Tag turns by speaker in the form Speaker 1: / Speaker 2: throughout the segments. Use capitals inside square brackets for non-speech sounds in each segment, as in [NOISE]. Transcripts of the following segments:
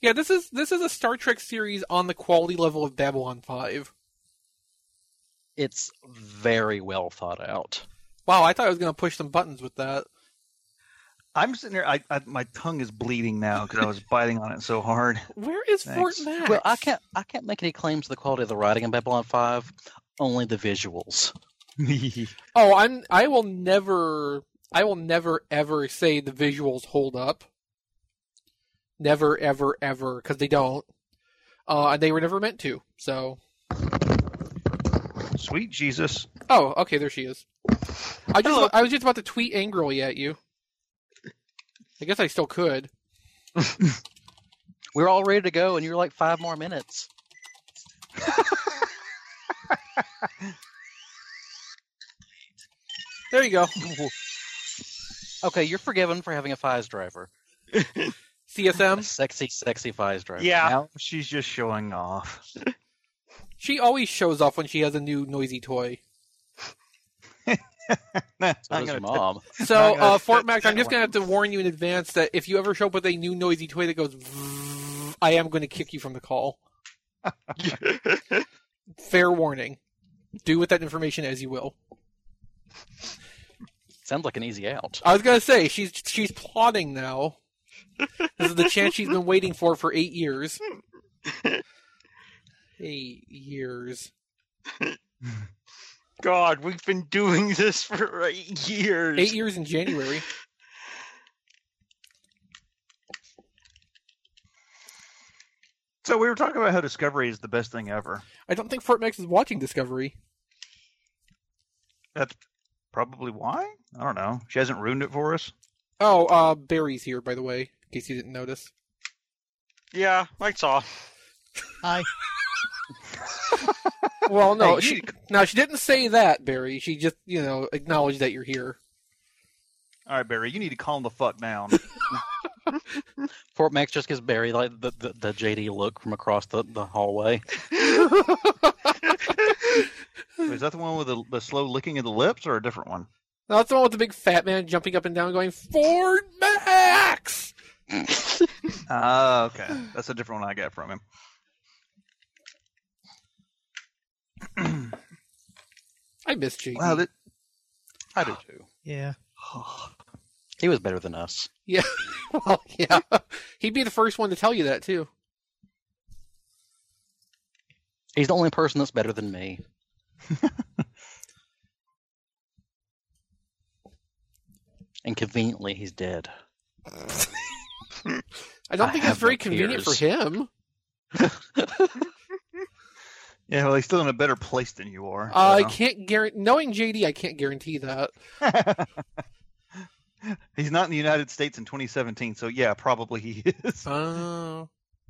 Speaker 1: Yeah, this is this is a Star Trek series on the quality level of Babylon 5.
Speaker 2: It's very well thought out.
Speaker 1: Wow, I thought I was going to push some buttons with that.
Speaker 3: I'm sitting here. I, I my tongue is bleeding now because I was biting on it so hard. [LAUGHS]
Speaker 1: Where is
Speaker 3: Thanks.
Speaker 1: Fort Max?
Speaker 2: Well, I can't I can't make any claims to the quality of the writing in Babylon Five, only the visuals.
Speaker 1: Oh, I'm I will never I will never ever say the visuals hold up. Never ever ever cuz they don't. Uh and they were never meant to. So,
Speaker 3: Sweet Jesus!
Speaker 1: oh, okay, there she is. I just
Speaker 3: Hello.
Speaker 1: I was just about to tweet angrily at you. I guess I still could.
Speaker 2: We were all ready to go, and you were like five more minutes.
Speaker 1: There you go. [LAUGHS]
Speaker 2: Okay, you're forgiven for having a Fize driver, a
Speaker 1: CSM.
Speaker 2: sexy, sexy Fize driver.
Speaker 3: Now she's just showing off. [LAUGHS]
Speaker 1: She always shows off when she has a new noisy toy.
Speaker 2: so does your mom.
Speaker 1: So,
Speaker 3: Not gonna
Speaker 1: uh, Fort
Speaker 3: fit
Speaker 1: Max, I'm
Speaker 3: that
Speaker 1: just gonna have to warn you in advance that if you ever show up with a new noisy toy that goes, "Vzz," I am going to kick you from the
Speaker 3: [LAUGHS]
Speaker 1: call. Fair warning. Do with that information as you will.
Speaker 2: Sounds like an easy out.
Speaker 1: I was gonna say she's she's plotting now. This is the chance she's been waiting for for eight years. Eight years.
Speaker 3: God, we've been doing [LAUGHS] this for eight years.
Speaker 1: Eight years in January.
Speaker 3: So we were talking about how Discovery is the best thing ever.
Speaker 1: I don't think Fort Max is watching Discovery.
Speaker 3: That's probably why. I don't know. She hasn't ruined it for us.
Speaker 1: Oh, uh, Barry's here, by the way, in case you didn't notice.
Speaker 4: Yeah, I saw.
Speaker 2: Hi.
Speaker 1: Well, no,
Speaker 3: Hey,
Speaker 1: Oh, she
Speaker 3: you-
Speaker 1: no, she didn't say that, Barry. She just, you know, acknowledged that you're here. [LAUGHS]
Speaker 3: All right, Barry, you need to calm the fuck down.
Speaker 2: Fort Max just gives Barry like the, the, the JD look from across the, the hallway.
Speaker 3: is that the one with the, the slow licking of the lips, or a different one?
Speaker 1: No, that's the one with the big fat man jumping up and down, going Ford Max.
Speaker 3: Ah, okay. That's a different one I got from him.
Speaker 1: I miss JD.
Speaker 3: Wow, that,
Speaker 2: I do too.
Speaker 5: Yeah.
Speaker 2: He was better than us.
Speaker 1: [LAUGHS] well, yeah, he'd be the first one to tell you that too.
Speaker 2: He's the only person that's better than me. and conveniently, he's dead.
Speaker 1: I don't
Speaker 2: I
Speaker 1: think
Speaker 2: have
Speaker 1: that's very
Speaker 2: no
Speaker 1: convenient for
Speaker 2: tears.
Speaker 1: him.
Speaker 3: yeah, well, he's still in a better place than you are.
Speaker 1: I
Speaker 3: so.
Speaker 1: can't guarantee. Knowing JD, I can't guarantee that.
Speaker 3: [LAUGHS] He's not in the United States in 2017, so yeah, probably he
Speaker 5: [LAUGHS]
Speaker 3: is.
Speaker 1: Oh,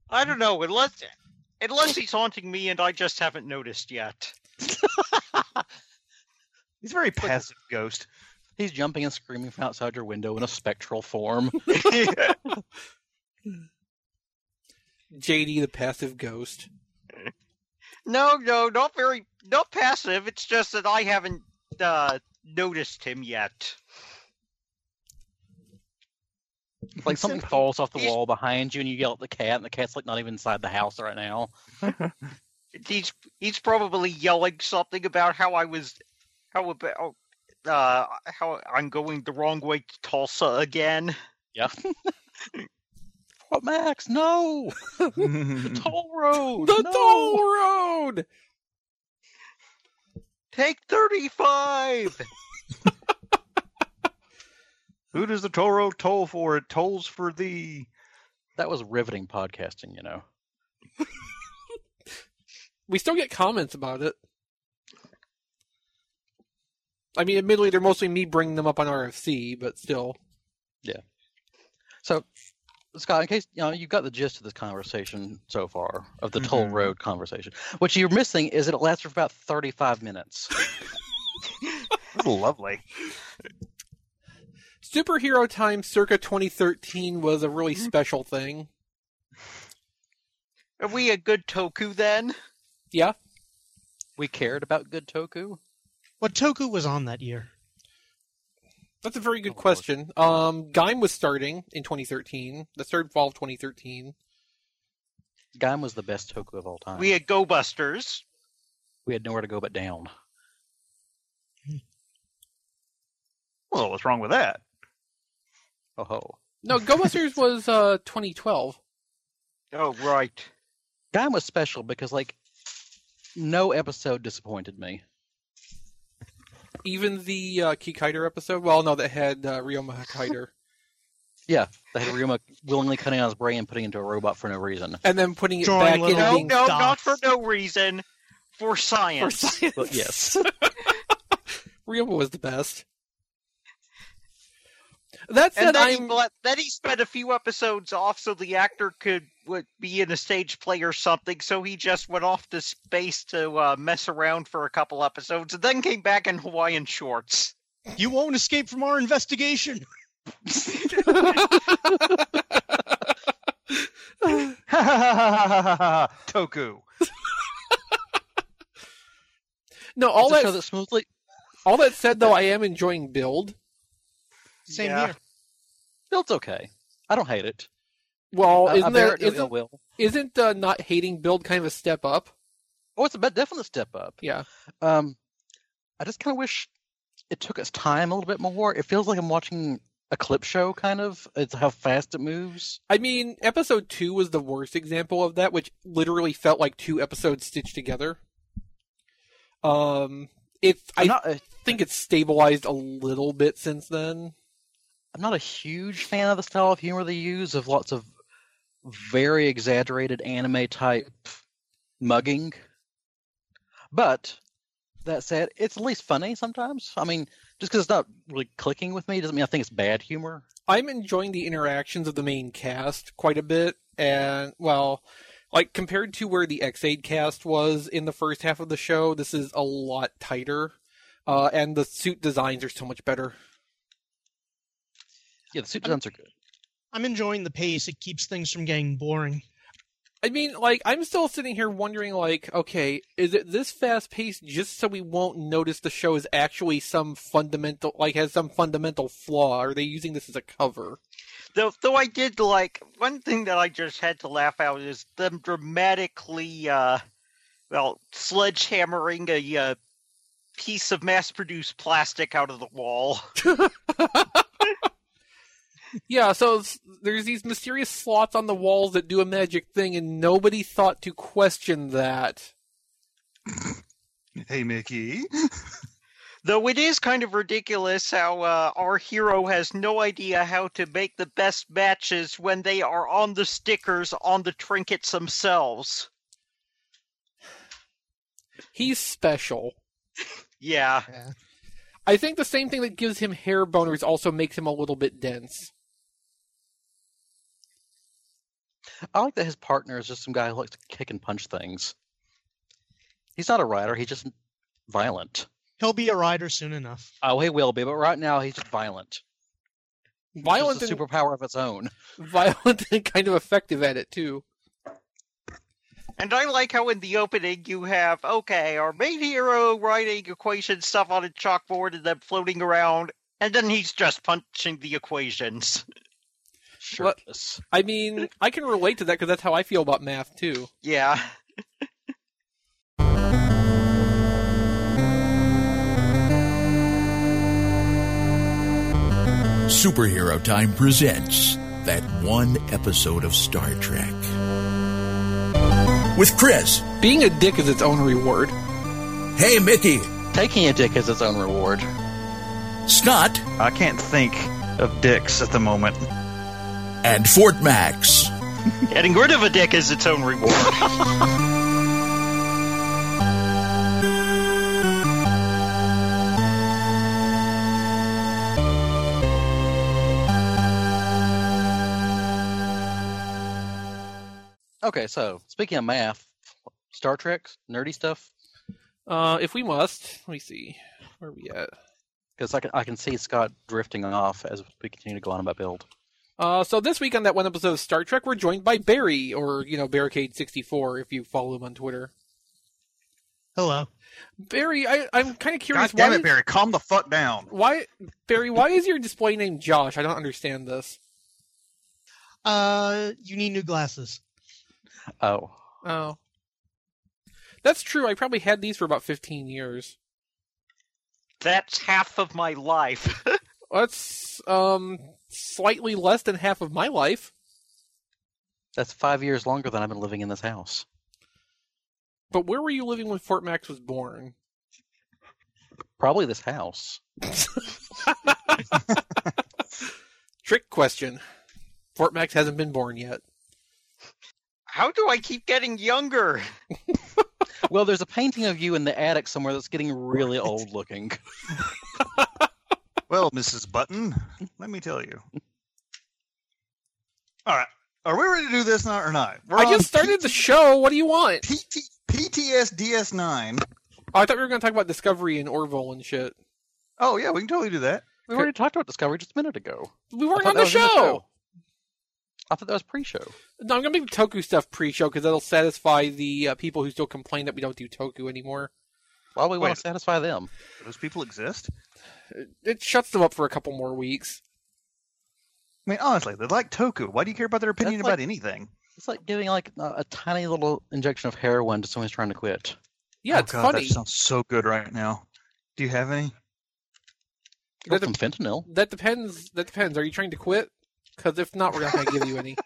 Speaker 4: I don't know unless unless he's haunting me and I just haven't noticed yet.
Speaker 3: He's a very passive [LAUGHS] ghost.
Speaker 2: He's jumping and screaming from outside your window in a spectral form.
Speaker 1: JD, the passive ghost.
Speaker 4: No, no, not very, not passive. It's just that I haven't uh, noticed him yet.
Speaker 2: Like something
Speaker 3: Simple.
Speaker 2: falls off the
Speaker 4: He's-
Speaker 2: wall behind you, and you yell at the cat, and the cat's like not even inside the house right now.
Speaker 4: He's he's probably yelling something about how I was, how about uh, how I'm going the wrong way to Tulsa again.
Speaker 2: Yeah. [LAUGHS] Fort Max, no! Toll road!
Speaker 1: The
Speaker 2: Oh, no!
Speaker 1: toll road.
Speaker 4: Take thirty-five.
Speaker 3: [LAUGHS] Who does the toll road toll for? It tolls for thee.
Speaker 2: That was riveting podcasting, you know.
Speaker 1: We still get comments about it. I mean, admittedly, they're mostly me bringing them up on RFC, but still.
Speaker 2: So, Scott, in case you know, you've got the gist of this conversation so far, of the toll
Speaker 1: Mm-hmm.
Speaker 3: Mhm.
Speaker 2: road conversation. What you're missing is that it lasts for about 35 minutes.
Speaker 3: That's lovely.
Speaker 1: Superhero Time circa 2013 was a really special thing.
Speaker 4: Are we a good toku then?
Speaker 1: Yeah.
Speaker 2: we cared about good toku.
Speaker 5: What Toku was on that year?
Speaker 1: That's a very good
Speaker 2: Of course.
Speaker 1: question. Um, Gaim was starting in 2013, the third fall of 2013.
Speaker 2: Gaim was the best Toku of all time.
Speaker 4: We
Speaker 2: We had,
Speaker 4: had Go Busters.
Speaker 2: nowhere to go but down.
Speaker 3: Well, what's wrong with that?
Speaker 2: Oh ho!
Speaker 1: No, GoBusters was uh 2012.
Speaker 4: Oh right.
Speaker 2: Gaim was special because like no episode disappointed me.
Speaker 1: Even the uh, Kikider episode. Well, no, that had uh, Ryoma Kikider,
Speaker 2: They had Ryuma willingly cutting out his brain and putting it into a robot for no
Speaker 1: [LAUGHS]
Speaker 2: reason.
Speaker 1: and then putting it
Speaker 5: Drawing
Speaker 1: back in.
Speaker 5: little-
Speaker 1: and
Speaker 4: No,
Speaker 5: Being
Speaker 1: being
Speaker 4: no, not
Speaker 5: doxed.
Speaker 4: for no reason. For
Speaker 1: for
Speaker 4: science.
Speaker 1: science.
Speaker 2: But yes,
Speaker 1: Ryoma was the best. That said,
Speaker 4: and then he,
Speaker 1: I'm
Speaker 4: let- then he spent a few episodes off so the actor could would be in a stage play or something. So he just went off to space to uh, mess around for a couple episodes, and then came back in Hawaiian shorts.
Speaker 5: You won't escape from our investigation.
Speaker 3: Toku.
Speaker 1: [LAUGHS] no all
Speaker 2: It's a
Speaker 1: that
Speaker 2: show that smoothly
Speaker 1: all that said though, I am enjoying Build.
Speaker 5: Same
Speaker 4: Yeah.
Speaker 5: here.
Speaker 2: build's okay. I don't hate it.
Speaker 1: Well,
Speaker 2: I- I
Speaker 1: isn't there
Speaker 2: bear it no ill
Speaker 1: isn't,
Speaker 2: will.
Speaker 1: isn't uh, not hating Build kind of a step up?
Speaker 2: Oh, it's a bit definitely a step up.
Speaker 1: Yeah.
Speaker 2: Um, I just kind of wish it took its time a little bit more. It feels like I'm watching a clip show, kind of. It's how fast it moves.
Speaker 1: I mean, episode two was the worst example of that, which literally felt like two episodes stitched together. Um, it's I
Speaker 2: I'm not. A,
Speaker 1: think it's stabilized a little bit since then.
Speaker 2: I'm not a huge fan of the style of humor they use of lots of very exaggerated anime type mugging. But that said, it's at least funny sometimes. I mean, just because it's not really clicking with me doesn't mean I think it's bad humor.
Speaker 1: I'm enjoying the interactions of the main cast quite a bit, and well, like compared to where the X8 cast was in the first half of the show, this is a lot tighter, uh, and the suit designs are so much better.
Speaker 2: Yeah, the suit
Speaker 5: I'm-
Speaker 2: designs are good.
Speaker 5: I'm enjoying the pace. It keeps things from getting boring.
Speaker 1: I mean, like, I'm still sitting here wondering, like, okay, is it this fast paced just so we won't notice the show is actually some fundamental, like, has some fundamental flaw? Are they using this as a cover?
Speaker 4: Though, though I did like one thing that I just had to laugh out is them dramatically, uh, well, sledgehammering a uh, piece of mass-produced plastic out of the wall. [LAUGHS]
Speaker 1: Yeah, so s- there's these mysterious slots on the walls that do a magic thing, and nobody thought to question that.
Speaker 3: Hey, Mickey.
Speaker 4: Though it is kind of ridiculous how uh, our hero has no idea how to make the best matches when they are on the stickers on the trinkets themselves.
Speaker 1: He's special.
Speaker 4: Yeah.
Speaker 1: I think the same thing that gives him hair boners also makes him a little bit dense. [LAUGHS]
Speaker 2: I like that his partner is just some guy who likes to kick and punch things. He's not a writer. He's just violent.
Speaker 5: He'll be a rider soon enough.
Speaker 2: Oh, he will be, but right now he's just violent.
Speaker 1: Violent
Speaker 2: just
Speaker 1: and,
Speaker 2: a superpower of its own.
Speaker 1: violent and kind of effective at it, too.
Speaker 4: And I like how in the opening you have, okay, our main hero writing equation stuff on a chalkboard and then floating around, and then he's just punching the equations. [LAUGHS]
Speaker 1: Well-
Speaker 2: Shirtless.
Speaker 1: I mean, I can relate to that because that's how I feel about math, too.
Speaker 4: Yeah.
Speaker 6: Superhero Time presents that one episode of Star Trek. With Chris,
Speaker 1: Being a dick is its own reward.
Speaker 6: hey Mickey,
Speaker 2: Taking a dick is its own reward.
Speaker 6: Scott,
Speaker 3: I can't think of dicks at the moment.
Speaker 6: and Fort Max.
Speaker 4: Getting rid of a dick is its own reward.
Speaker 2: Okay, so speaking of math, Star Trek, nerdy stuff,
Speaker 1: Uh, if we must, let me see. Where are we at?
Speaker 2: because I can, I can see Scott drifting off as we continue to go on about build.
Speaker 1: Uh, so this week on that one episode of Star Trek, we're joined by Barry, or you know, Barricade64, if you follow him on Twitter.
Speaker 5: Hello.
Speaker 1: Barry, I, I'm kind of
Speaker 3: God
Speaker 1: curious.
Speaker 3: damn
Speaker 1: why
Speaker 3: it, Barry. Calm the fuck down.
Speaker 1: Why, Barry? Why is your display name Josh? I don't understand this.
Speaker 5: Uh, you need new glasses.
Speaker 2: Oh,
Speaker 1: Oh. That's true. I probably had these for about 15 years.
Speaker 4: That's half of my life. [LAUGHS]
Speaker 1: That's um slightly less than half of my life,
Speaker 2: that's five years longer than I've been living in this house.
Speaker 1: but where were you living when Fort Max was born?
Speaker 2: Probably this house.
Speaker 1: Trick question. Fort Max hasn't been born yet.
Speaker 4: How do I keep getting younger?
Speaker 2: well, there's a painting of you in the attic somewhere that's getting really old looking.
Speaker 3: Well, Mrs. Button, let me tell you. [LAUGHS] All right. Are we ready to do this now or not? We're
Speaker 1: I
Speaker 3: on
Speaker 1: just started the show. What do you want?
Speaker 3: PT, PTS DS9.
Speaker 1: Oh, I thought we were going to talk about Discovery and Orville and shit.
Speaker 3: Oh, yeah, we can totally do that.
Speaker 2: We already talked about Discovery just a minute ago.
Speaker 1: We
Speaker 2: I
Speaker 1: weren't
Speaker 2: thought
Speaker 1: on
Speaker 2: that
Speaker 1: the
Speaker 2: was in
Speaker 1: show.
Speaker 2: I thought that was pre-show.
Speaker 1: No, I'm going to make the Toku stuff pre-show because that'll satisfy the uh, people who still complain that we don't do Toku anymore.
Speaker 2: Why would we want
Speaker 3: Wait.
Speaker 2: to satisfy them?
Speaker 3: Do Those people exist?
Speaker 1: It shuts them up for a couple more weeks.
Speaker 3: I mean, honestly, they like Toku. Why do you care about their opinion
Speaker 2: That's
Speaker 3: about
Speaker 2: like-
Speaker 3: anything?
Speaker 2: It's like giving like a, a tiny little injection of heroin to someone who's trying to quit.
Speaker 1: Yeah,
Speaker 3: Oh,
Speaker 1: it's
Speaker 3: God,
Speaker 1: funny.
Speaker 3: That sounds so good right now. Do you have any?
Speaker 2: Or
Speaker 1: That,
Speaker 2: some fentanyl.
Speaker 1: that depends. That depends. Are you trying to quit? Because if not, we're not going to give you
Speaker 3: [LAUGHS]
Speaker 1: any.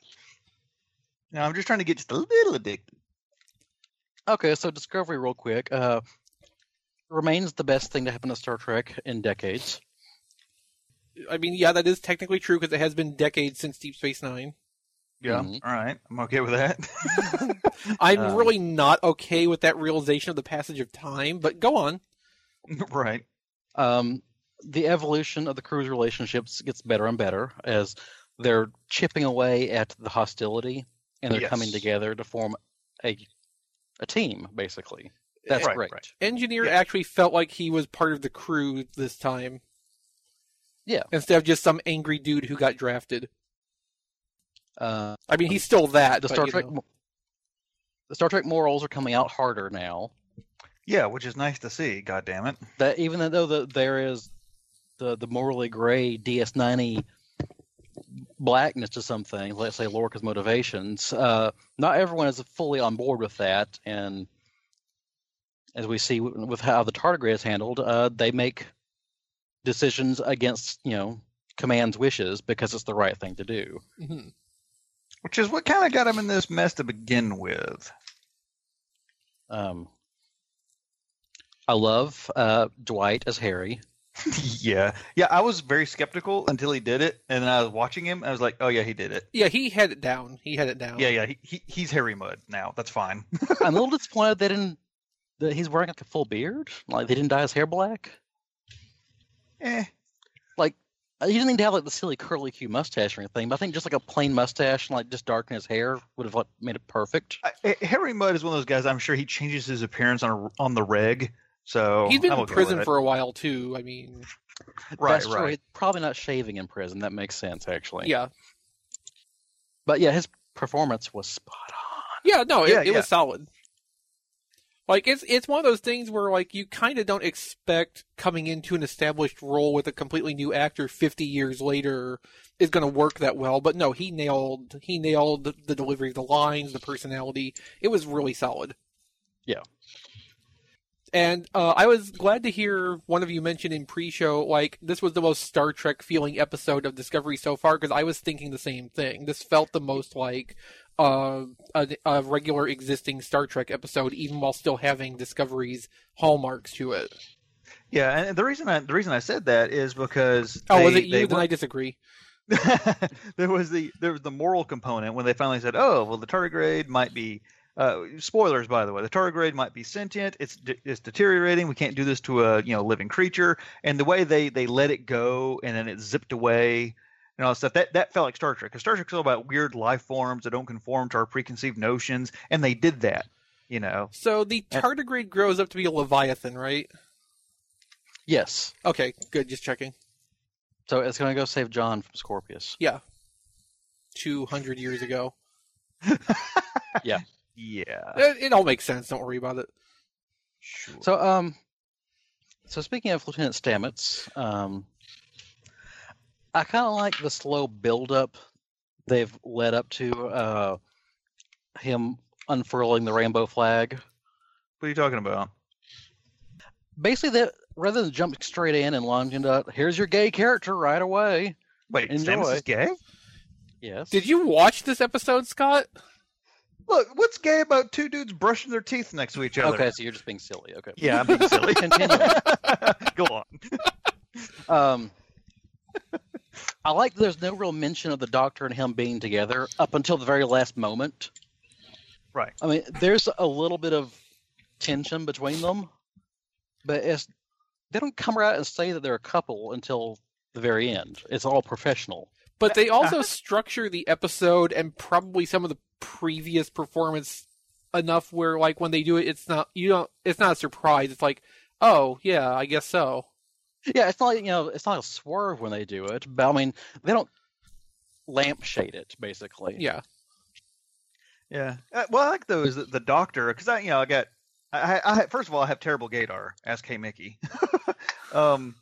Speaker 3: No, I'm just trying to get just a little addicted.
Speaker 2: Okay, so Discovery, real quick, uh, remains the best thing to happen to Star Trek in decades.
Speaker 1: I mean, yeah, that is technically true because it has been decades since Deep Space Nine.
Speaker 3: Yeah.
Speaker 2: Mhm.
Speaker 3: All right. I'm okay with that. [LAUGHS]
Speaker 1: I'm
Speaker 3: Um,
Speaker 1: really not okay with that realization of the passage of time, but go on.
Speaker 3: right.
Speaker 2: Um, the evolution of the crew's relationships gets better and better as they're chipping away at the hostility and they're coming
Speaker 3: Yes.
Speaker 2: together to form a a team, basically. That's
Speaker 3: Right,
Speaker 2: great.
Speaker 3: right.
Speaker 1: Engineer
Speaker 3: Yeah.
Speaker 1: actually felt like he was part of the crew this time.
Speaker 2: Yeah.
Speaker 1: Instead of just some angry dude who got drafted.
Speaker 2: Uh,
Speaker 1: I mean, he's still that.
Speaker 2: the
Speaker 1: but,
Speaker 2: Star
Speaker 1: you
Speaker 2: Trek,
Speaker 1: know.
Speaker 2: mo- the Star Trek morals are coming out harder now.
Speaker 3: Yeah, which is nice to see. God damn it.
Speaker 2: that even though the, there is the the morally gray DS90 blackness to some things, let's say Lorca's motivations, uh, not everyone is fully on board with that. And as we see w- with how the tardigrade is handled, uh, they make decisions against you know command's wishes because it's the right thing to do.
Speaker 1: Mhm.
Speaker 3: Which is what kind of got him in this mess to begin with. [LAUGHS]
Speaker 2: Um, I love uh, Dwight as Harry.
Speaker 3: yeah. Yeah, I was very skeptical until he did it. And then I was watching him. I was like, oh, yeah, he did it.
Speaker 1: Yeah, he had it down. He had it down.
Speaker 3: Yeah, yeah. He, he, he's Harry Mudd now.
Speaker 1: [LAUGHS]
Speaker 3: That's fine. [LAUGHS]
Speaker 2: I'm a little disappointed they didn't. That he's wearing like a full beard. Like they didn't dye his hair black.
Speaker 3: eh.
Speaker 2: Uh, He didn't need to have like the silly curly Q mustache or anything. But I think just like a plain mustache and like just darken his hair would have like, made it perfect.
Speaker 3: I, eh, Harry Mudd is one of those guys. I'm sure he changes his appearance on a, on the reg. So
Speaker 1: He's been
Speaker 3: I'm
Speaker 1: in
Speaker 3: okay with
Speaker 1: prison
Speaker 3: it.
Speaker 1: for a while, too. I mean,
Speaker 3: right,
Speaker 2: That's true,
Speaker 3: right.
Speaker 2: he's Probably not shaving in prison. That makes sense actually.
Speaker 1: yeah.
Speaker 2: But yeah, his performance was spot on.
Speaker 1: [LAUGHS] Yeah, no, it,
Speaker 3: Yeah,
Speaker 1: it
Speaker 3: yeah.
Speaker 1: was solid. Like it's it's one of those things where like you kind of don't expect coming into an established role with a completely new actor 50 years later is going to work that well, but no, he nailed he nailed the delivery of the lines, the personality. It was really solid.
Speaker 2: Yeah.
Speaker 1: And uh, I was glad to hear one of you mention in pre-show like this was the most Star Trek feeling episode of Discovery so far because I was thinking the same thing. This felt the most like uh, a, a regular existing Star Trek episode, even while still having Discovery's hallmarks to it.
Speaker 3: Yeah, and the reason I the reason I said that is because
Speaker 1: Oh, was
Speaker 3: they-
Speaker 1: it
Speaker 3: they
Speaker 1: you? Then
Speaker 3: went-
Speaker 1: I disagree.
Speaker 3: [LAUGHS] there was the there was the moral component when they finally said, "Oh, well, the tardigrade might be." Uh, spoilers, by the way, the tardigrade might be sentient. It's de- it's deteriorating. We can't do this to a you know living creature. And the way they they let it go and then it zipped away and all that stuff that that felt like Star Trek. Because Star Trek's all about weird life forms that don't conform to our preconceived notions, and they did that. You know,
Speaker 1: So the tardigrade grows up to be a leviathan, right?
Speaker 2: Yes.
Speaker 1: Okay, good. Just checking.
Speaker 2: So it's gonna go save John from Scorpius.
Speaker 1: Two hundred years ago,
Speaker 3: yeah,
Speaker 1: it, it all makes sense. Don't worry about it.
Speaker 3: sure.
Speaker 2: So um, so speaking of Lieutenant Stamets, um, I kind of like the slow build up they've led up to. Uh, him unfurling the rainbow flag.
Speaker 3: What are you talking about?
Speaker 2: Basically, that rather than jump straight in and launch into here's your gay character right away.
Speaker 3: Wait, Samus
Speaker 2: Enjoy.
Speaker 3: is gay?
Speaker 2: Yes.
Speaker 1: Did you watch this episode, Scott?
Speaker 3: Look, what's gay about two dudes brushing their teeth next to each other?
Speaker 2: Okay, so you're just being silly. Okay.
Speaker 3: Yeah, I'm being
Speaker 2: [LAUGHS]
Speaker 3: silly.
Speaker 2: Continue.
Speaker 3: [LAUGHS] Go on.
Speaker 2: Um, I like there's no real mention of the doctor and him being together up until the very last moment.
Speaker 3: Right.
Speaker 2: I mean, there's a little bit of tension between them, but it's they don't come out and say that they're a couple until the very end. It's all professional.
Speaker 1: But
Speaker 3: [LAUGHS]
Speaker 1: they also structure the episode and probably some of the previous performance enough where like when they do it it's not you don't it's not a surprise. It's like, "Oh, yeah, I guess so."
Speaker 2: Yeah, it's not you know, it's not a swerve when they do it, but I mean, they don't lampshade it basically.
Speaker 1: Yeah.
Speaker 3: Yeah. Uh, well, I like those the, the doctor because I you know I got I, I I- first of all I have terrible gaydar. Ask Hey Mickey. [LAUGHS] um,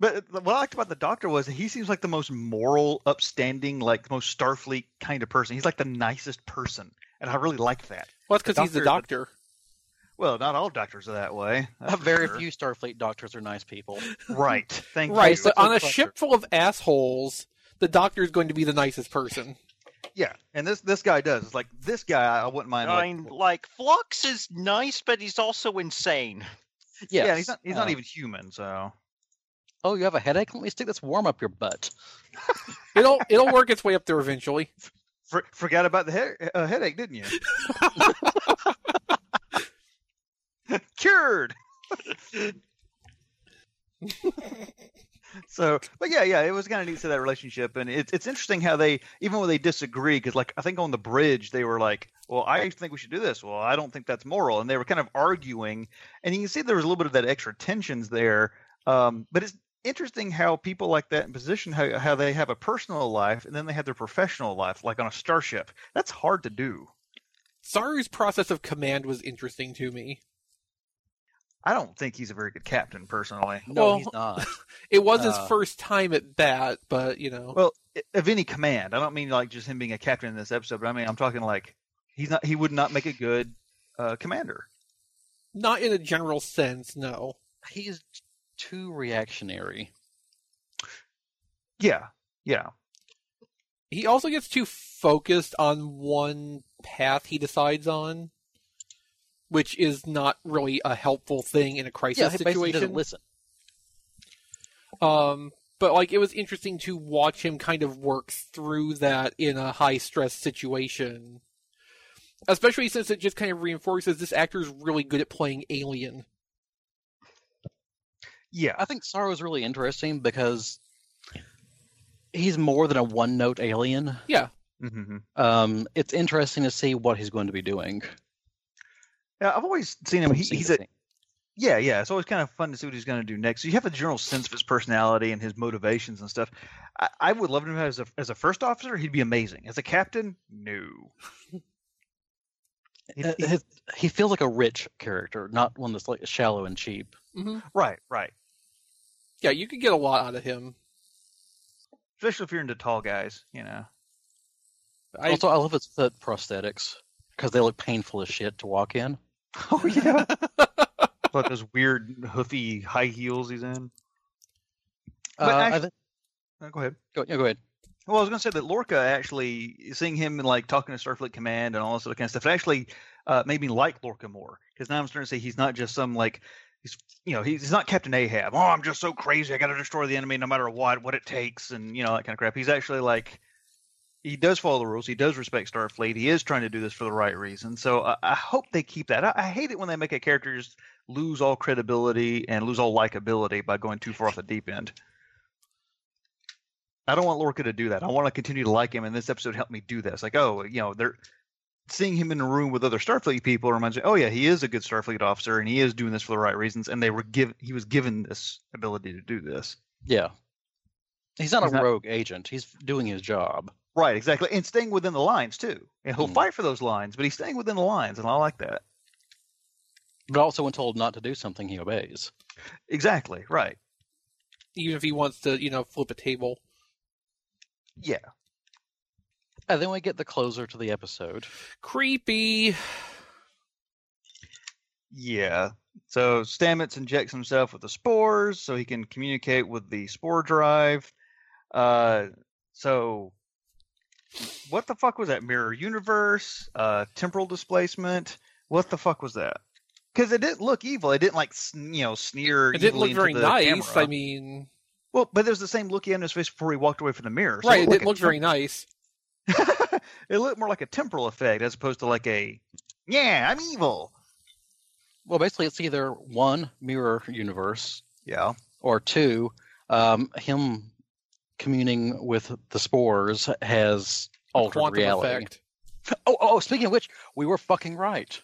Speaker 3: but what I liked about the doctor was that he seems like the most moral, upstanding, like most Starfleet kind of person. He's like the nicest person, and I really like that.
Speaker 1: Well, that's because he's the doctor.
Speaker 3: Well, not all doctors are that way. [LAUGHS] that's for
Speaker 2: Very
Speaker 3: sure.
Speaker 2: few Starfleet doctors are nice people.
Speaker 3: Right. Thank you.
Speaker 1: Right. So on a
Speaker 2: Doctor.
Speaker 1: ship full of assholes, the doctor is going to be the nicest person.
Speaker 3: Yeah. And this this guy does. It's like this guy I wouldn't mind.
Speaker 4: I mean,
Speaker 3: like,
Speaker 4: like Flux is nice, but he's also insane.
Speaker 2: Yes.
Speaker 3: [LAUGHS] Yeah. He's not. He's not
Speaker 2: Uh,
Speaker 3: even human. So.
Speaker 2: Oh, you have a headache? Let me stick this warm up your butt.
Speaker 1: It'll [LAUGHS] it'll work its way up there eventually.
Speaker 3: For, forgot about the he- uh, headache, didn't you? [LAUGHS] Cured. so, but yeah, yeah, it was kind of neat to that relationship, and it's it's interesting how they even when they disagree, because like I think on the bridge they were like, "Well, I think we should do this." Well, I don't think that's moral, and they were kind of arguing, and you can see there was a little bit of that extra tensions there. Um, but it's interesting how people like that in position how, how they have a personal life and then they have their professional life like on a starship that's hard to do
Speaker 1: Saru's process of command was interesting to me.
Speaker 3: i don't think he's a very good captain personally
Speaker 2: No,
Speaker 1: Well-
Speaker 2: he's not.
Speaker 1: It was his
Speaker 2: Uh.
Speaker 1: first time at that, but you know,
Speaker 3: well i- of any command i don't mean like just him being a captain in this episode but i mean i'm talking like he's not he would not make a good uh, commander
Speaker 1: not in a general sense, no.
Speaker 2: He's too reactionary.
Speaker 3: yeah yeah
Speaker 1: He also gets too focused on one path he decides on, which is not really a helpful thing in a crisis
Speaker 2: yeah, he basically
Speaker 1: situation.
Speaker 2: doesn't listen.
Speaker 1: Um, but like it was interesting to watch him kind of work through that in a high stress situation. Especially since it just kind of reinforces this actor's really good at playing alien.
Speaker 3: yeah
Speaker 2: I think Sorrow is really interesting because he's more than a one note alien.
Speaker 3: mm-hmm.
Speaker 2: Um, it's interesting to see what he's going to be doing.
Speaker 3: yeah i've always seen him he,
Speaker 2: Seeing
Speaker 3: he's
Speaker 2: the
Speaker 3: a
Speaker 2: thing.
Speaker 3: Yeah, yeah. It's always kind of fun to see what he's going to do next. So you have a general sense of his personality and his motivations and stuff. I, I would love him as a as a first officer. He'd be amazing. As a captain, [LAUGHS] no. He-
Speaker 2: Uh,
Speaker 3: he-
Speaker 2: his- he feels like a rich character, not one that's like shallow and cheap.
Speaker 1: hmm
Speaker 3: right, right.
Speaker 1: Yeah, you could get a lot out of him.
Speaker 3: Especially if you're into tall guys, you know.
Speaker 1: I,
Speaker 2: also, I love his foot prosthetics because they look painful as shit to walk in.
Speaker 3: Oh yeah. [LAUGHS] like those weird hoofy high heels he's in. But
Speaker 2: Uh, I
Speaker 3: actu-
Speaker 2: think-
Speaker 3: Oh, go ahead.
Speaker 2: go, yeah, go ahead.
Speaker 3: Well, I was going to say that Lorca actually seeing him and like talking to Starfleet Command and all this other kind of stuff. It actually uh, made me like Lorca more because now I'm starting to say he's not just some like he's you know he's, he's not Captain Ahab. Oh, I'm just so crazy. I got to destroy the enemy no matter what, what it takes, and you know that kind of crap. He's actually like he does follow the rules. He does respect Starfleet. He is trying to do this for the right reason. So I, I hope they keep that. I, I hate it when they make a character just lose all credibility and lose all likability by going too far off the deep end. I don't want Lorca to do that. I want to continue to like him, and this episode helped me do this. Like, oh, you know, they're seeing him in a room with other Starfleet people reminds me, oh yeah, he is a good Starfleet officer, and he is doing this for the right reasons. And they were give he was given this ability to do this.
Speaker 2: Yeah. He's not
Speaker 3: He's
Speaker 2: a
Speaker 3: not-
Speaker 2: rogue agent. He's doing his job.
Speaker 3: Right, exactly, and staying within the lines too. And he'll
Speaker 2: Mhm.
Speaker 3: fight for those lines, but he's staying within the lines, and I like that.
Speaker 2: But also, when told not to do something, he obeys.
Speaker 3: Exactly, right.
Speaker 1: even if he wants to, you know, flip a table.
Speaker 3: Yeah.
Speaker 2: And then we get the closer to the episode.
Speaker 1: Creepy.
Speaker 3: Yeah. So Stamets injects himself with the spores so he can communicate with the spore drive. Uh, so what the fuck was that? Mirror universe, uh, temporal displacement. What the fuck was that? Because it didn't look evil. It didn't like sn- you know sneer.
Speaker 1: It didn't
Speaker 3: evilly
Speaker 1: look
Speaker 3: into
Speaker 1: very
Speaker 3: the
Speaker 1: nice.
Speaker 3: camera.
Speaker 1: I mean,
Speaker 3: well, but it was the same look he had on his face before he walked away from the mirror. So
Speaker 1: right? It
Speaker 3: looked
Speaker 1: didn't look very nice.
Speaker 3: like- [LAUGHS] it looked more like a temporal effect as opposed to like a yeah, I'm evil.
Speaker 2: Well, basically, it's either one mirror universe
Speaker 3: Yeah.
Speaker 2: or two. Um, him communing with the spores has altered
Speaker 1: Quantum
Speaker 2: reality.
Speaker 1: effect.
Speaker 2: Oh, oh, oh, speaking of which, we were fucking right.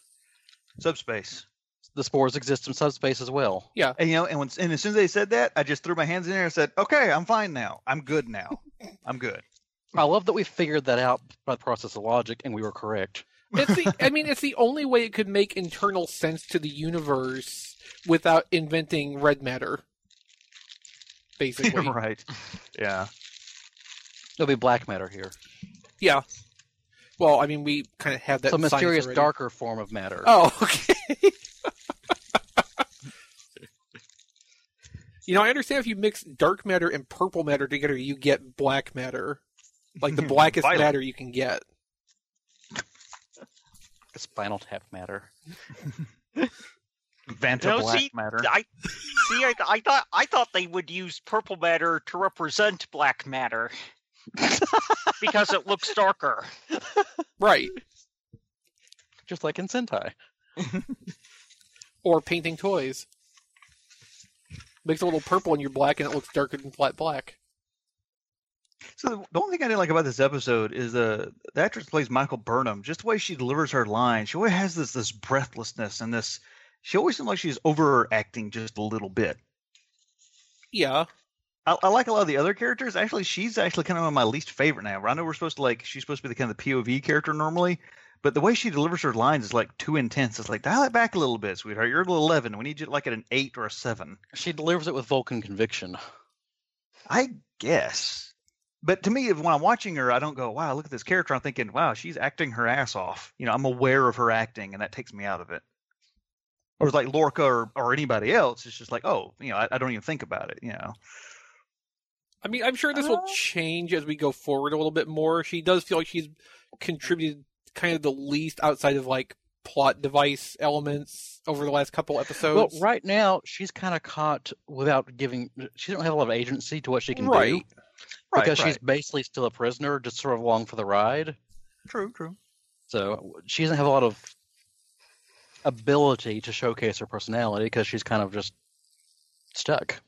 Speaker 3: Subspace.
Speaker 2: The spores exist in subspace as well.
Speaker 3: And, you know, and when and as soon as they said that, I just threw my hands in the air and said, "Okay, I'm fine now. I'm good now. I'm good."
Speaker 2: I love that we figured that out by the process of logic, and we were correct.
Speaker 1: It's the. I mean, it's the only way it could make internal sense to the universe without inventing red matter. Basically,
Speaker 3: [LAUGHS] right. Yeah.
Speaker 2: It'll be black matter here,
Speaker 1: yeah. Well, I mean, we kind of have that.
Speaker 2: some
Speaker 1: science
Speaker 2: mysterious
Speaker 1: already.
Speaker 2: darker form of matter.
Speaker 1: Oh, okay. [LAUGHS] you know, I understand if you mix dark matter and purple matter together, you get black matter, like
Speaker 2: [LAUGHS]
Speaker 1: the blackest
Speaker 3: Violet.
Speaker 1: matter you can get.
Speaker 2: Spinal tap matter.
Speaker 3: Vanta
Speaker 4: No,
Speaker 3: black
Speaker 4: see,
Speaker 3: matter.
Speaker 4: I see. I, I thought I thought they would use purple matter to represent
Speaker 3: [LAUGHS]
Speaker 4: black matter because it looks darker.
Speaker 1: Right.
Speaker 2: just like in Sentai.
Speaker 1: Or painting toys. Makes a little purple and you're black, and it looks darker than flat black.
Speaker 3: So the only thing I didn't like about this episode is the, the actress that plays Michael Burnham. Just the way she delivers her lines, she always has this this breathlessness and this. She always seems like she's overacting just a little bit.
Speaker 1: Yeah.
Speaker 3: I, I like a lot of the other characters. Actually, she's actually kind of one of my least favorite now. I know we're supposed to like she's supposed to be the kind of the POV character normally, but the way she delivers her lines is like too intense. It's like dial it back a little bit, sweetheart. You're at an eleven. We need you like at an eight or a seven.
Speaker 2: She delivers it with Vulcan conviction.
Speaker 3: I guess. But to me, if- when I'm watching her, I don't go, "Wow, look at this character." I'm thinking, "Wow, she's acting her ass off." You know, I'm aware of her acting, and that takes me out of it. Or it's like Lorca or, or anybody else. It's just like, oh, you know, I, I don't even think about it. You know,
Speaker 1: I mean, I'm sure this will change as we go forward a little bit more. She does feel like she's contributed kind of the least outside of like plot device elements over the last couple
Speaker 2: Well,
Speaker 1: episodes.
Speaker 2: right now she's kind of caught without giving. She doesn't have a lot of agency to what she can do
Speaker 1: Right.
Speaker 3: Right,
Speaker 2: because
Speaker 3: right.
Speaker 2: she's basically still a prisoner, just sort of along for the ride.
Speaker 3: true, true.
Speaker 2: So she doesn't have a lot of ability to showcase her personality because she's kind of just stuck.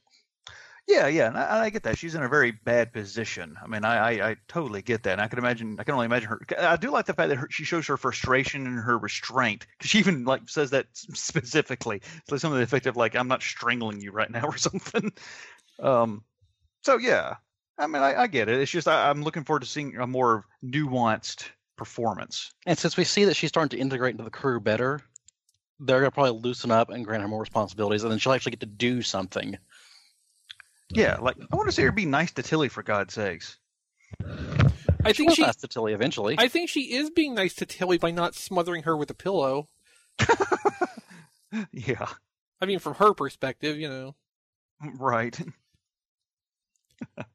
Speaker 3: Yeah, yeah, and I, I get that. She's in a very bad position. I mean, I, I, I totally get that. And I can imagine. I can only imagine her. I do like the fact that her, she shows her frustration and her restraint. 'Cause she even like says that s- specifically. It's like something to the effect of like, "I'm not strangling you right now" [LAUGHS] or something. Um, so yeah, I mean, I, I get it. It's just I, I'm looking forward to seeing a more nuanced performance.
Speaker 2: And since we see that she's starting to integrate into the crew better, they're gonna probably loosen up and grant her more responsibilities, and then she'll actually get to do something.
Speaker 3: Yeah, like I want to see her be nice to Tilly for God's sakes. [LAUGHS]
Speaker 1: I think she
Speaker 2: has to Tilly eventually.
Speaker 1: I think she is being nice to Tilly by not smothering her with a pillow.
Speaker 3: Yeah, [LAUGHS]
Speaker 1: I mean, from her perspective, you know.
Speaker 3: right.
Speaker 1: But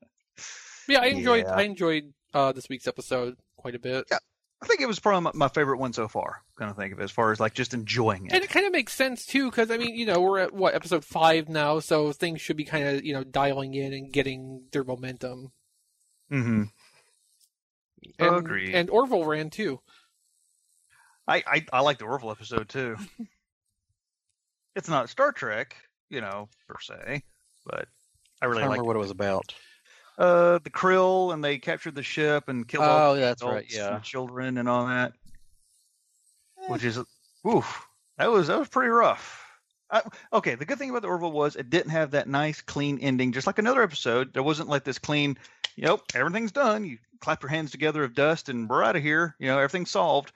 Speaker 1: yeah, I enjoyed.
Speaker 3: Yeah.
Speaker 1: I enjoyed uh, this week's episode quite a bit,
Speaker 3: Yeah, I think it was probably my, my favorite one so far. Kind of think of it as far as like just enjoying
Speaker 1: and
Speaker 3: it.
Speaker 1: it kind of makes sense too, because I mean, you know, we're at what episode five now, so things should be kind of you know dialing in and getting their momentum.
Speaker 3: Mm-hmm.
Speaker 1: And,
Speaker 3: Agreed.
Speaker 1: And Orville ran too.
Speaker 3: I, I I like the Orville
Speaker 1: [LAUGHS]
Speaker 3: episode too. it's not Star Trek, you know, per se, but
Speaker 2: I
Speaker 3: I really
Speaker 2: don't
Speaker 3: like
Speaker 2: remember what it was about.
Speaker 3: uh, the Krill and they captured the ship and killed all
Speaker 2: Oh, yeah, that's
Speaker 3: the adults
Speaker 2: right. Yeah, Eh.
Speaker 3: and children and all that, which is oof. That was that was pretty rough. I, okay, the good thing about the Orville was it didn't have that nice clean ending, just like another episode. There wasn't like this clean, yep, everything's done. You clap your hands together of dust and we're out of here. You know, everything's solved.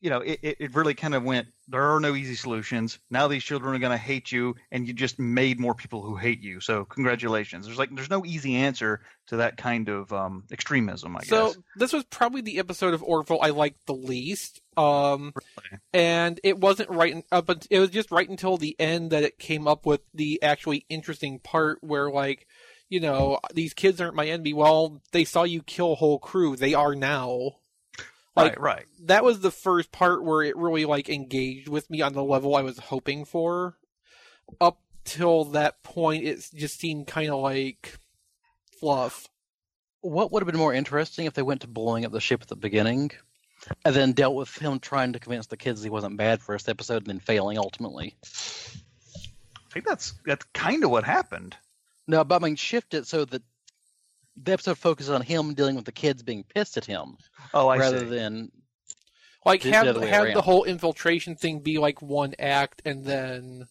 Speaker 3: you know, it, it, it really kind of went, there are no easy solutions. Now these children are going to hate you, and you just made more people who hate you. So congratulations. There's like, there's no easy answer to that kind of um, extremism, I
Speaker 1: so
Speaker 3: guess.
Speaker 1: this was probably the episode of Orville I liked the least. Um, and it wasn't right up. unt- It was just right until the end that it came up with the actually interesting part where, like, you know, these kids aren't my enemy. Well, they saw you kill whole crew. They are now. Like
Speaker 3: right, right.
Speaker 1: that was the first part where it really like engaged with me on the level I was hoping for. Up till that point, it just seemed kind of like fluff.
Speaker 2: What would have been more interesting if they went to blowing up the ship at the beginning, and then dealt with him trying to convince the kids he wasn't bad first episode, and then failing ultimately.
Speaker 3: I think that's that's kind of what happened.
Speaker 2: No, but I mean, shift it so that the episode focuses on him dealing with the kids being pissed at him,
Speaker 3: Oh, I
Speaker 2: rather
Speaker 3: see.
Speaker 2: than
Speaker 1: Like
Speaker 2: Did
Speaker 1: have
Speaker 2: the other way
Speaker 1: have the
Speaker 2: around.
Speaker 1: whole infiltration thing be like one act, and then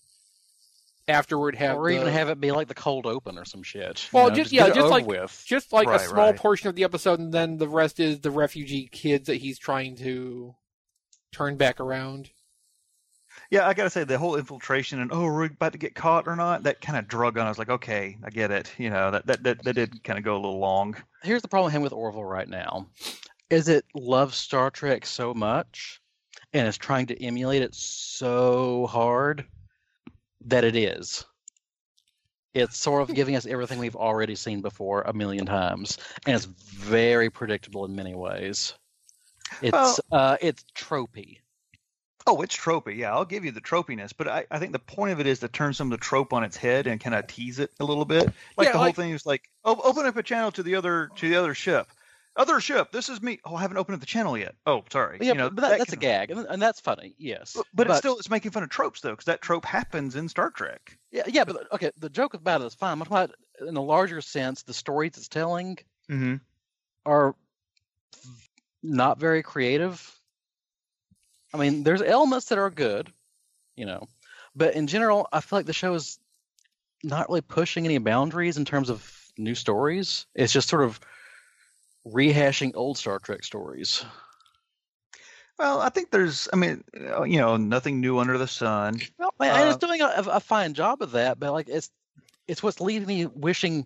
Speaker 1: afterward have
Speaker 2: or even
Speaker 1: the-
Speaker 2: have it be like the cold open or some shit. you
Speaker 1: Well,
Speaker 2: know,
Speaker 1: just-
Speaker 2: get
Speaker 1: yeah,
Speaker 2: it
Speaker 1: just
Speaker 2: over
Speaker 1: like-
Speaker 2: with.
Speaker 1: just like a
Speaker 3: Right,
Speaker 1: small
Speaker 3: right.
Speaker 1: portion of the episode, and then the rest is the refugee kids that he's trying to turn back around.
Speaker 3: Yeah, I gotta say the whole infiltration and oh, we're about to get caught or not. That kind of drug on. I was like, okay, I get it. You know, that that that, that did kind of go a little long.
Speaker 2: here's the problem with him with Orville right now is it loves Star Trek so much and is trying to emulate it so hard that it is. It's sort of giving us everything we've already seen before a million times, and it's very predictable in many ways. It's uh, it's tropey.
Speaker 3: Oh, it's tropey. Yeah, I'll give you the tropiness, but I, I think the point of it is to turn some of the trope on its head and kind of tease it a little bit. Like
Speaker 1: Yeah,
Speaker 3: the whole
Speaker 1: like-
Speaker 3: thing is like, oh, open up a channel to the other to the other ship, other ship. This is me. Oh, I haven't opened up the channel yet. Oh, sorry.
Speaker 2: Yeah,
Speaker 3: you know,
Speaker 2: but that, that's
Speaker 3: kind
Speaker 2: a gag, and, and that's funny. Yes,
Speaker 3: of- But, it's still it's making fun of tropes though, because that trope happens in Star Trek.
Speaker 2: yeah, yeah. But okay, the joke about it is fine. But what- in a larger sense, the stories it's telling
Speaker 3: Mm-hmm.
Speaker 2: are not very creative. I mean, there's elements that are good, you know, but in general, I feel like the show is not really pushing any boundaries in terms of new stories. It's just sort of rehashing old Star Trek stories.
Speaker 3: Well, I think there's, I mean, uh, you know, nothing new under the sun.
Speaker 2: Well, and and it's
Speaker 3: Uh,
Speaker 2: doing a, a fine job of that, but like it's it's what's leaving me wishing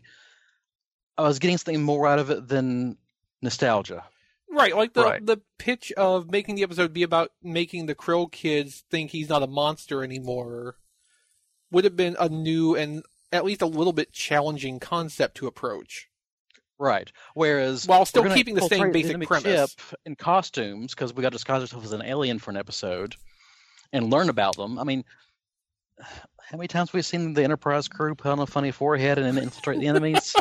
Speaker 2: I was getting something more out of it than nostalgia.
Speaker 1: Right, like the
Speaker 3: Right.
Speaker 1: the pitch of making the episode be about making the Krill kids think he's not a monster anymore would have been a new and at least a little bit challenging concept to approach.
Speaker 2: Right. Whereas
Speaker 1: While still
Speaker 2: We're gonna
Speaker 1: keeping the same
Speaker 2: infiltrate
Speaker 1: basic
Speaker 2: enemy
Speaker 1: premise.
Speaker 2: ship in costumes because we got to disguise ourselves as an alien for an episode and learn about them. I mean, how many times have we seen the Enterprise crew put on a funny forehead and then infiltrate
Speaker 1: [LAUGHS]
Speaker 2: the enemies?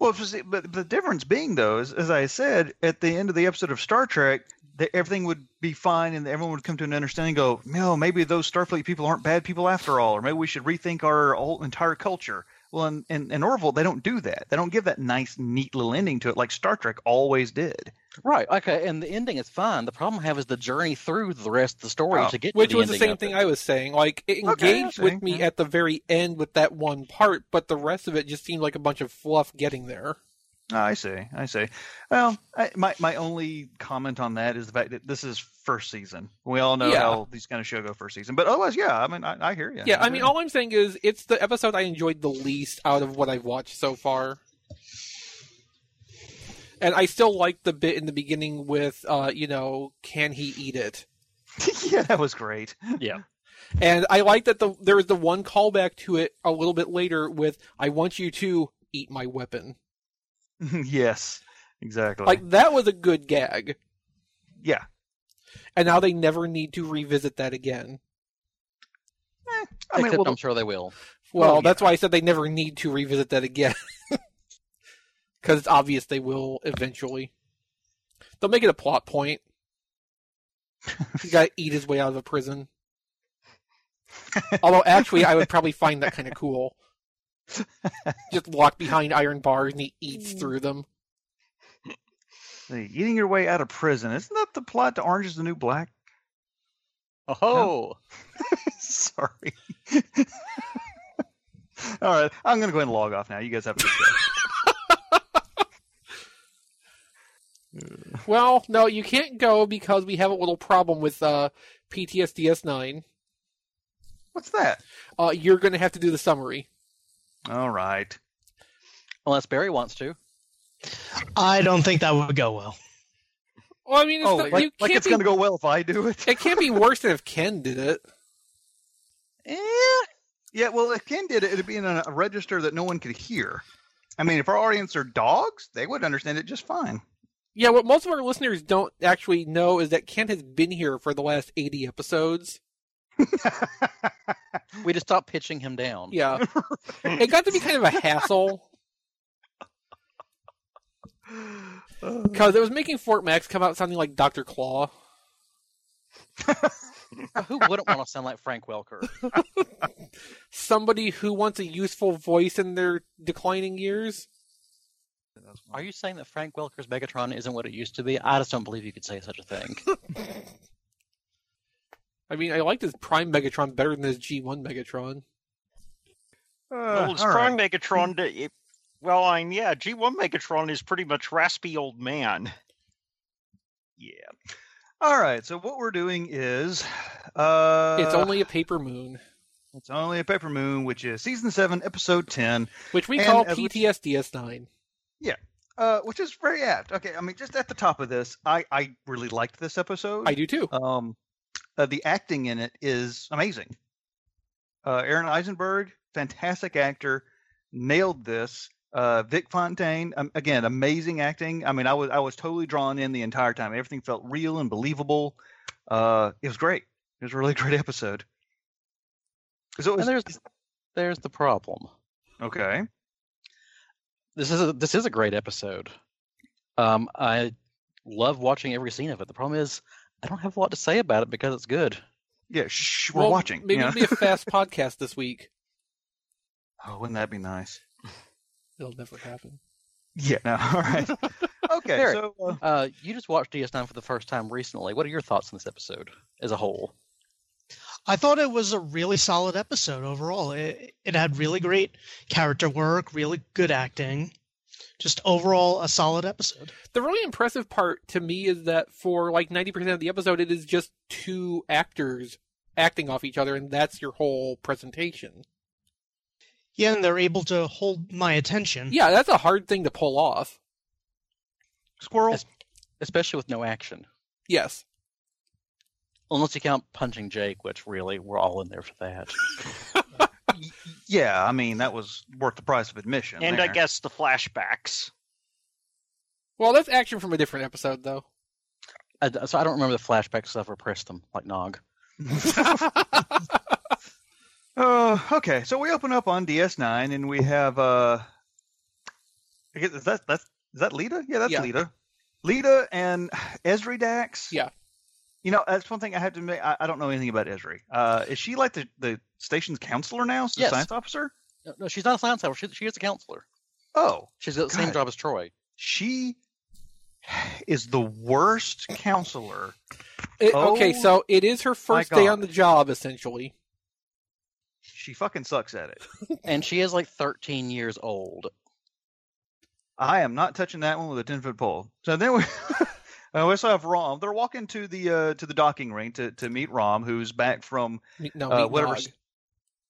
Speaker 3: Well, it's just- but the difference being, though, is, as I said, at the end of the episode of Star Trek, that everything would be fine and everyone would come to an understanding and go, no, maybe those Starfleet people aren't bad people after all, or maybe we should rethink our whole entire culture. Well, in, in, in Orville, they don't do that. They don't give that nice, neat little ending to it like Star Trek always did.
Speaker 2: right. Okay. And the ending is fine. The problem I have is the journey through the rest of the story
Speaker 3: Oh,
Speaker 2: to get
Speaker 1: Which
Speaker 2: to the
Speaker 1: was the
Speaker 2: ending
Speaker 1: same
Speaker 2: of
Speaker 1: thing
Speaker 2: it.
Speaker 1: I was saying. Like it
Speaker 3: Okay, I
Speaker 1: engaged
Speaker 3: see.
Speaker 1: with me
Speaker 3: Yeah.
Speaker 1: at the very end with that one part, but the rest of it just seemed like a bunch of fluff getting there.
Speaker 3: Oh, I see. I see. Well, I, my my only comment on that is the fact that this is first season. We all know
Speaker 1: Yeah.
Speaker 3: how these kind of show go first season, but otherwise, yeah. I mean, I, I hear you.
Speaker 1: Yeah, I mean all I'm saying is it's the episode I enjoyed the least out of what I've watched so far. And I still like the bit in the beginning with uh, you know, can he eat it?
Speaker 3: [LAUGHS] yeah, that was great. [LAUGHS]
Speaker 1: And I like that the there was the one callback to it a little bit later with I want you to eat my weapon.
Speaker 3: yes, exactly.
Speaker 1: Like that was a good gag.
Speaker 3: yeah,
Speaker 1: And now they never need to revisit that again.
Speaker 3: I mean,
Speaker 2: Except
Speaker 3: well,
Speaker 2: I'm sure they will.
Speaker 1: Well,
Speaker 3: Well,
Speaker 1: that's why I said they never need to revisit that again. [LAUGHS] Because it's obvious they will eventually. They'll make it a plot point. He's
Speaker 3: [LAUGHS]
Speaker 1: got to eat his way out of a prison. Although, actually, I would probably find that kind of
Speaker 3: [LAUGHS]
Speaker 1: cool. Just walk behind iron bars and he eats through them.
Speaker 3: the eating your way out of prison isn't that the plot to Orange Is the New Black?
Speaker 2: Oh,
Speaker 3: [LAUGHS] Sorry. [LAUGHS] All right, I'm
Speaker 1: [LAUGHS]
Speaker 3: gonna go ahead and log off now. You guys have a good day.
Speaker 1: Well, no, you can't go because we have a little problem with uh, PTSDS nine.
Speaker 3: What's that?
Speaker 1: Uh, you're going to have to do the summary.
Speaker 3: All right.
Speaker 2: Unless Barry wants to.
Speaker 5: I don't think that would go well.
Speaker 1: Well, I mean, it's
Speaker 3: Oh,
Speaker 1: not, you
Speaker 3: like, like
Speaker 1: can't
Speaker 3: it's
Speaker 1: be,
Speaker 3: gonna go well if I do it.
Speaker 1: It can't be worse than if Ken did it.
Speaker 2: Eh,
Speaker 3: Yeah, well, if Ken did it, it'd be in a, a register that no one could hear. I mean, if our audience are dogs, they would understand it just fine.
Speaker 1: Yeah, what most of our listeners don't actually know is that Ken has been here for the last 80 episodes.
Speaker 2: We just stopped pitching him down.
Speaker 3: [LAUGHS]
Speaker 1: Yeah. it got to be kind of a hassle because it was making Fort Max come out sounding like Dr. Claw.
Speaker 2: Who wouldn't want to sound like Frank Welker?
Speaker 1: Somebody who wants a useful voice in their declining years.
Speaker 2: Are you saying that Frank Welker's Megatron isn't what it used to be? I just don't believe you could say such a thing.
Speaker 1: I mean, I liked his Prime Megatron better than his G1 Megatron.
Speaker 4: well,
Speaker 3: Uh,
Speaker 4: it's
Speaker 3: all right.
Speaker 4: Prime Megatron. To, it, well, I mean, yeah, G1 Megatron is pretty much raspy old man.
Speaker 3: Yeah. All right. So what we're doing is, uh,
Speaker 1: it's only a paper moon,
Speaker 3: it's only a paper moon, which is season seven, episode ten,
Speaker 1: which we
Speaker 3: and
Speaker 1: call
Speaker 3: as we-
Speaker 1: PTSDS9.
Speaker 3: uh, which is very apt. Okay. I mean, just at the top of this, I I really liked this episode.
Speaker 1: I do too.
Speaker 3: Um, uh, the acting in it is amazing. Uh, Aaron Eisenberg, fantastic actor, nailed this. Uh, Vic Fontaine, um, again, amazing acting. I mean, I was I was totally drawn in the entire time. Everything felt real and believable. Uh, it was great. It was a really [LAUGHS] great episode. So
Speaker 2: And
Speaker 3: it was,
Speaker 2: there's there's the problem.
Speaker 3: okay.
Speaker 2: This is a, this is a great episode. Um, I love watching every scene of it. The problem is I don't have a lot to say about it because it's good.
Speaker 3: Yeah, shh, we're
Speaker 1: Well,
Speaker 3: watching.
Speaker 1: Maybe
Speaker 3: yeah.
Speaker 1: it'll be a fast
Speaker 3: [LAUGHS]
Speaker 1: podcast this week.
Speaker 3: Oh, wouldn't that be nice?
Speaker 1: It'll never happen.
Speaker 3: Yeah. [LAUGHS] No,
Speaker 1: [LAUGHS]
Speaker 3: all right. Okay.
Speaker 2: There.
Speaker 3: So uh,
Speaker 2: Uh, you just watched DS9 for the first time recently. What are your thoughts on this episode as a whole?
Speaker 5: I thought it was a really solid episode overall. It, it had really great character work, really good acting. Just overall, a solid episode.
Speaker 1: The really impressive part to me is that for like 90% of the episode, it is just two actors acting off each other, and that's your whole presentation.
Speaker 5: Yeah, and they're able to hold my
Speaker 3: Mm-hmm.
Speaker 5: attention.
Speaker 1: Yeah, that's a hard thing to pull off.
Speaker 3: squirrel.
Speaker 2: Yes. Especially with no action.
Speaker 1: Yes.
Speaker 2: Unless you count punching Jake, which really we're all in there for that.
Speaker 3: Y- Yeah, I mean that was worth the price of admission.
Speaker 4: and I
Speaker 3: there.
Speaker 4: guess the flashbacks.
Speaker 1: Well, that's action from a different episode, though.
Speaker 2: I d so I don't remember the flashbacks. So I've repressed them like Nog.
Speaker 3: Uh, okay, so we open up on DS9 and we have uh, I guess is that that's is that Lita? Yeah, that's
Speaker 1: Yeah.
Speaker 3: Lita. Lita and Esri Dax.
Speaker 1: Yeah.
Speaker 3: You know, that's one thing I have to admit. I, I don't know anything about Esri. Uh, is she like the, the station's counselor now? the
Speaker 2: Yes.
Speaker 3: science officer?
Speaker 2: No, no, she's not a science tower. She, she is a counselor.
Speaker 3: Oh,
Speaker 2: She's got the same
Speaker 3: God.
Speaker 2: job as Troy.
Speaker 3: she is the worst counselor.
Speaker 1: It-
Speaker 3: Oh,
Speaker 1: okay, so it is her first
Speaker 3: my
Speaker 1: day
Speaker 3: God.
Speaker 1: on the job, essentially.
Speaker 3: She fucking sucks at it.
Speaker 2: And she is like 13 years old.
Speaker 3: I am not touching that one with a ten foot pole. So then we, [LAUGHS] uh, we also have Rom. They're walking to the uh, to the docking ring to, to meet Rom, who's back from
Speaker 1: Me- No,
Speaker 3: Uh,
Speaker 1: meet
Speaker 3: whatever
Speaker 1: Nog.
Speaker 3: s-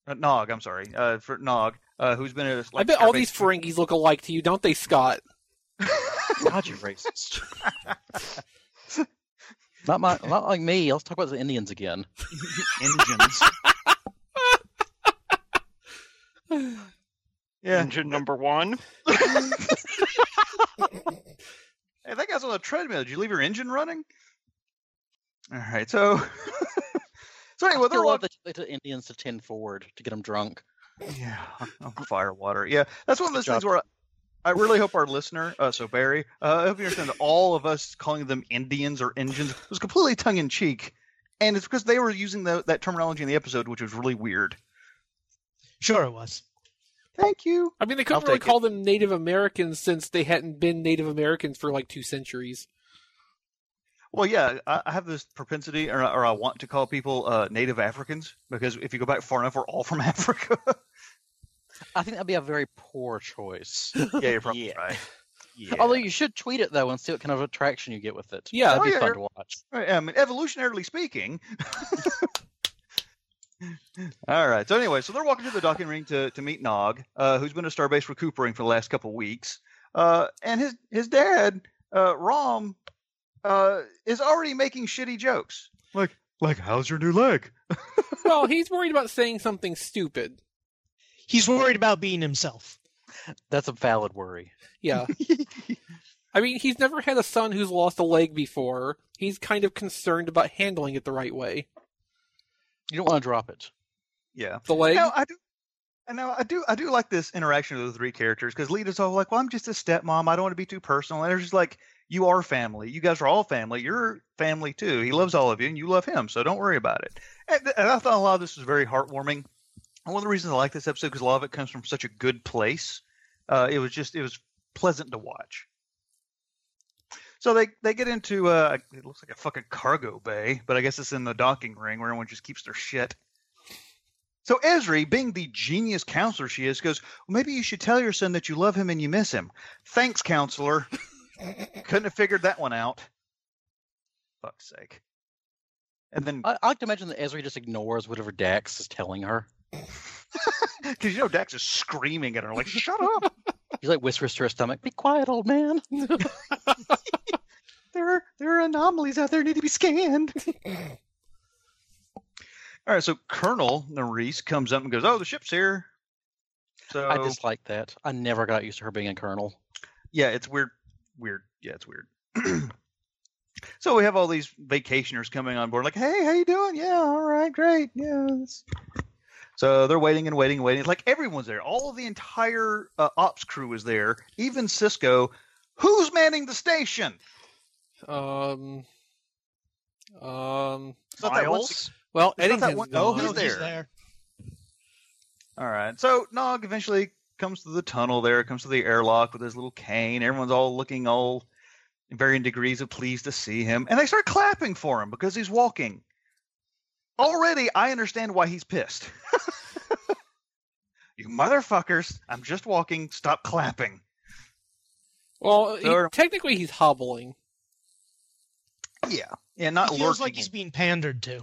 Speaker 3: uh, Nog. I'm sorry, uh, for Nog, uh, who's been at a,
Speaker 1: I
Speaker 3: like,
Speaker 1: bet all these
Speaker 3: starvation-
Speaker 1: [LAUGHS] Ferengis look alike to you, don't they, Scott?
Speaker 2: God, you racist. not my, not like me. Let's talk about the Indians again.
Speaker 3: engines. yeah,
Speaker 4: Engine number one.
Speaker 3: Hey, that guy's on a treadmill. Did you leave your engine running? All right, so [LAUGHS] so
Speaker 2: I
Speaker 3: anyway, they're
Speaker 2: still
Speaker 3: walking.
Speaker 2: love that they took Indians to ten forward to get them drunk.
Speaker 3: Yeah, on fire water. Yeah, that's one of those
Speaker 2: Good
Speaker 3: things where I, I really hope our listener, uh, so Barry, uh, I hope you understand that all of us calling them Indians or Indians was completely tongue in cheek, and it's because they were using tho- that terminology in the episode, which was really weird.
Speaker 5: Sure, it was.
Speaker 3: Thank you.
Speaker 1: I mean, they
Speaker 3: I'll
Speaker 1: couldn't really
Speaker 3: take it.
Speaker 1: call them Native Americans since they hadn't been Native Americans for like two centuries.
Speaker 3: Well, yeah, I, I have this propensity, or, or I want to call people uh, Native Africans because if you go back far enough, we're all from [LAUGHS] Africa.
Speaker 2: I think that'd be a very poor choice. [LAUGHS]
Speaker 3: yeah, you're probably
Speaker 4: Yeah.
Speaker 3: right.
Speaker 4: Yeah.
Speaker 2: Although you should tweet it though and see what kind of attraction you get with it.
Speaker 1: Yeah.
Speaker 2: that'd be
Speaker 3: Oh, yeah.
Speaker 2: fun to watch.
Speaker 3: Right, I mean, evolutionarily speaking. [LAUGHS] All right. So anyway, so they're walking to the docking ring to, to meet Nog, uh, who's been to Starbase recuperating for the last couple weeks, uh, and his his dad, uh, Rom, uh, is already making shitty jokes. Like, like, how's your new leg?
Speaker 1: well, he's worried about saying something stupid.
Speaker 5: He's worried about being himself.
Speaker 2: That's a valid worry.
Speaker 3: [LAUGHS]
Speaker 1: Yeah. I mean, he's never had a son who's lost a leg before. He's kind of concerned about handling it the right way.
Speaker 2: You don't want to drop it.
Speaker 3: Yeah.
Speaker 1: The leg?
Speaker 3: No, I do. I know I do. I do like this interaction of the three characters because Lita's all like, "Well, I'm just a stepmom. I don't want to be too personal." And it's just like, "You are family. You guys are all family. You're family too. He loves all of you, and you love him. So don't worry about it." And, th- and I thought a lot of this was very heartwarming. And one of the reasons I like this episode because a lot of it comes from such a good place. Uh, it was just it was pleasant to watch. So they they get into uh, it looks like a fucking cargo bay, but I guess it's in the docking ring where everyone just keeps their shit. So Esri, being the genius counselor she is, goes, well, maybe you should tell your son that you love him and you miss him. Thanks, counselor. Couldn't have figured that one out. Fuck's sake. And then,
Speaker 2: I, I like to imagine that Ezri just ignores whatever Dax is telling her.
Speaker 3: because you know Dax is screaming at her like, "Shut up! [LAUGHS]
Speaker 2: He's like whispers to her stomach, "Be quiet, old man."
Speaker 3: There are there are anomalies out there that need to be scanned." All right, so Colonel Nerys comes up and goes, "Oh, the ship's here." So
Speaker 2: I dislike that. I never got used to her being a colonel.
Speaker 3: yeah, it's weird. Weird. Yeah, it's weird. [CLEARS THROAT] so we have all these vacationers coming on board, like, hey, how you doing? Yeah, all right, great. Yeah. it's-" So they're waiting and waiting and waiting. It's like everyone's there. All of the entire uh, ops crew is there, even Cisco. Who's manning the station?
Speaker 1: Um. Um.
Speaker 3: It's not that one sec-
Speaker 4: Miles?
Speaker 1: Well,
Speaker 3: It's not that
Speaker 1: Eddington's
Speaker 3: one- oh,
Speaker 1: gone.
Speaker 3: he's there. All right. So Nog eventually comes to the tunnel there, comes to the airlock with his little cane. Everyone's all looking all in varying degrees of pleased to see him. And they start clapping for him because he's walking. Already, I understand why he's pissed. [LAUGHS] you motherfuckers, I'm just walking. Stop clapping.
Speaker 1: Well, he-
Speaker 3: Sir.
Speaker 1: technically he's hobbling.
Speaker 3: Yeah. Yeah, not
Speaker 5: He
Speaker 3: lurking.
Speaker 5: feels like he's being pandered to.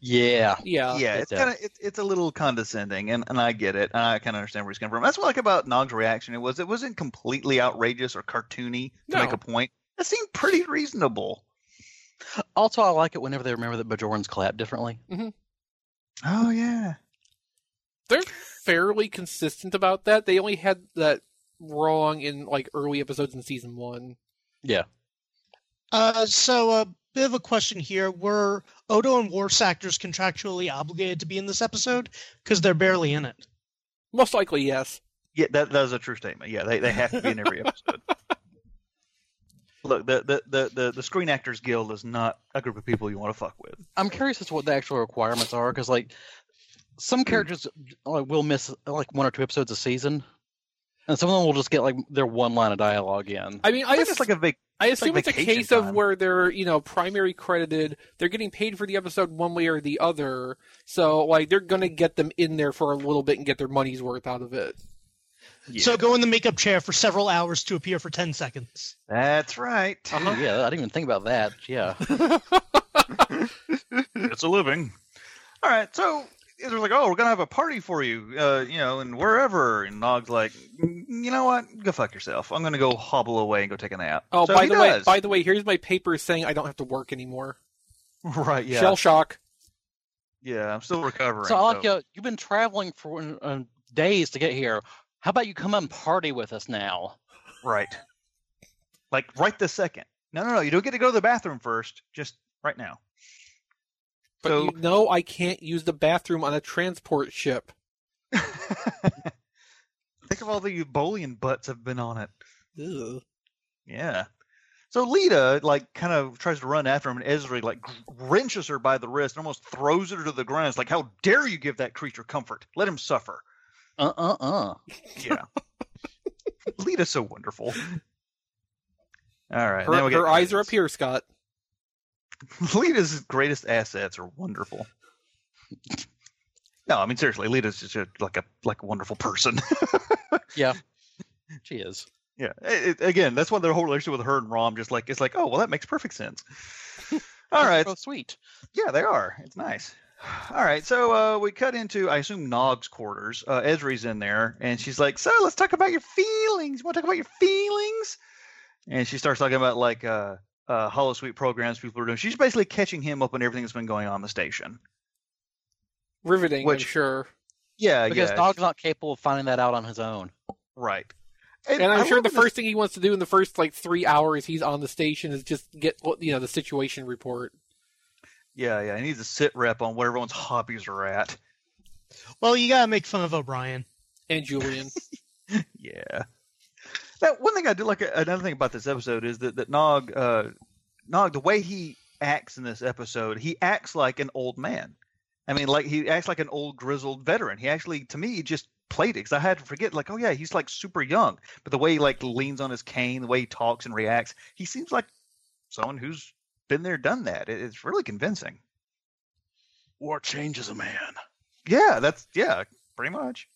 Speaker 2: Yeah,
Speaker 1: Yeah.
Speaker 3: yeah,
Speaker 2: it
Speaker 3: it's uh, kind of it, it's a little condescending, and, and I get it. And I kind of understand where he's coming from. That's what I like about Nog's reaction. It was it wasn't completely outrageous or cartoony to make
Speaker 1: No.
Speaker 3: a point. It seemed pretty reasonable.
Speaker 2: Also, I like it whenever they remember that Bajorans clap differently.
Speaker 3: Oh yeah,
Speaker 1: They're fairly consistent about that. They only had that wrong in like early episodes in season one.
Speaker 5: Uh, so a bit of a question here: Were Odo and Worf's actors contractually obligated to be in this episode? Because they're barely in it.
Speaker 1: Most likely, yes.
Speaker 3: yeah. That that is a true statement. Yeah, they, they have to be in [LAUGHS] every episode. Look, the, the the the the Screen Actors Guild is not a group of people you want to fuck with.
Speaker 2: I'm curious as to what the actual requirements are because, like, some
Speaker 3: Hmm.
Speaker 2: characters like, will miss like one or two episodes a season, and some of them will just get like their one line of dialogue in.
Speaker 1: I mean, I
Speaker 3: I
Speaker 1: just
Speaker 3: just like a big
Speaker 1: I assume
Speaker 3: like
Speaker 1: it's a
Speaker 3: vacation
Speaker 1: case of
Speaker 3: time.
Speaker 1: where they're, you know, primary credited. They're getting paid for the episode one way or the other. So, like, they're going to get them in there for a little bit and get their money's worth out of it.
Speaker 3: Yeah.
Speaker 5: So go in the makeup chair for several hours to appear for ten seconds.
Speaker 3: that's right.
Speaker 2: Yeah, I didn't even think about that.
Speaker 3: [LAUGHS]
Speaker 2: Yeah,
Speaker 3: it's a living. All right, so they're like, "Oh, we're gonna have a party for you, uh, you know, and wherever." And Nog's like, "Mm, "You know what? Go fuck yourself. I'm gonna go hobble away and go take a nap."
Speaker 1: Oh,
Speaker 3: So
Speaker 1: by
Speaker 3: he
Speaker 1: the way,
Speaker 3: does.
Speaker 1: by the way, here's my paper saying I don't have to work anymore.
Speaker 3: [LAUGHS] right, yeah,
Speaker 1: Shell shock.
Speaker 3: yeah, I'm still recovering.
Speaker 2: so I like you. You've been traveling for uh, days to get here. How about you come and party with us now?
Speaker 3: right, like right this second. No, no, no, you don't get to go to the bathroom first. Just right now.
Speaker 1: But
Speaker 3: so
Speaker 1: you know I can't use the bathroom on a transport ship.
Speaker 3: think of all the Eubolian butts have been on it.
Speaker 1: Ugh.
Speaker 3: Yeah. So Lita like kind of tries to run after him, and Ezra like gr- wrenches her by the wrist and almost throws her to the ground. It's like, how dare you give that creature comfort? Let him suffer.
Speaker 2: Uh uh uh.
Speaker 3: Yeah.
Speaker 1: [LAUGHS]
Speaker 3: Lita's so wonderful. All right. now
Speaker 1: Her,
Speaker 3: we get
Speaker 1: her eyes are up
Speaker 3: credits.
Speaker 1: here, Scott.
Speaker 3: [LAUGHS] Lita's greatest assets are wonderful. No, I mean [LAUGHS] seriously, Lita's just a, like a like a wonderful person.
Speaker 2: She is.
Speaker 3: [LAUGHS] Yeah. It, it- again, that's why their whole relationship with her and Rom just like it's like, oh well, that makes
Speaker 1: [LAUGHS]
Speaker 3: perfect sense. All right.
Speaker 2: Both sweet.
Speaker 3: Yeah, they are. It's nice. All right, so uh, we cut into, I assume, Nog's quarters. Uh, Esri's in there, and she's like, "So let's talk about your feelings. Want to talk about your feelings?" And she starts talking about like uh, uh, Hollow Suite programs people are doing. She's basically catching him up on everything that's been going on in the station.
Speaker 1: Riveting,
Speaker 3: Which-
Speaker 1: I'm sure.
Speaker 3: Yeah,
Speaker 2: Because
Speaker 3: yeah,
Speaker 2: Dog's not capable of finding that out on his own.
Speaker 3: right.
Speaker 1: And I'm
Speaker 3: I
Speaker 1: sure
Speaker 3: love
Speaker 1: the
Speaker 3: in this-
Speaker 1: first thing he wants to do in the first like three hours he's on the station is just get you know the situation report.
Speaker 3: Yeah, yeah, he needs a sit rep on what everyone's hobbies are at.
Speaker 5: Well, you gotta make fun of O'Brien.
Speaker 1: And
Speaker 3: [LAUGHS]
Speaker 1: Julian,
Speaker 3: Yeah. That one thing I do like. Another thing about this episode is that that Nog, uh, Nog, the way he acts in this episode, he acts like an old man. I mean, like he acts like an old grizzled veteran. He actually, to me, just played it because I had to forget. Like, oh yeah, he's like super young. But the way he like leans on his cane, the way he talks and reacts, he seems like someone who's been there, done that. It, it's really convincing.
Speaker 2: War changes a man.
Speaker 3: Yeah, that's yeah, pretty much.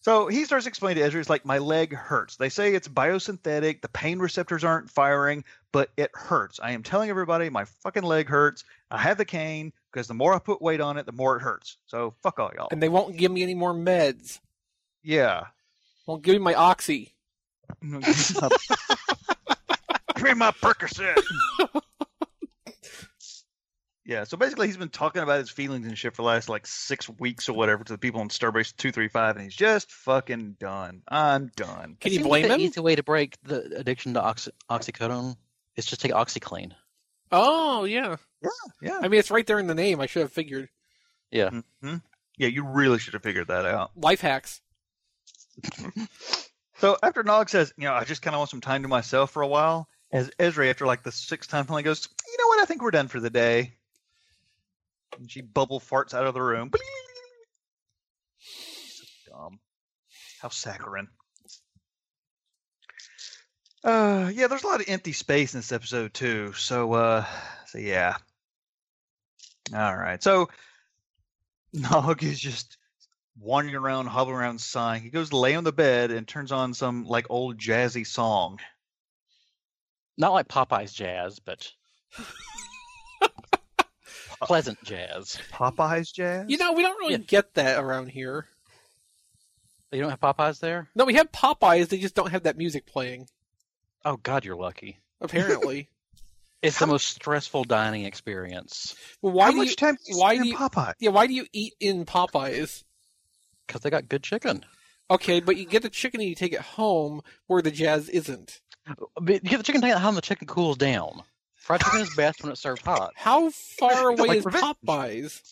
Speaker 3: So he starts explaining to Ezra, it's like my leg hurts. They say it's biosynthetic, the pain receptors aren't firing, but it hurts. I am telling everybody my fucking leg hurts. I have the cane because the more I put weight on it, the more it hurts. So fuck all y'all.
Speaker 1: and they won't give me any more meds.
Speaker 3: yeah.
Speaker 1: Won't give me my oxy.
Speaker 3: [LAUGHS] Give me my Percocet. yeah, so basically he's been talking about his feelings and shit for the last like six weeks or whatever to the people on Starbase 235, and he's just fucking done. I'm done.
Speaker 1: Can
Speaker 2: It
Speaker 1: you
Speaker 2: seems
Speaker 1: blame
Speaker 2: like
Speaker 1: him?
Speaker 2: The easy way to break the addiction to oxy- oxycodone is just take OxyClean.
Speaker 1: Oh yeah,
Speaker 3: Yeah.
Speaker 1: I mean it's right there in the name. I should have figured.
Speaker 2: Yeah.
Speaker 3: hmm Yeah, you really should have figured that out.
Speaker 1: Life hacks.
Speaker 3: So after Nog says, you know, I just kind of want some time to myself for a while, as Ezra, after like the sixth time, finally goes, you know what? I think we're done for the day. And she bubble farts out of the room. So dumb. How saccharine. Uh, yeah, there's a lot of empty space in this episode too. So, uh, so yeah. All right. So [LAUGHS] Nog is just wandering around, hobbling around, sighing. He goes to lay on the bed and turns on some like old jazzy song.
Speaker 2: Not like Popeye's jazz,
Speaker 3: [LAUGHS]
Speaker 2: but pleasant jazz.
Speaker 3: Popeye's jazz.
Speaker 1: You know we don't really
Speaker 2: Yeah.
Speaker 1: get that around here.
Speaker 2: You don't have Popeyes there?
Speaker 1: No, we have Popeyes. They just don't have that music playing.
Speaker 2: Oh God, you're lucky.
Speaker 1: [LAUGHS] Apparently.
Speaker 2: It's the most stressful dining experience
Speaker 1: well, why
Speaker 3: how
Speaker 1: do
Speaker 3: much
Speaker 1: you?
Speaker 3: time do you
Speaker 1: why
Speaker 3: spend
Speaker 1: do
Speaker 3: in
Speaker 1: you-
Speaker 3: Popeye?
Speaker 1: Yeah, why do you eat in Popeyes?
Speaker 2: because they got good chicken.
Speaker 1: Okay, but you get the chicken and you take it home where the jazz isn't.
Speaker 2: But you get the chicken taken out and the chicken cools down. Fried chicken is best when it's served hot.
Speaker 1: How
Speaker 3: [LAUGHS]
Speaker 1: far away
Speaker 3: Like
Speaker 1: is
Speaker 3: revenge.
Speaker 1: Popeyes?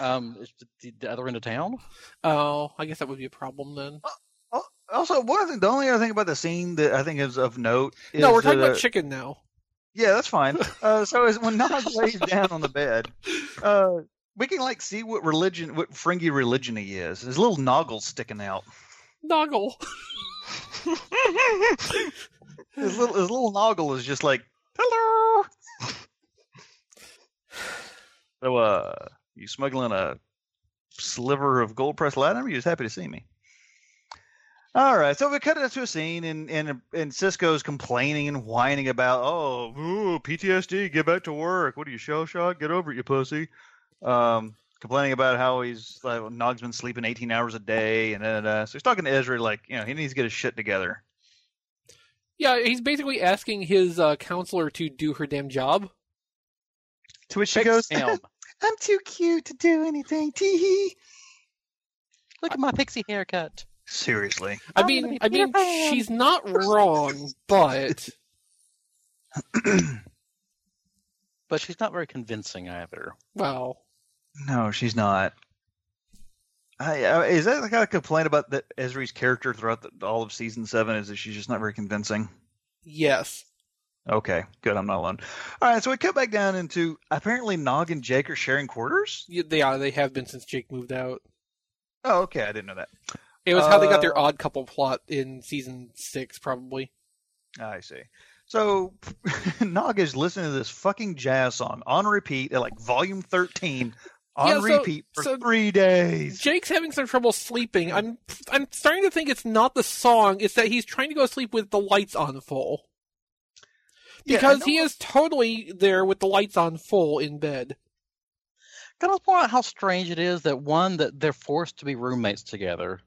Speaker 2: Um, it's the, the other end of town.
Speaker 1: Oh, I guess that would be a problem then.
Speaker 3: Al- Also, one thing, the only other thing about the scene that I think is of note is
Speaker 1: No, we're talking
Speaker 3: that, uh,
Speaker 1: about chicken now.
Speaker 3: Yeah,
Speaker 1: [LAUGHS]
Speaker 3: that's fine. Uh, so as when Nog lays down on the bed, uh, we can like see what religion, what Fringy religion he is. His little noggle's sticking out.
Speaker 1: Noggle.
Speaker 3: His little his little noggle is just like hello. [SIGHS] so, uh, you smuggling a sliver of gold pressed latinum? You're just happy to see me. All right, so we cut it to a scene, and and and Cisco's complaining and whining about, oh, ooh, PTSD, get back to work. What are you shell shocked? Get over it, you pussy. Um, complaining about how he's like Nog's been sleeping 18 hours a day, and da, da, da. so he's talking to Ezra like, you know, he needs to get his shit together.
Speaker 1: Yeah, he's basically asking his uh, counselor to do her damn job.
Speaker 3: To which she
Speaker 2: Big
Speaker 3: goes,
Speaker 2: Sam,
Speaker 3: [LAUGHS] I'm too cute to do anything. [LAUGHS] Tee hee.
Speaker 2: look at my pixie haircut.
Speaker 3: Seriously.
Speaker 1: I
Speaker 2: I'm
Speaker 1: mean,
Speaker 2: gonna
Speaker 1: I
Speaker 2: be
Speaker 1: mean,
Speaker 2: Peter Pan.
Speaker 1: she's not wrong, but
Speaker 2: But she's not very convincing either.
Speaker 1: wow.
Speaker 3: No, she's not. I, I, is that the kind of complaint about that Ezri's character throughout the, all of season seven is that she's just not very convincing?
Speaker 1: Yes.
Speaker 3: Okay, good. I'm not alone. All right, so we cut back down into apparently Nog and Jake are sharing quarters.
Speaker 1: Yeah, They are. They have been since Jake moved out.
Speaker 3: Oh, okay, I didn't know that.
Speaker 1: It was how they got their
Speaker 3: Uh,
Speaker 1: odd couple plot in season six, probably.
Speaker 3: I see. So [LAUGHS] Nog is listening to this fucking jazz song on repeat at like volume 13 on
Speaker 1: Yeah, so-
Speaker 3: repeat for
Speaker 1: so-
Speaker 3: three days.
Speaker 1: Jake's having some trouble sleeping. I'm I'm starting to think it's not the song, it's that he's trying to go to sleep with the lights on full.
Speaker 3: Yeah, I
Speaker 1: Because
Speaker 3: know-
Speaker 1: he is totally there with the lights on full in bed.
Speaker 2: Gotta point out how strange it is that one that they're forced to be roommates together.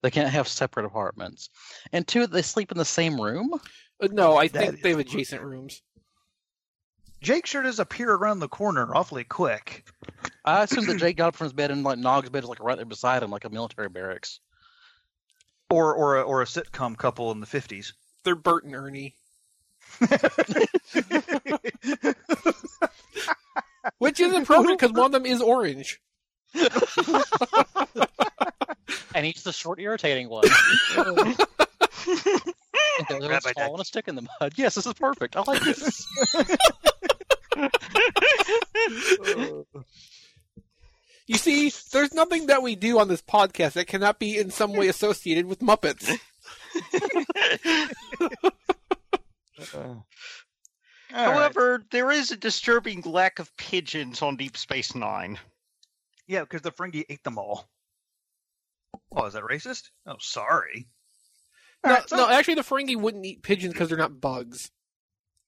Speaker 2: They can't have separate apartments. And two, they sleep in the same room.
Speaker 1: Uh, No, I
Speaker 3: That
Speaker 1: think they have
Speaker 3: is-
Speaker 1: adjacent rooms.
Speaker 3: Jake sure does appear around the corner awfully quick.
Speaker 2: I assume that Jake got up from his bed and like Nog's bed is like right there beside him, like a military barracks.
Speaker 3: Or or a, or a sitcom couple in the fifties.
Speaker 1: They're Bert and
Speaker 3: [LAUGHS]
Speaker 1: Ernie. Which is appropriate because one of them is orange.
Speaker 2: And he's the short, irritating one. and the other one's
Speaker 3: Rabbi
Speaker 2: small and a stick in the mud. Yes, this is perfect. I like this.
Speaker 1: You see, there's nothing that we do on this podcast that cannot be in some way associated with Muppets.
Speaker 4: However, there is a disturbing lack of pigeons on Deep Space Nine.
Speaker 3: yeah, because the Ferengi ate them all. Oh, is that racist? Oh, sorry.
Speaker 1: No,
Speaker 3: Alright, so-
Speaker 1: no, actually, the Ferengi wouldn't eat pigeons because they're not bugs.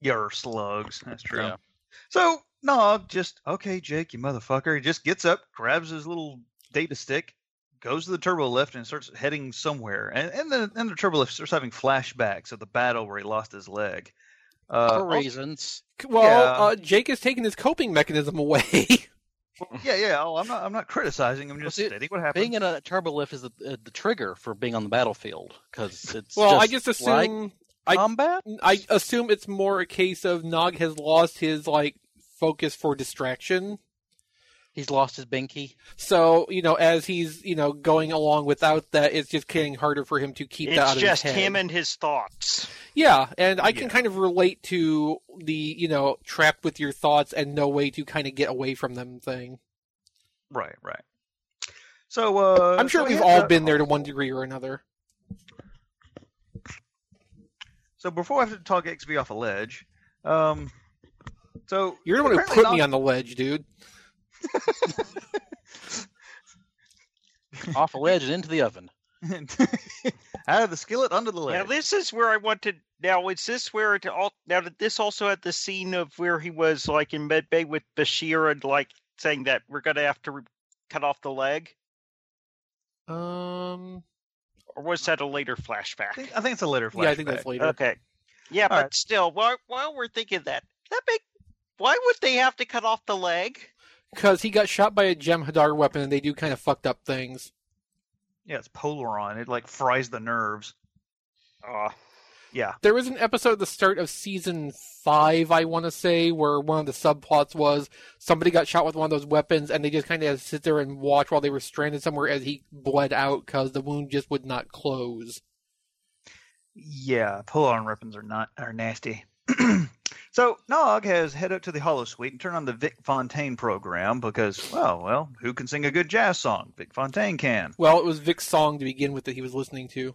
Speaker 3: Yeah, or slugs. That's true.
Speaker 2: Yeah.
Speaker 3: So Nog just okay, Jake, you motherfucker. He just gets up, grabs his little data stick, goes to the turbo lift, and starts heading somewhere. And and then and the turbo lift starts having flashbacks of the battle where he lost his leg.
Speaker 2: For
Speaker 3: Uh,
Speaker 2: reasons.
Speaker 1: C- Well,
Speaker 3: Yeah.
Speaker 1: uh, Jake has taken his coping mechanism away. [LAUGHS]
Speaker 3: yeah, yeah. Oh, I'm not. I'm not criticizing. I'm
Speaker 2: Well,
Speaker 3: just
Speaker 2: see,
Speaker 3: stating what happened.
Speaker 2: Being in a turbo lift is the, uh, the trigger for being on the battlefield because it's
Speaker 1: well, I
Speaker 2: just
Speaker 1: just
Speaker 2: like
Speaker 1: assume I-
Speaker 2: combat.
Speaker 1: I assume it's more a case of Nog has lost his like focus for distraction.
Speaker 2: He's lost his binky.
Speaker 1: So you know, as he's you know going along without that, it's just getting harder for him to keep that out
Speaker 4: It's
Speaker 1: of
Speaker 4: just
Speaker 1: his head.
Speaker 4: him and his thoughts.
Speaker 1: Yeah, and I can
Speaker 3: Yeah.
Speaker 1: kind of relate to the you know trapped with your thoughts and no way to kind of get away from them thing.
Speaker 3: right, right. So uh,
Speaker 1: I'm sure
Speaker 3: so he
Speaker 1: we've
Speaker 3: ends
Speaker 1: all
Speaker 3: up-
Speaker 1: been there to one degree or another.
Speaker 3: So before I have to talk XB off a ledge, um, so
Speaker 1: You're the one who
Speaker 3: apparently
Speaker 1: put
Speaker 3: Nog-
Speaker 1: me on the ledge, dude.
Speaker 2: off a ledge and into the oven.
Speaker 3: [LAUGHS] out of the skillet under the
Speaker 4: Now
Speaker 3: ledge.
Speaker 4: this is where I wanted. Now is this where it all? Now did this also had the scene of where he was like in medbay with Bashir and like saying that we're gonna have to re- cut off the leg,
Speaker 1: Um,
Speaker 4: or was that a later
Speaker 3: I
Speaker 4: flashback?
Speaker 3: think, I think it's a later flashback. Uh,
Speaker 1: yeah, I think that's uh, later.
Speaker 4: Okay, yeah, but
Speaker 3: right.
Speaker 4: still, while while we're thinking that, that make why would they have to cut off the leg?
Speaker 1: Because he got shot by a Jem'Hadar weapon, and they do kind of fucked up things.
Speaker 3: Yeah, it's Polaron. It like fries the nerves.
Speaker 4: Oh,
Speaker 3: Yeah.
Speaker 1: There was an episode at the start of season five, I want to say, where one of the subplots was somebody got shot with one of those weapons, and they just kind of had to sit there and watch while they were stranded somewhere as he bled out because the wound just would not close.
Speaker 3: Yeah, Polaron weapons are not are nasty. [CLEARS THROAT] so Nog has head up to the Hollow Suite and turn on the Vic Fontaine program because, well, well, who can sing a good jazz song? Vic Fontaine can.
Speaker 1: Well, it was Vic's song to begin with that he was listening to.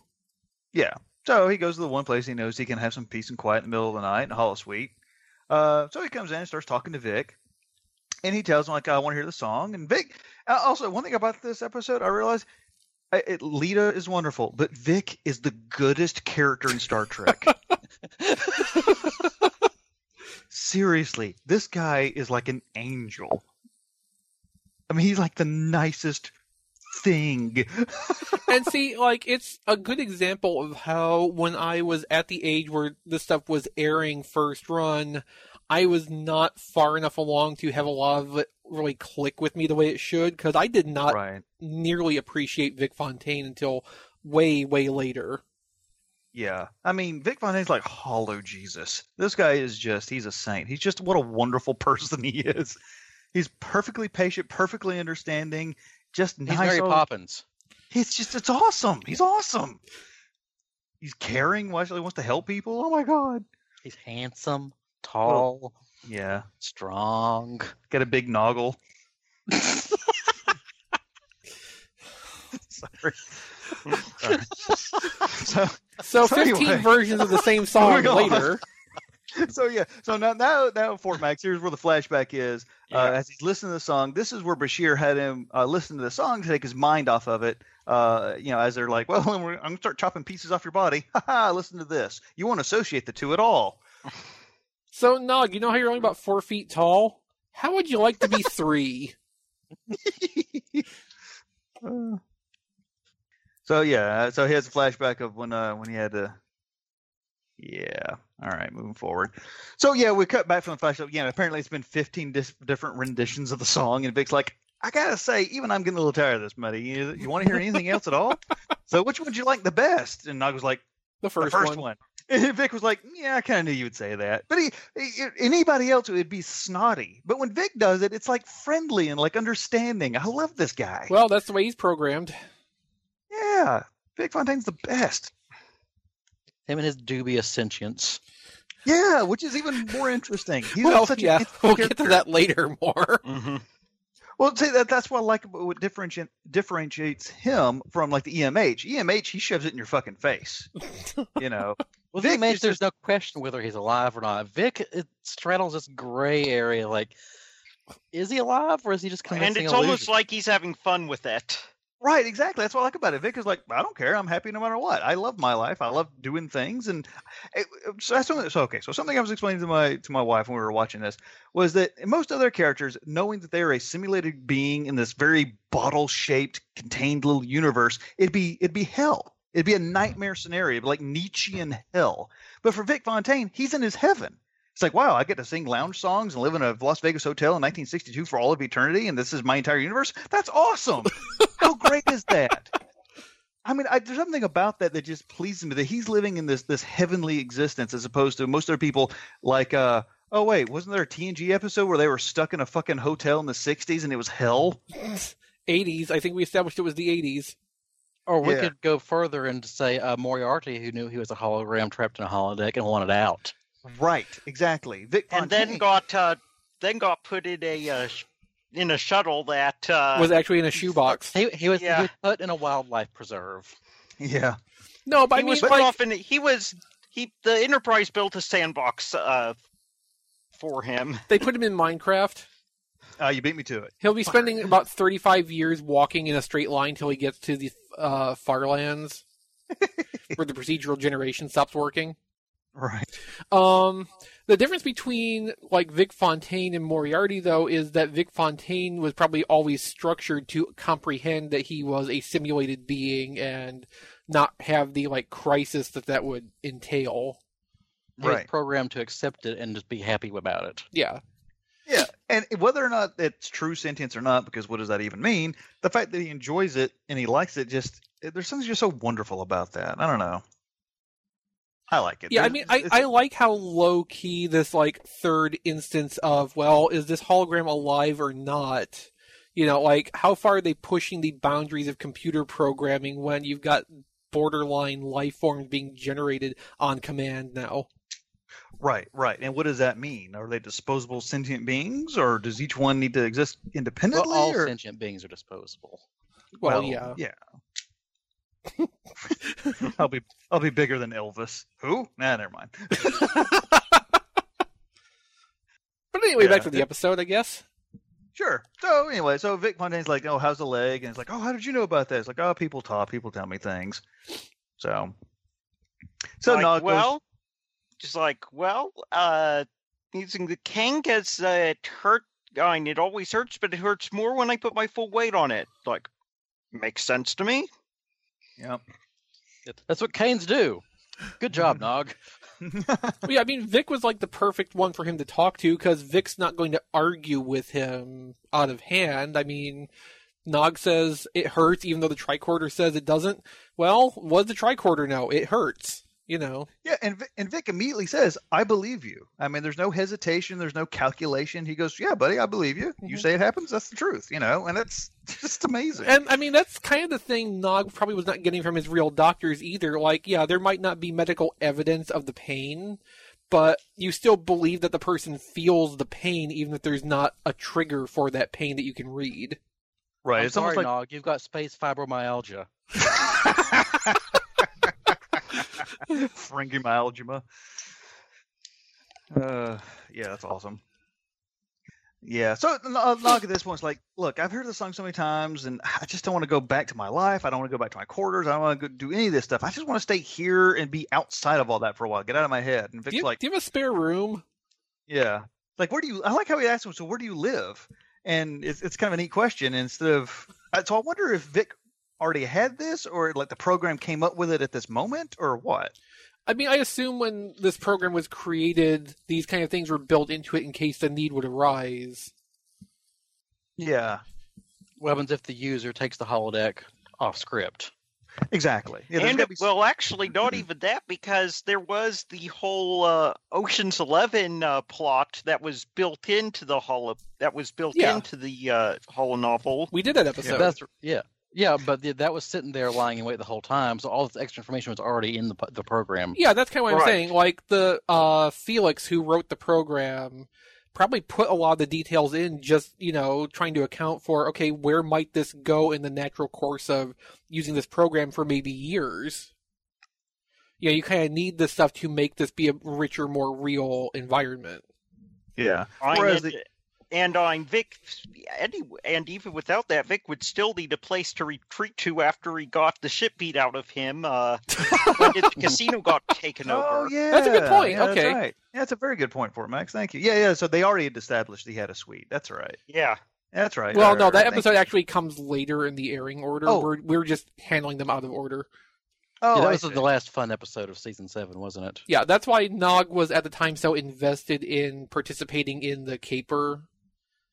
Speaker 3: Yeah. So he goes to the one place he knows he can have some peace and quiet in the middle of the night, the Hollow Suite. Uh, so he comes in and starts talking to Vic, and he tells him like, "I want to hear the song." And Vic, uh, also one thing about this episode, I realized. I- It, Lita is wonderful, but Vic is the goodest character in Star Trek. Seriously, this guy is like an angel. I mean, he's like the nicest thing.
Speaker 1: and see, like, it's a good example of how when I was at the age where this stuff was airing first run, I was not far enough along to have a lot of it really click with me the way it should, because I did not
Speaker 3: right.
Speaker 1: nearly appreciate Vic Fontaine until way, way later.
Speaker 3: Yeah. I mean, Vic Fontaine's like hollow Jesus. This guy is just, he's a saint. He's just, what a wonderful [LAUGHS] person he is. He's perfectly patient, perfectly understanding, just
Speaker 2: He's
Speaker 3: nice.
Speaker 2: Mary
Speaker 3: all-
Speaker 2: Poppins.
Speaker 3: It's just, it's awesome. He's awesome. He's caring. Why he wants to help people? Oh my God.
Speaker 2: He's handsome, tall,
Speaker 3: Yeah.
Speaker 2: strong.
Speaker 3: Got a big noggle. [LAUGHS] Sorry. [LAUGHS] Sorry. so,
Speaker 1: So,
Speaker 3: So
Speaker 1: 15
Speaker 3: anyway.
Speaker 1: versions of the
Speaker 3: [LAUGHS]
Speaker 1: same song
Speaker 3: Moving on.
Speaker 1: later.
Speaker 3: so yeah, so now now now Fort Max. Here's where the flashback is. uh, as he's listening to the song. This is where Bashir had him uh, listen to the song to take his mind off of it. Uh, you know, as they're like, "Well, [LAUGHS] I'm going to start chopping pieces off your body." [LAUGHS] Ha ha! Listen to this. You won't associate the two at all.
Speaker 1: So Nog, you know how you're only about four feet tall? How would you like to be three?
Speaker 3: Uh, so yeah, uh, so he has a flashback of when uh when he had to. Yeah. All right, moving forward. So yeah, we cut back from the flashback. Yeah, apparently it's been 15 dis- different renditions of the song, and Vic's like, I gotta say, even I'm getting a little tired of this, Muddy. You, you want to hear anything else at all? So which one would you like the best? And Nog was like,
Speaker 1: The first,
Speaker 3: the first
Speaker 1: one.
Speaker 3: one. [LAUGHS] And Vic was like, "Yeah, I kind of knew you would say that." But he, he- anybody else, it would be snotty. But when Vic does it, it's like friendly and like understanding. I love this guy.
Speaker 1: Well, that's the way he's programmed.
Speaker 3: yeah, Vic Fontaine's the best.
Speaker 2: Him and his dubious sentience.
Speaker 3: Yeah, which is even more interesting. He's
Speaker 1: well,
Speaker 3: such
Speaker 1: yeah,
Speaker 3: an
Speaker 1: we'll
Speaker 3: character.
Speaker 1: get to that later more. [LAUGHS]
Speaker 4: Mm-hmm.
Speaker 3: Well, see that that's what I like about what differentiate, differentiates him from like the E EMH. EMH, he shoves it in your fucking face. you know,
Speaker 2: Well,
Speaker 3: Vic
Speaker 2: Vic,
Speaker 3: is
Speaker 2: there's no question whether he's alive or not. Vic it straddles this gray area. Like, is he alive or is he just
Speaker 4: And
Speaker 2: convincing
Speaker 4: it's almost
Speaker 2: illusion?
Speaker 4: like he's having fun with it.
Speaker 3: Right, exactly. That's what I like about it. Vic is like, I don't care. I'm happy no matter what. I love my life. I love doing things, and it, it- so that's something. So okay, so something I was explaining to my to my wife when we were watching this was that most other characters, knowing that they are a simulated being in this very bottle shaped, contained little universe, it'd be it'd be hell. It'd be a nightmare scenario, like Nietzschean hell. But for Vic Fontaine, he's in his heaven. It's like, wow, I get to sing lounge songs and live in a Las Vegas hotel in 1962 for all of eternity, and this is my entire universe. That's awesome. How great is that? I mean, I, there's something about that that just pleases me that he's living in this this heavenly existence as opposed to most other people. Like, uh, oh wait, wasn't there a TNG episode where they were stuck in a fucking hotel in the '60s and it was hell?
Speaker 1: 80s. I think we established it was the 80s.
Speaker 2: Or we
Speaker 3: Yeah.
Speaker 2: could go further and say uh, Moriarty, who knew he was a hologram trapped in a holodeck and wanted out.
Speaker 3: Right, exactly. Vic
Speaker 4: And then
Speaker 3: Fontaine.
Speaker 4: got uh, then got put in a uh, sh- in a shuttle that uh,
Speaker 1: was actually in a shoebox.
Speaker 2: He, he, was,
Speaker 4: Yeah.
Speaker 2: he was put in a wildlife preserve.
Speaker 3: yeah,
Speaker 1: No, but
Speaker 4: he
Speaker 1: I mean,
Speaker 4: was
Speaker 1: like,
Speaker 4: put off in. He was he the Enterprise built a sandbox uh, for him.
Speaker 1: they put him in Minecraft.
Speaker 3: uh, you beat me to it.
Speaker 1: He'll be spending about 35 years walking in a straight line till he gets to the uh, Farlands, [LAUGHS] where the procedural generation stops working.
Speaker 3: Right.
Speaker 1: Um, the difference between like Vic Fontaine and Moriarty, though, is that Vic Fontaine was probably always structured to comprehend that he was a simulated being and not have the like crisis that that would entail.
Speaker 2: He was
Speaker 3: Right.
Speaker 2: programmed to accept it and just be happy about it.
Speaker 1: Yeah,
Speaker 3: Yeah, and whether or not it's true sentience or not, because what does that even mean? The fact that he enjoys it and he likes it, just eh, there's something just so wonderful about that. I don't know. I like it.
Speaker 1: yeah. I mean,
Speaker 3: There's-
Speaker 1: I,
Speaker 3: it's-
Speaker 1: I like how low key this like third instance of well, is this hologram alive or not? You know, like how far are they pushing the boundaries of computer programming when you've got borderline life forms being generated on command now?
Speaker 3: Right, right. And what does that mean? Are they disposable sentient beings, or does each one need to exist independently?
Speaker 2: Well, all
Speaker 3: or-
Speaker 2: sentient beings are disposable.
Speaker 1: Well, yeah.
Speaker 3: yeah. I'll be I'll be bigger than Elvis. Who? Nah, never mind.
Speaker 1: But anyway, back
Speaker 3: Yeah.
Speaker 1: to the episode, I guess.
Speaker 3: Sure. So anyway, so Vic Fontaine's like, "Oh, how's the leg?" And it's like, "Oh, how did you know about that?" It's like, "Oh, people talk. People tell me things." So, so
Speaker 4: like,
Speaker 3: Nog goes-
Speaker 4: well, just like well, uh, using the kink as uh, it hurt. I mean, it always hurts, but it hurts more when I put my full weight on it. Like, makes sense to me.
Speaker 3: Yep.
Speaker 2: That's what canes do. Good
Speaker 3: [LAUGHS]
Speaker 2: job, Nog.
Speaker 1: Well, yeah, I mean, Vic was like the perfect one for him to talk to because Vic's not going to argue with him out of hand. I mean, Nog says it hurts, even though the tricorder says it doesn't. Well, what does the tricorder know? It hurts. You know,
Speaker 3: Yeah, and Vic, and Vic immediately says, "I believe you." I mean, there's no hesitation, there's no calculation. He goes, "Yeah, buddy, I believe you. You
Speaker 1: Mhm.
Speaker 3: say it happens, that's the truth." You know, and that's [LAUGHS] just amazing.
Speaker 1: and I mean that's kind of the thing Nog probably was not getting from his real doctors either. Like, yeah, there might not be medical evidence of the pain, but you still believe that the person feels the pain, even if there's not a trigger for that pain that you can read.
Speaker 3: right?
Speaker 2: I'm
Speaker 3: it's
Speaker 2: sorry,
Speaker 3: almost like
Speaker 2: Nog. You've got space fibromyalgia.
Speaker 3: Frangimyalgia. Uh, yeah, that's awesome. Yeah. So Nog Nog at this point is like, look, I've heard this song so many times, and I just don't want to go back to my life. I don't want to go back to my quarters. I don't want to do any of this stuff. I just want to stay here and be outside of all that for a while. Get out of my head. And
Speaker 1: Do
Speaker 3: Vic's
Speaker 1: you,
Speaker 3: like,
Speaker 1: do you have a spare room?
Speaker 3: yeah. Like, where do you? I like how he asked him. So, where do you live? And it's it's kind of a neat question. Instead of uh, so, I wonder if Vic already had this, or like the program came up with it at this moment, or what?
Speaker 1: I mean, I assume when this program was created, these kind of things were built into it in case the need would arise.
Speaker 3: Yeah.
Speaker 2: What happens if the user takes the holodeck off script?
Speaker 3: Exactly. Yeah, there's
Speaker 4: and
Speaker 3: gotta be s-
Speaker 4: well, actually,
Speaker 3: [CLEARS THROAT]
Speaker 4: not even that because there was the whole uh, Ocean's Eleven uh, plot that was built into the hollow that was built
Speaker 1: Yeah.
Speaker 4: into the uh, whole novel.
Speaker 1: We did that episode.
Speaker 2: Yeah, that's yeah, yeah. But the, that was sitting there lying in wait the whole time, so all this extra information was already in the p- the program.
Speaker 1: Yeah, that's kind of what I'm
Speaker 4: Right.
Speaker 1: saying. Like the uh, Felix who wrote the program probably put a lot of the details in, just you know, trying to account for okay, where might this go in the natural course of using this program for maybe years. Yeah, you kind of need this stuff to make this be a richer, more real environment.
Speaker 3: yeah.
Speaker 4: I
Speaker 3: Whereas
Speaker 4: mean,
Speaker 3: the-
Speaker 4: and on Vic, any, and even without that, Vic would still need a place to retreat to after he got the shit beat out of him uh, when
Speaker 3: [LAUGHS]
Speaker 4: the casino got taken
Speaker 3: Oh
Speaker 4: over.
Speaker 3: yeah,
Speaker 1: That's a good point.
Speaker 3: Yeah, that's
Speaker 1: Okay.
Speaker 3: right. Yeah, that's a very good point for it, Max. Thank you. Yeah, yeah. So they already had established he had a suite. That's right.
Speaker 4: Yeah,
Speaker 3: That's right.
Speaker 1: Well,
Speaker 3: Right,
Speaker 1: no,
Speaker 3: right,
Speaker 1: that
Speaker 3: right. Thank
Speaker 1: episode actually comes later in the airing order.
Speaker 3: Oh.
Speaker 1: We're we're just handling them out of order.
Speaker 3: you. Oh,
Speaker 2: Yeah, that
Speaker 3: I
Speaker 2: was
Speaker 3: see.
Speaker 2: the last fun episode of season seven, wasn't it?
Speaker 1: Yeah, that's why Nog was at the time so invested in participating in the caper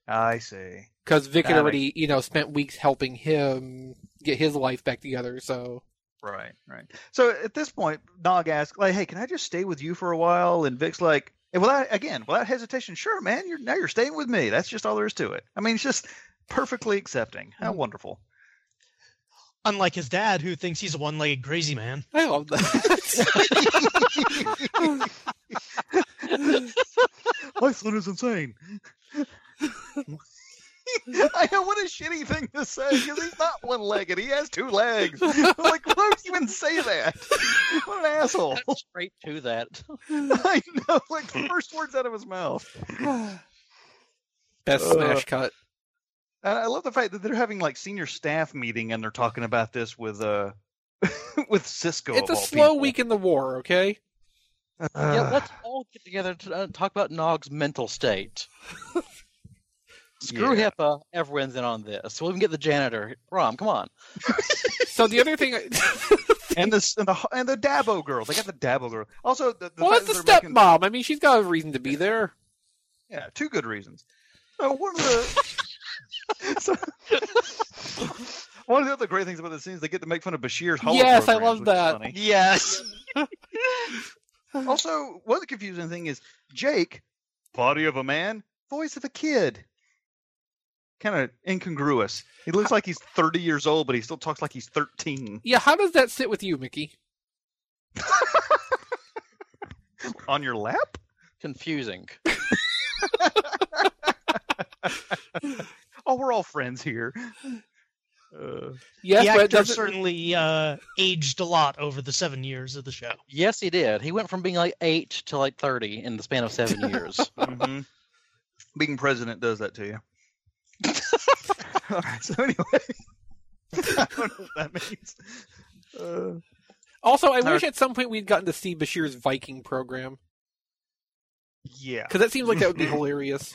Speaker 3: I see.
Speaker 1: because Vic had
Speaker 3: That
Speaker 1: already, you know, spent weeks helping him get his life back together. So
Speaker 3: Right, right. So at this point, Nog asks, like, "Hey, can I just stay with you for a while?" And Vic's like, and without again, without hesitation, sure, man. You're now you're staying with me. That's just all there is to it. I mean, it's just perfectly accepting. How wonderful.
Speaker 5: Unlike his dad, who thinks he's a one-legged crazy man.
Speaker 1: I love
Speaker 3: [LAUGHS]
Speaker 1: that.
Speaker 3: Iceland is insane. [LAUGHS] I know what a shitty thing to say because he's not one legged. He has two legs. like, why would you even say that? What an asshole. [LAUGHS]
Speaker 2: Straight to
Speaker 3: [SIGHS]
Speaker 2: that.
Speaker 3: I know, like, the first words out of his mouth. [LAUGHS] And
Speaker 1: Best
Speaker 3: Uh.
Speaker 1: smash cut.
Speaker 3: I love the fact that they're having, like, senior staff meeting and they're talking about this with, uh, [LAUGHS] with Cisco.
Speaker 1: It's a
Speaker 3: of all
Speaker 1: slow
Speaker 3: people.
Speaker 1: week in the war, okay?
Speaker 2: yeah,
Speaker 3: Ugh.
Speaker 2: let's all get together to uh, talk about Nog's mental state. Screw
Speaker 3: Yeah.
Speaker 2: HIPAA. Everyone's in on this. We'll even get the janitor. Rom, come on.
Speaker 1: So the
Speaker 3: [LAUGHS]
Speaker 1: other thing, [LAUGHS]
Speaker 3: and this and the and the Dabo girl. They got the Dabo girl. Also, the, the
Speaker 1: well,
Speaker 3: fact
Speaker 1: it's the
Speaker 3: that they're making-
Speaker 1: stepmom. I mean, she's got a reason to be there.
Speaker 3: Yeah, two good reasons. So one of
Speaker 1: [LAUGHS]
Speaker 3: the So- [LAUGHS] one of the other great things about the scene is they get to make fun of Bashir's whole
Speaker 1: Yes, I love that.
Speaker 2: Yes.
Speaker 3: [LAUGHS] Also, one of the confusing thing is Jake, body of a man, voice of a kid. Kind of incongruous. He looks like he's 30 years old, but he still talks like he's 13
Speaker 1: Yeah, how does that sit with you, Mickey?
Speaker 3: on your lap.
Speaker 2: Confusing.
Speaker 3: Oh, we're all
Speaker 1: [LAUGHS]
Speaker 3: friends here. Uh,
Speaker 1: Yes,
Speaker 5: the
Speaker 1: but it
Speaker 5: actor
Speaker 1: doesn't.
Speaker 5: certainly uh, aged a lot over the seven years of the show.
Speaker 2: Yes, he did. He went from being like eight to like 30 in the span of seven years.
Speaker 3: Mhm. Being president does that [LAUGHS] to you. All right. So anyway, I don't know what that means. Uh,
Speaker 1: Also, I wish at some point we'd gotten to see Bashir's Viking program
Speaker 3: yeah.
Speaker 1: because that seems like that
Speaker 3: [CLEARS THROAT]
Speaker 1: would be hilarious.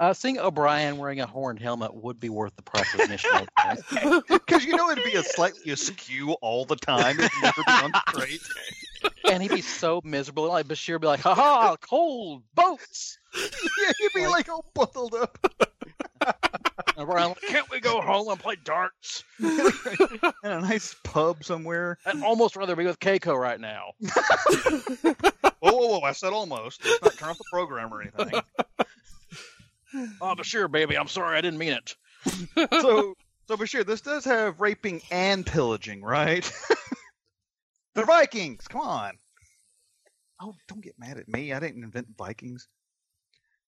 Speaker 2: Uh, seeing O'Brien wearing a horned helmet would be worth the price of admission. I think.
Speaker 3: Because you know it'd be a slightly askew all the time. It'd never be on straight.
Speaker 2: and he'd be so miserable. Like Bashir would be like, "Ha ha, cold boats."
Speaker 3: [LAUGHS] Yeah, you'd be like all bundled up.
Speaker 2: And O'Brien, like, can't we go home and play darts?
Speaker 3: In a nice pub somewhere.
Speaker 2: I'd almost rather be with Keiko right now.
Speaker 3: Whoa, whoa, whoa! I said almost. Let's not turn off the program or anything.
Speaker 2: Oh, Bashir, baby, I'm sorry, I didn't mean it.
Speaker 3: so so Bashir, this does have raping and pillaging, right? [LAUGHS] They're Vikings. Come on. Oh, don't get mad at me. I didn't invent Vikings.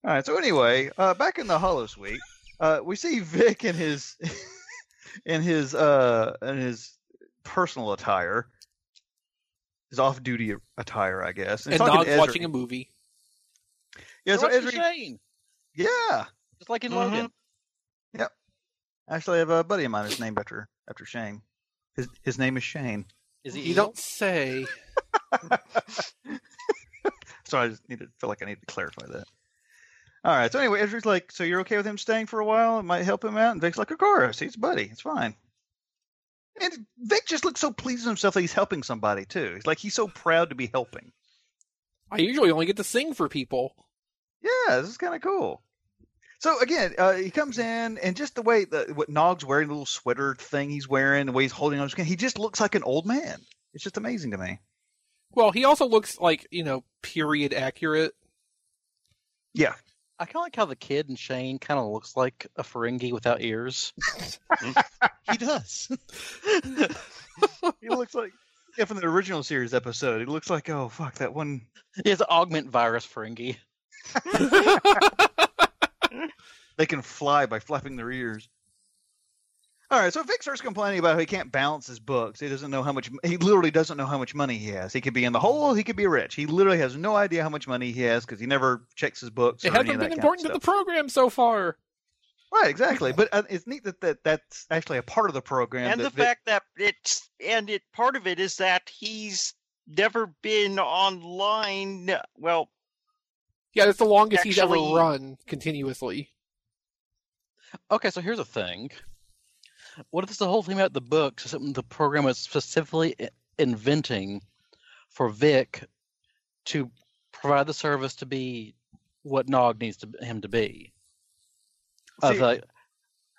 Speaker 3: All right. So anyway, uh, back in the Hollow Suite, uh, we see Vic in his [LAUGHS] in his uh, in his personal attire, his off-duty attire, I guess.
Speaker 1: and
Speaker 3: talking
Speaker 1: Nog's
Speaker 3: to Ezra.
Speaker 1: watching a movie.
Speaker 3: Yeah, so
Speaker 2: What's the
Speaker 3: Ezra
Speaker 2: Shane?
Speaker 3: Yeah.
Speaker 2: Just like in
Speaker 4: Mhm.
Speaker 2: Logan.
Speaker 3: Actually, I have a buddy of mine who's named after after Shane. His his name is Shane.
Speaker 2: Is he
Speaker 1: You
Speaker 2: evil?
Speaker 1: don't say.
Speaker 3: So I just need to feel like I need to clarify that. All right. So anyway, Ezra's like, so you're okay with him staying for a while? It might help him out. And Vic's like, of course, he's a buddy. It's fine. And Vic just looks so pleased with himself that he's helping somebody too. He's like, he's so proud to be helping.
Speaker 1: I usually only get to sing for people.
Speaker 3: Yeah, this is kind of cool. So again, uh, he comes in, and just the way the what Nog's wearing, the little sweater thing he's wearing, the way he's holding on his skin, he just looks like an old man. It's just amazing to me.
Speaker 1: Well, he also looks like you know period
Speaker 3: [LAUGHS]
Speaker 1: accurate.
Speaker 3: Yeah,
Speaker 2: I kind of like how the kid and Shane kind of looks like a Ferengi without ears. [LAUGHS]
Speaker 1: [LAUGHS]
Speaker 5: He does.
Speaker 3: he looks like yeah from the original series episode. He looks like oh fuck that one.
Speaker 2: He has an augment virus Ferengi.
Speaker 3: They can fly by flapping their ears. All right, so Vic starts complaining about how he can't balance his books. He doesn't know how much. He literally doesn't know how much money he has. He could be in the hole. He could be rich. He literally has no idea how much money he has because he never checks his books.
Speaker 1: It
Speaker 3: or any
Speaker 1: hasn't
Speaker 3: of that
Speaker 1: been
Speaker 3: kind of
Speaker 1: important to
Speaker 3: stuff.
Speaker 1: the program so far.
Speaker 3: Right, exactly. But uh, it's neat that, that that's actually a part of the program.
Speaker 4: and the
Speaker 3: that, that-
Speaker 4: fact that it's and it part of it is that he's never been online. Well,
Speaker 1: Yeah, that's the longest he's ever
Speaker 4: Actually-
Speaker 1: run continuously.
Speaker 2: Okay, so here's a thing. What if this is the whole thing about the books is something the program is specifically i- inventing for Vic to provide the service to be what Nog needs to, b- him to be? Of
Speaker 3: See-
Speaker 2: like,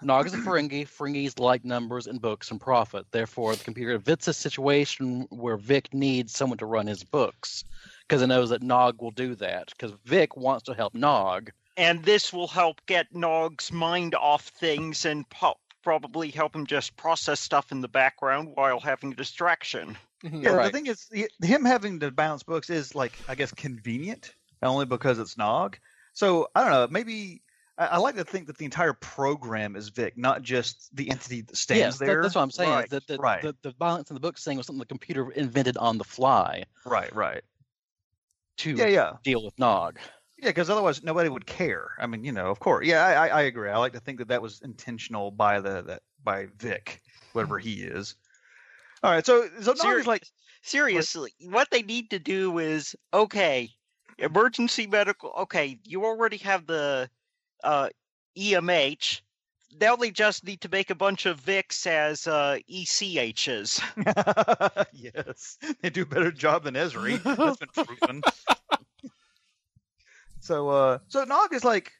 Speaker 2: Nog is a Ferengi. [CLEARS THROAT] Ferengis like numbers and books and profit. Therefore, the computer fits a situation where Vic needs someone to run his books because it knows that Nog will do that because Vic wants to help Nog.
Speaker 4: and this will help get Nog's mind off things and po- probably help him just process stuff in the background while having a distraction.
Speaker 1: Mhm.
Speaker 3: yeah, the
Speaker 2: right.
Speaker 3: thing is, he- him having to balance books is like I guess convenient, only because it's Nog. So I don't know. Maybe I, I like to think that the entire program is Vic, not just the entity that stands
Speaker 2: yes, that-
Speaker 3: there.
Speaker 2: that's what I'm saying. is
Speaker 3: Right,
Speaker 2: that the,
Speaker 3: right.
Speaker 2: the, the violence in the books thing was something the computer invented on the fly
Speaker 3: right, right.
Speaker 2: to
Speaker 3: Yeah, yeah,
Speaker 2: deal with Nog.
Speaker 3: yeah. Because otherwise, nobody would care. I mean, you know, of course. Yeah, I, I, I agree. I like to think that that was intentional by the that by Vic, whatever he is. All right, so so Nog
Speaker 4: Seri-
Speaker 3: is like
Speaker 4: seriously, what they need to do is okay, emergency medical. Okay, you already have the uh, EMH. Now they just need to make a bunch of VIX as uh, ECHs.
Speaker 1: [LAUGHS]
Speaker 3: yes, they do a better job than Esri. That's
Speaker 1: [LAUGHS]
Speaker 3: been proven. so, uh, so Nog is like,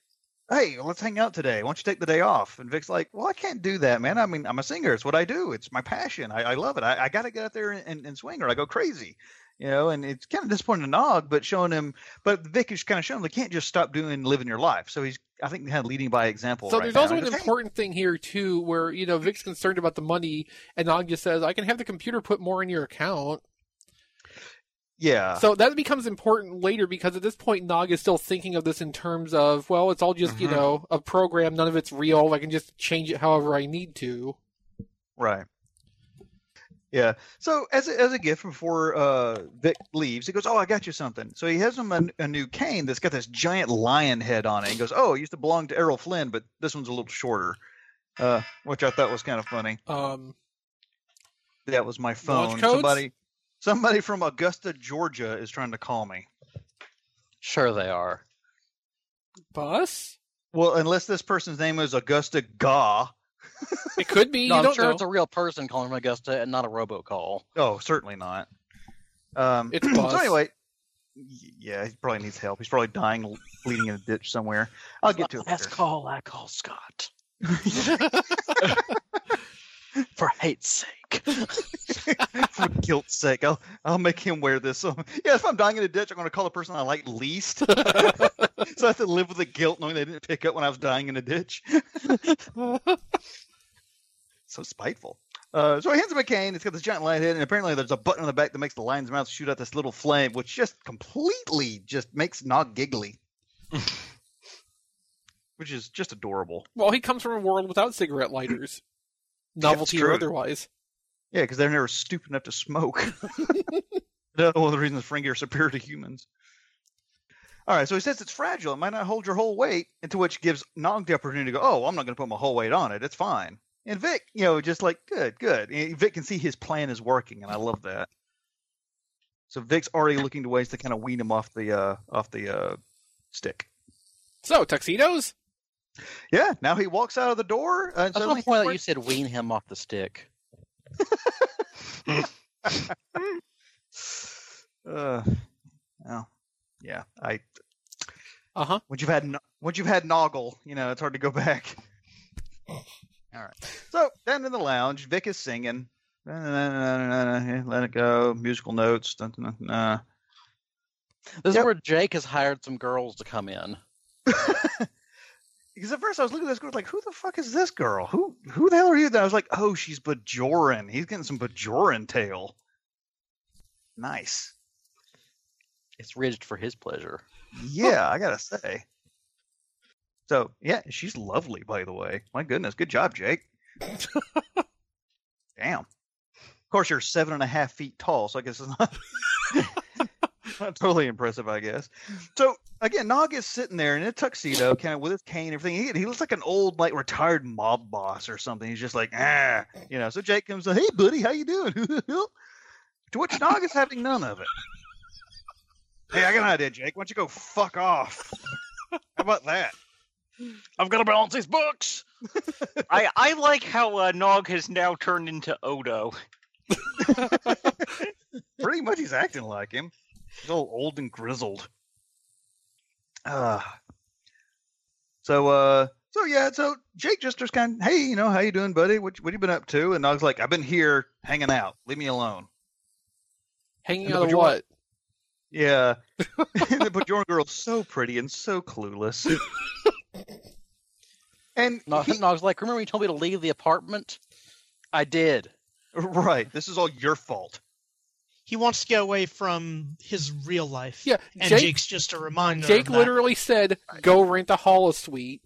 Speaker 3: "Hey, let's hang out today. Why don't you take the day off?" And Vic's like, "Well, I can't do that, man. I mean, I'm a singer. It's what I do. It's my passion. I, I love it. I, I got to get out there and, and, and swing, or I go crazy." You know, and it's kind of disappointing to Nog, but showing him, but Vic is kind of showing him they can't just stop doing living your life. So he's, I think, kind of leading by example.
Speaker 1: So
Speaker 3: right
Speaker 1: there's
Speaker 3: now.
Speaker 1: also
Speaker 3: He
Speaker 1: an
Speaker 3: goes, "Hey,
Speaker 1: important thing here too, where you know Vic's concerned about the money, and Nog just says, "I can have the computer put more in your account."
Speaker 3: yeah,
Speaker 1: so that becomes important later because at this point Nog is still thinking of this in terms of, well, it's all just you
Speaker 3: Mhm.
Speaker 1: know a program, none of it's real. I can just change it however I need to.
Speaker 3: Right. Yeah. So as a, as a gift before uh, Vic leaves, he goes, "Oh, I got you something." So he has him a, a new cane that's got this giant lion head on it. He goes, "Oh, it used to belong to Errol Flynn, but this one's a little shorter," uh, which I thought was kind of funny.
Speaker 1: Um,
Speaker 3: That was my phone.
Speaker 1: codes?
Speaker 3: Somebody, somebody from Augusta, Georgia, is trying to call me.
Speaker 2: Sure, they are.
Speaker 1: bus?
Speaker 3: Well, unless this person's name is Augusta Ga.
Speaker 1: It could
Speaker 2: [LAUGHS]
Speaker 1: be.
Speaker 2: No,
Speaker 1: you
Speaker 2: I'm
Speaker 1: don't
Speaker 2: sure
Speaker 1: know.
Speaker 2: it's a real person calling from Augusta and not a robocall.
Speaker 3: Oh, certainly not. Um,
Speaker 1: It's
Speaker 3: [CLEARS THROAT] So
Speaker 1: Buzz.
Speaker 3: anyway, y- yeah, he probably needs help. He's probably dying, bleeding in a ditch somewhere. I'll get to it.
Speaker 2: Last
Speaker 3: Later.
Speaker 2: call, I call Scott. [LAUGHS] For hate's sake.
Speaker 3: [LAUGHS] For guilt's sake, I'll I'll make him wear this. [LAUGHS] So, yeah, if I'm dying in a ditch, I'm going to call the person I like least. [LAUGHS] so I have to live with the guilt knowing they didn't pick up when I was dying in a ditch. [LAUGHS] so spiteful. Uh, so he hands him a cane. It's got this giant light head, and apparently there's a button on the back that makes the lion's mouth shoot out this little flame, which just completely just makes Nog giggly, which is just adorable.
Speaker 1: Well, he comes from a world without cigarette lighters, novelty or
Speaker 3: true.
Speaker 1: otherwise.
Speaker 3: Yeah, because they're never stupid enough to [LAUGHS] smoke. That's one of the reasons Ferengi are superior to humans. All right, so he says it's fragile. It might not hold your whole weight, and to which gives Nog the opportunity to go, oh, I'm not going to put my whole weight on it. It's fine. And Vic, you know, just like, good, good. And Vic can see his plan is working, and I love that. So Vic's already looking to ways to kind of wean him off the uh, off the uh, stick.
Speaker 1: So tuxedos.
Speaker 3: Yeah, now he walks out of the door. Uh, and
Speaker 2: That's
Speaker 3: suddenly
Speaker 2: one
Speaker 3: he's
Speaker 2: point that
Speaker 3: wearing-
Speaker 2: you said wean him off the stick.
Speaker 3: [SIGHS] Uh, oh, yeah. I
Speaker 1: Uh huh.
Speaker 3: once you've had no- once you've had Noggle, you know it's hard to go back. All right. So down in the lounge, Vic is singing. Let it go. Musical notes. dun, dun, dun, dun.
Speaker 2: This
Speaker 3: Yep.
Speaker 2: is where Jake has hired some girls to come in.
Speaker 3: Because at first I was looking at this girl like, who the fuck is this girl? Who who the hell are you? Then I was like, oh, she's Bajoran. He's getting some Bajoran tail. Nice.
Speaker 2: It's rigged for his pleasure.
Speaker 3: Yeah, I gotta say. So yeah, she's lovely, by the way. My goodness, good job, Jake. Damn. Of course, you're seven and a half feet tall, so I guess it's not, [LAUGHS] not totally impressive. I guess. So again, Nog is sitting there in a tuxedo, kind of with his cane, and everything. He, he looks like an old, like retired mob boss or something. He's just like, ah, you know. So Jake comes, hey, buddy, how you doing? [LAUGHS] to which Nog is having none of it. Hey, I got an idea, Jake. Why don't you go fuck off? [LAUGHS] How about that?
Speaker 4: I'm gonna balance
Speaker 3: [LAUGHS]
Speaker 4: these books. I I like how uh, Nog has now turned into Odo.
Speaker 3: Pretty much, he's acting like him. He's all old and grizzled. Uh, so, uh, so yeah, so Jake just just kind, hey, you know, how you doing, buddy? What what you been up to? And Nog's like, I've been here hanging out. Leave me alone.
Speaker 1: Hanging
Speaker 3: And
Speaker 1: out
Speaker 3: would
Speaker 1: of
Speaker 3: you
Speaker 1: what?
Speaker 3: Yeah. [LAUGHS] and the Bajoran girl's so pretty and so [LAUGHS] clueless. and
Speaker 2: Nog-
Speaker 3: he-
Speaker 2: Nog's like, remember when you told me to leave the apartment? I did.
Speaker 3: [LAUGHS] right, this is all your fault.
Speaker 5: He wants to get away from his real life.
Speaker 1: Yeah,
Speaker 5: And
Speaker 1: Jake.
Speaker 5: Jake's just a reminder.
Speaker 1: Jake
Speaker 5: of that.
Speaker 1: literally said, "Go rent a hollow suite,"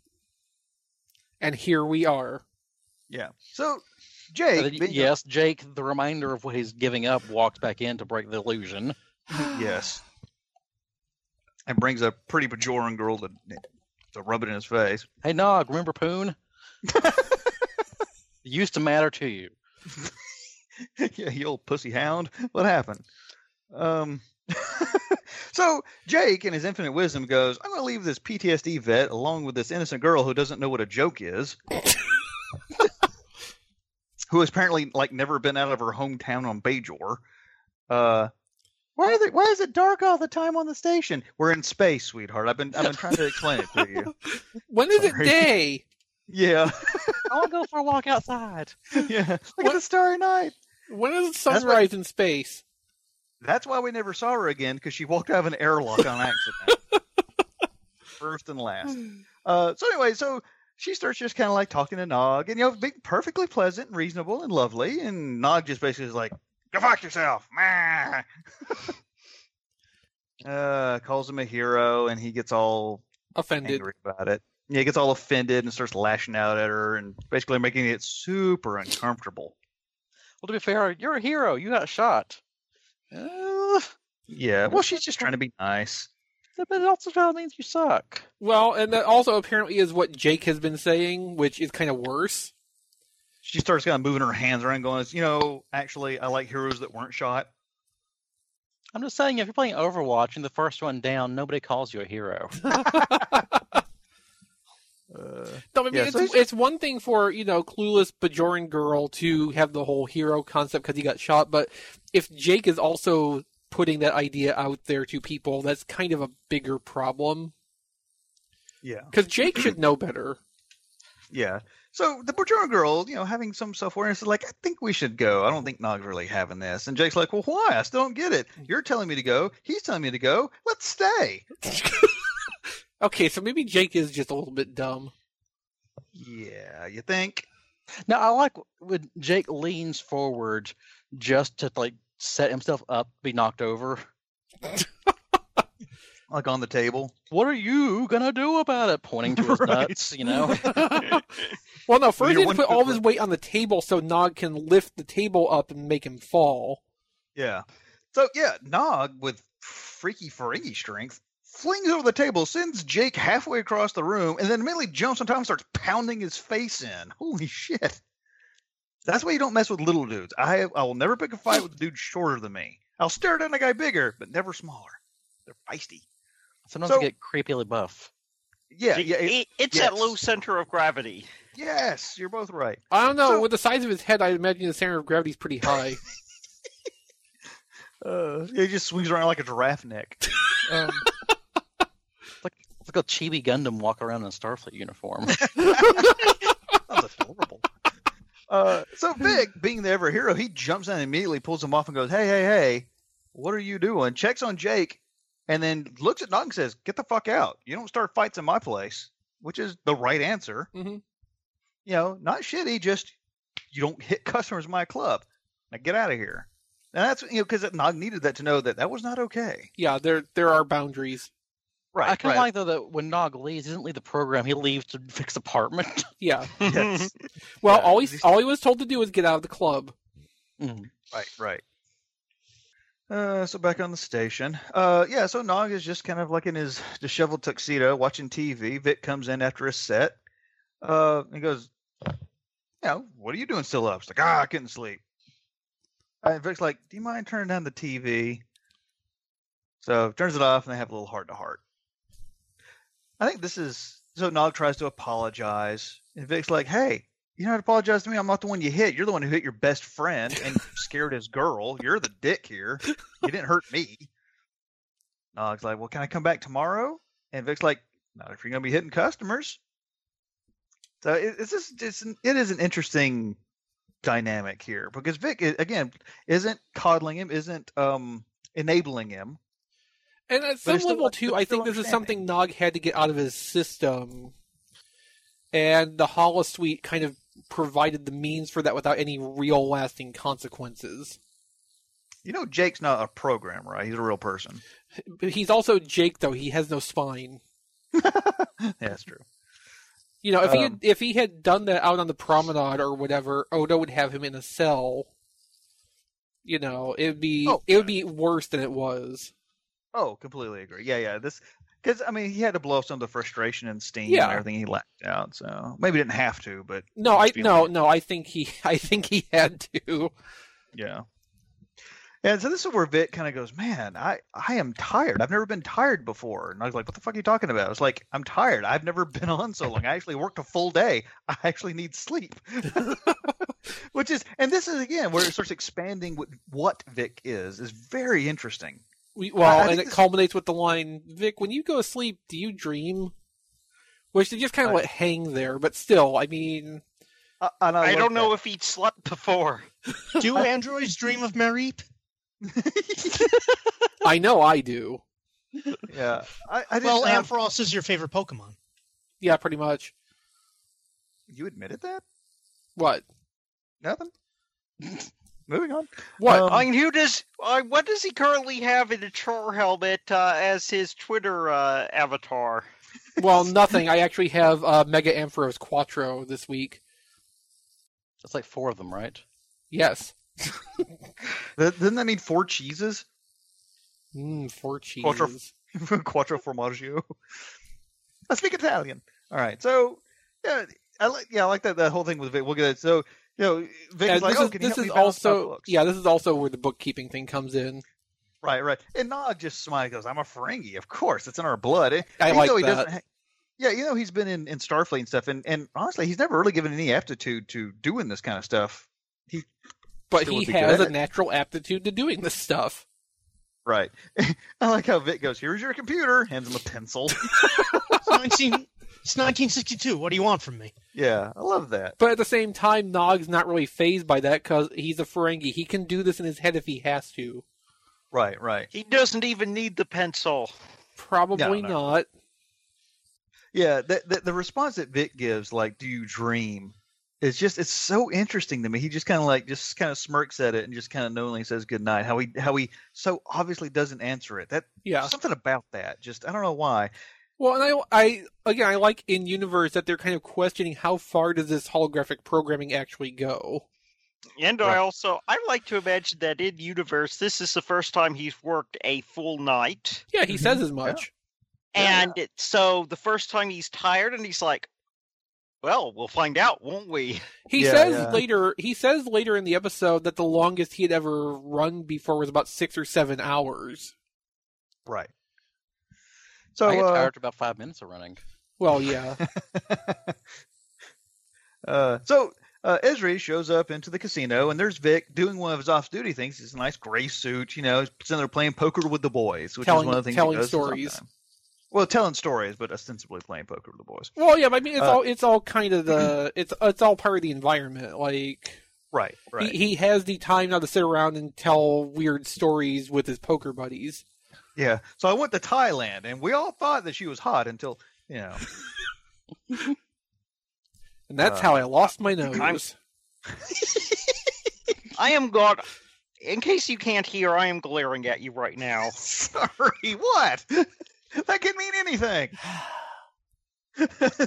Speaker 1: and here we are.
Speaker 3: Yeah. So
Speaker 2: And
Speaker 3: Jake,
Speaker 2: then,
Speaker 3: being a-
Speaker 2: yes, Jake, the reminder of what he's giving up, walks back in to break the illusion.
Speaker 3: Yes. And brings a pretty Bajoran girl to, to rub it in his face. [LAUGHS]
Speaker 2: Hey, Nog, remember Poon? it used to matter to you.
Speaker 3: yeah, you old pussy hound. What happened? Um, [LAUGHS] so Jake, in his infinite wisdom, goes, I'm going to leave this PTSD vet along with this innocent girl who doesn't know what a joke is. [LAUGHS] who has apparently like never been out of her hometown on Bajor. Uh, why, are they, why is it dark all the time on the station? We're in space, sweetheart. I've been I've been trying to explain it to you.
Speaker 1: When is it
Speaker 3: Sorry.
Speaker 1: day?
Speaker 3: Yeah.
Speaker 2: I want to go for a walk outside.
Speaker 3: yeah. [LAUGHS] Look
Speaker 1: What-
Speaker 3: at the starry night.
Speaker 1: When is it
Speaker 3: what-
Speaker 1: sunrise in space?
Speaker 3: That's why we never saw her again because she walked out of an airlock on accident. [LAUGHS] First and [SIGHS] last. Uh, so anyway, so she starts just kind of like talking to Nog, and you know, being perfectly pleasant and reasonable and lovely, and Nog just basically is like, "Go fuck yourself," [LAUGHS] meh." uh, calls him a hero, and he gets all
Speaker 1: Offended.
Speaker 3: angry about it. Yeah, he gets all offended and starts lashing out at her, and basically making it super uncomfortable.
Speaker 2: Well, to be fair, you're a hero. You got shot. Uh,
Speaker 3: Yeah, well, she's just trying to be nice.
Speaker 2: but it also kind of means you suck.
Speaker 1: Well, and that also apparently is what Jake has been saying, which is kind of worse.
Speaker 3: she starts kind of moving her hands around, going, "You know, actually, I like heroes that weren't shot."
Speaker 2: I'm just saying, if you're playing Overwatch and the first one down, nobody calls you a hero.
Speaker 3: Uh,
Speaker 1: No, I mean,
Speaker 3: Yeah,
Speaker 1: it's,
Speaker 3: so he's-
Speaker 1: it's one thing for, you know, clueless Bajoran girl to have the whole hero concept because he got shot, but if Jake is also putting that idea out there to people, that's kind of a bigger problem.
Speaker 3: yeah,
Speaker 1: Because Jake should know better.
Speaker 3: yeah. So the Bajoran girl, you know, having some self awareness, is like, "I think we should go." I don't think Nog's really having this, and Jake's like, "Well, why? I still don't get it. You're telling me to go. He's telling me to go. Let's stay."
Speaker 1: Okay, so maybe Jake is just a little bit dumb.
Speaker 3: Yeah, you think?
Speaker 2: now, I like when Jake leans forward just to like set himself up, be knocked over.
Speaker 3: Like on the table?
Speaker 2: What are you gonna do about it? Pointing to his
Speaker 3: Right.
Speaker 2: nuts, you know.
Speaker 1: Well, no, first he had
Speaker 3: Leader
Speaker 1: to
Speaker 3: one,
Speaker 1: put
Speaker 3: two,
Speaker 1: all of
Speaker 3: three.
Speaker 1: his weight on the table so Nog can lift the table up and make him fall.
Speaker 3: Yeah. So yeah, Nog with freaky Ferengi strength flings over the table, sends Jake halfway across the room, and then immediately jumps on top and starts pounding his face in. Holy shit. That's why you don't mess with little dudes. I have, I will never pick a fight with a dude shorter than me. I'll stare down a guy bigger, but never smaller. They're feisty.
Speaker 2: Sometimes
Speaker 3: So-
Speaker 2: I get creepily buff.
Speaker 3: Yeah, yeah, it-
Speaker 4: It- it's at
Speaker 3: yes.
Speaker 4: low center of gravity.
Speaker 3: yes, you're both right.
Speaker 1: I don't know.
Speaker 3: So-
Speaker 1: with the size of his head, I imagine the center of gravity's pretty
Speaker 3: [LAUGHS]
Speaker 1: high.
Speaker 3: Uh, he just swings around like a giraffe neck. Um,
Speaker 2: It's like a chibi Gundam walk around in a Starfleet uniform.
Speaker 3: That was adorable. Uh, so
Speaker 2: Hmm.
Speaker 3: Vic, being the ever hero, he jumps in and immediately pulls him off and goes, "Hey, hey, hey, what are you doing?" Checks on Jake, and then looks at Nog and says, "Get the fuck out! You don't start fights in my place," which is the right answer.
Speaker 2: Mm-hmm.
Speaker 1: Mhm.
Speaker 3: You know, not shitty, just you don't hit [LAUGHS] customers in my club. Now get out of here. And that's you know because Nog needed that to know that that was not okay.
Speaker 1: yeah, there there are boundaries.
Speaker 2: [LAUGHS]
Speaker 3: Right.
Speaker 2: I kind of like though that when Nog leaves, he doesn't leave the program. He leaves to fix the apartment. [LAUGHS]
Speaker 1: Yeah.
Speaker 4: [LAUGHS]
Speaker 3: yes.
Speaker 1: Well,
Speaker 3: Yeah,
Speaker 1: all he
Speaker 3: these-
Speaker 1: all he was told to do was get out of the club.
Speaker 2: Mm.
Speaker 3: Right, right. Uh, so back on the station. Uh, yeah, so Nog is just kind of like in his disheveled tuxedo watching TV. Vic comes in after a set. Uh, and goes, You know, what are you doing still up? She's like, Ah, I couldn't sleep. Uh, And Vic's like, Do you mind turning down the TV? So turns it off and they have a little heart to heart. I think this is so Nog tries to apologize. And Vic's like, Hey, you don't apologize to me. I'm not the one you hit. You're the one who hit your best friend and scared his girl. You're the dick here. You didn't hurt me. Nog's like, well, can I come back tomorrow? And Vic's like, not if you're gonna be hitting customers. So it, it's just it's an, it is an interesting dynamic here because Vic i- again isn't coddling him, isn't um enabling him.
Speaker 1: And at
Speaker 3: But
Speaker 1: some
Speaker 3: it's still
Speaker 1: level
Speaker 3: like-
Speaker 1: too,
Speaker 3: it's
Speaker 1: I think
Speaker 3: still
Speaker 1: this is something
Speaker 3: understanding.
Speaker 1: Nog had to get out of his system. And the holosuite kind of provided the means for that without any real lasting consequences.
Speaker 3: You know, Jake's not a program, right? He's a real person.
Speaker 1: But he's also Jake though, he has no spine.
Speaker 3: Yeah, that's true.
Speaker 1: You know, if he had,
Speaker 3: Um,
Speaker 1: if he had done that out on the promenade or whatever, Odo would have him in a cell. You know, it'd be
Speaker 3: Oh.
Speaker 1: it would be worse than it was.
Speaker 3: Oh, completely agree. Yeah, yeah. This because I mean he had to blow off some of the frustration and steam
Speaker 1: Yeah.
Speaker 3: and everything he lacked out. So maybe didn't have to, but
Speaker 1: No, I
Speaker 3: Just feeling
Speaker 1: no
Speaker 3: it.
Speaker 1: no. I think he [LAUGHS] I think he had to.
Speaker 3: yeah. And so this is where Vic kind of goes, man, I I am tired. I've never been tired before. And I was like, what the fuck are you talking about? I was like, I'm tired. I've never [LAUGHS] been on so long. I actually worked a full day. I actually need sleep. [LAUGHS] Which is, and this is again where it starts expanding what what Vic is is very interesting.
Speaker 1: We, well,
Speaker 3: I
Speaker 1: and
Speaker 3: think
Speaker 1: it
Speaker 3: this-
Speaker 1: culminates with the line, "Vic, when you go to sleep, do you dream?" Which they just kind of
Speaker 3: I-
Speaker 1: let hang there, but still, I mean,
Speaker 3: Uh, and
Speaker 4: I,
Speaker 3: love
Speaker 4: don't know
Speaker 3: that.
Speaker 4: if he'd slept before.
Speaker 5: [LAUGHS] Do androids dream of Mareep?
Speaker 1: I know I do.
Speaker 3: yeah. I, I didn't,
Speaker 5: Well,
Speaker 1: uh,
Speaker 3: um,
Speaker 5: Ampharos is your favorite Pokemon.
Speaker 1: Yeah, pretty much.
Speaker 3: you admitted that.
Speaker 1: What?
Speaker 3: Nothing. [LAUGHS] Moving on.
Speaker 1: What?
Speaker 3: Um,
Speaker 4: I mean, who does? Uh, what does he currently have in a char helmet uh, as his Twitter uh, avatar?
Speaker 3: [LAUGHS]
Speaker 1: well, nothing. I actually have uh, Mega Ampharos Quattro this week.
Speaker 2: It's like four of them, right?
Speaker 1: Yes.
Speaker 3: Th- Doesn't that mean four cheeses? [LAUGHS]
Speaker 1: Mm, four cheese.
Speaker 3: Quattro- Quattro formaggio. [LAUGHS] I speak Italian. All right. So yeah, I like yeah, I like that that whole thing with Vic. We'll get it. So you know, Vic
Speaker 1: And
Speaker 3: is like,
Speaker 1: this
Speaker 3: oh,
Speaker 1: is,
Speaker 3: can you
Speaker 1: this
Speaker 3: help
Speaker 1: is
Speaker 3: me balance my
Speaker 1: also
Speaker 3: books?"
Speaker 1: yeah, this is also where the bookkeeping thing comes in.
Speaker 3: Right, right. And Nog just smiles. Goes, I'm a Ferengi, of course. It's in our blood. And
Speaker 1: I
Speaker 3: even
Speaker 1: like
Speaker 3: though he
Speaker 1: that.
Speaker 3: doesn't ha- yeah, you know he's been in, in Starfleet and stuff, and, and honestly, he's never really given any aptitude to doing this kind of stuff.
Speaker 1: But
Speaker 3: Still
Speaker 1: he
Speaker 3: would be
Speaker 1: has
Speaker 3: good.
Speaker 1: a natural aptitude to doing this stuff.
Speaker 3: Right. [LAUGHS] I like how Vic goes, "Here's your computer," hands him a pencil. [LAUGHS]
Speaker 5: It's, 19, it's 1962. What do you want from me?
Speaker 3: yeah, I love that.
Speaker 1: But at the same time, Nog's not really phased by that because he's a Ferengi. He can do this in his head if he has to.
Speaker 3: Right, right.
Speaker 4: He doesn't even need the pencil.
Speaker 1: Probably
Speaker 3: No, no.
Speaker 1: not.
Speaker 3: Yeah, the, the the response that Vic gives, like, "Do you dream?" It's just it's so interesting to me. He just kind of like just kind of smirks at it and just kind of knowingly says good night. How he how he so obviously doesn't answer it. That
Speaker 1: Yeah.
Speaker 3: something about that. Just I don't know why.
Speaker 1: Well, and I, I again, I like in universe that they're kind of questioning how far does this holographic programming actually go.
Speaker 4: And
Speaker 3: Right.
Speaker 4: I also I like to imagine that in universe, this is the first time he's worked a full night.
Speaker 3: Mm-hmm.
Speaker 1: Yeah, he says as much.
Speaker 4: And it- so the first time he's tired and he's like, well, we'll find out, won't we? [LAUGHS]
Speaker 1: He
Speaker 3: Yeah,
Speaker 1: says
Speaker 3: yeah.
Speaker 1: later. He says later in the episode that the longest he had ever run before was about six or seven hours.
Speaker 3: Right. So
Speaker 2: I get
Speaker 3: uh,
Speaker 2: tired after about five minutes of running.
Speaker 1: Well, yeah,
Speaker 3: Uh, so uh, Esri shows up into the casino, and there's Vic doing one of his off-duty things. It's a nice gray suit, you know. He's sitting there playing poker with the boys, which
Speaker 1: Telling-
Speaker 3: is one of the things he
Speaker 1: telling
Speaker 3: does
Speaker 1: stories.
Speaker 3: sometime. Well, telling stories, but ostensibly playing poker with the boys.
Speaker 1: well, yeah. But I mean, it's
Speaker 3: Uh,
Speaker 1: all it's all kind of
Speaker 3: [CLEARS THROAT]
Speaker 1: the it's it's all part of the environment. Like
Speaker 3: Right, right.
Speaker 1: he, he has the time now to sit around and tell weird stories with his poker buddies.
Speaker 3: yeah. So I went to Thailand, and we all thought that she was hot until you
Speaker 2: [LAUGHS]
Speaker 3: know.
Speaker 1: And that's
Speaker 3: Uh,
Speaker 1: how I lost
Speaker 3: [CLEARS THROAT]
Speaker 1: my nose.
Speaker 4: I am God. In case you can't hear, I am glaring at you right now. [LAUGHS]
Speaker 3: Sorry, what? That could mean
Speaker 2: [SIGHS]
Speaker 3: anything.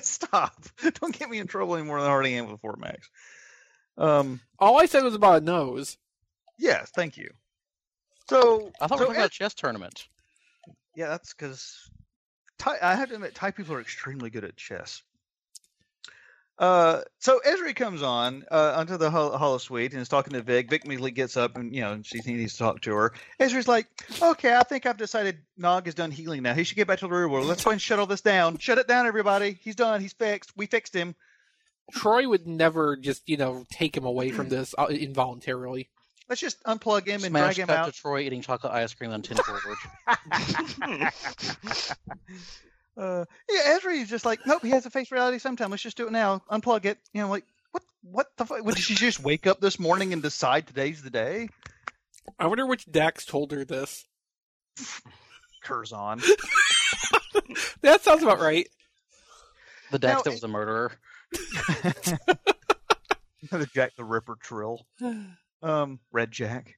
Speaker 3: Stop! Don't get me in trouble any more than I already am with Fort Max. Um.
Speaker 1: All I said was about a nose.
Speaker 3: Yes. Thank you. So
Speaker 2: I thought we were
Speaker 3: so
Speaker 2: talking about a chess tournament.
Speaker 3: Yeah, that's because Thai. I have to admit, Thai people are extremely good at chess. Uh, so Esri comes on uh, onto the hol- hollow suite and is talking to Vic. Vic immediately gets up and you know she needs to talk to her. Esri's like, "Okay, I think I've decided Nog is done healing now. He should get back to the real world. Let's go and shut all this down. Shut it down, everybody. He's done. He's fixed. We fixed him."
Speaker 1: Troy would never just you know take him away
Speaker 3: [CLEARS THROAT]
Speaker 1: from this uh, involuntarily.
Speaker 3: Let's just unplug him and
Speaker 2: Smash
Speaker 3: drag him
Speaker 2: cut
Speaker 3: out.
Speaker 2: to Troy eating chocolate ice cream on tin
Speaker 3: [LAUGHS]
Speaker 2: forward.
Speaker 3: Uh, yeah, Esri is just like, nope, he has to face reality sometime. Let's just do it now. Unplug it. You know, like, what What the fuck? Did she just wake up this morning and decide today's the day?
Speaker 1: I wonder which Dax told her this.
Speaker 3: Curzon.
Speaker 1: That sounds about right.
Speaker 2: The Dax
Speaker 3: Now,
Speaker 2: that was a murderer.
Speaker 3: the Jack the Ripper trill. Um, Red Jack.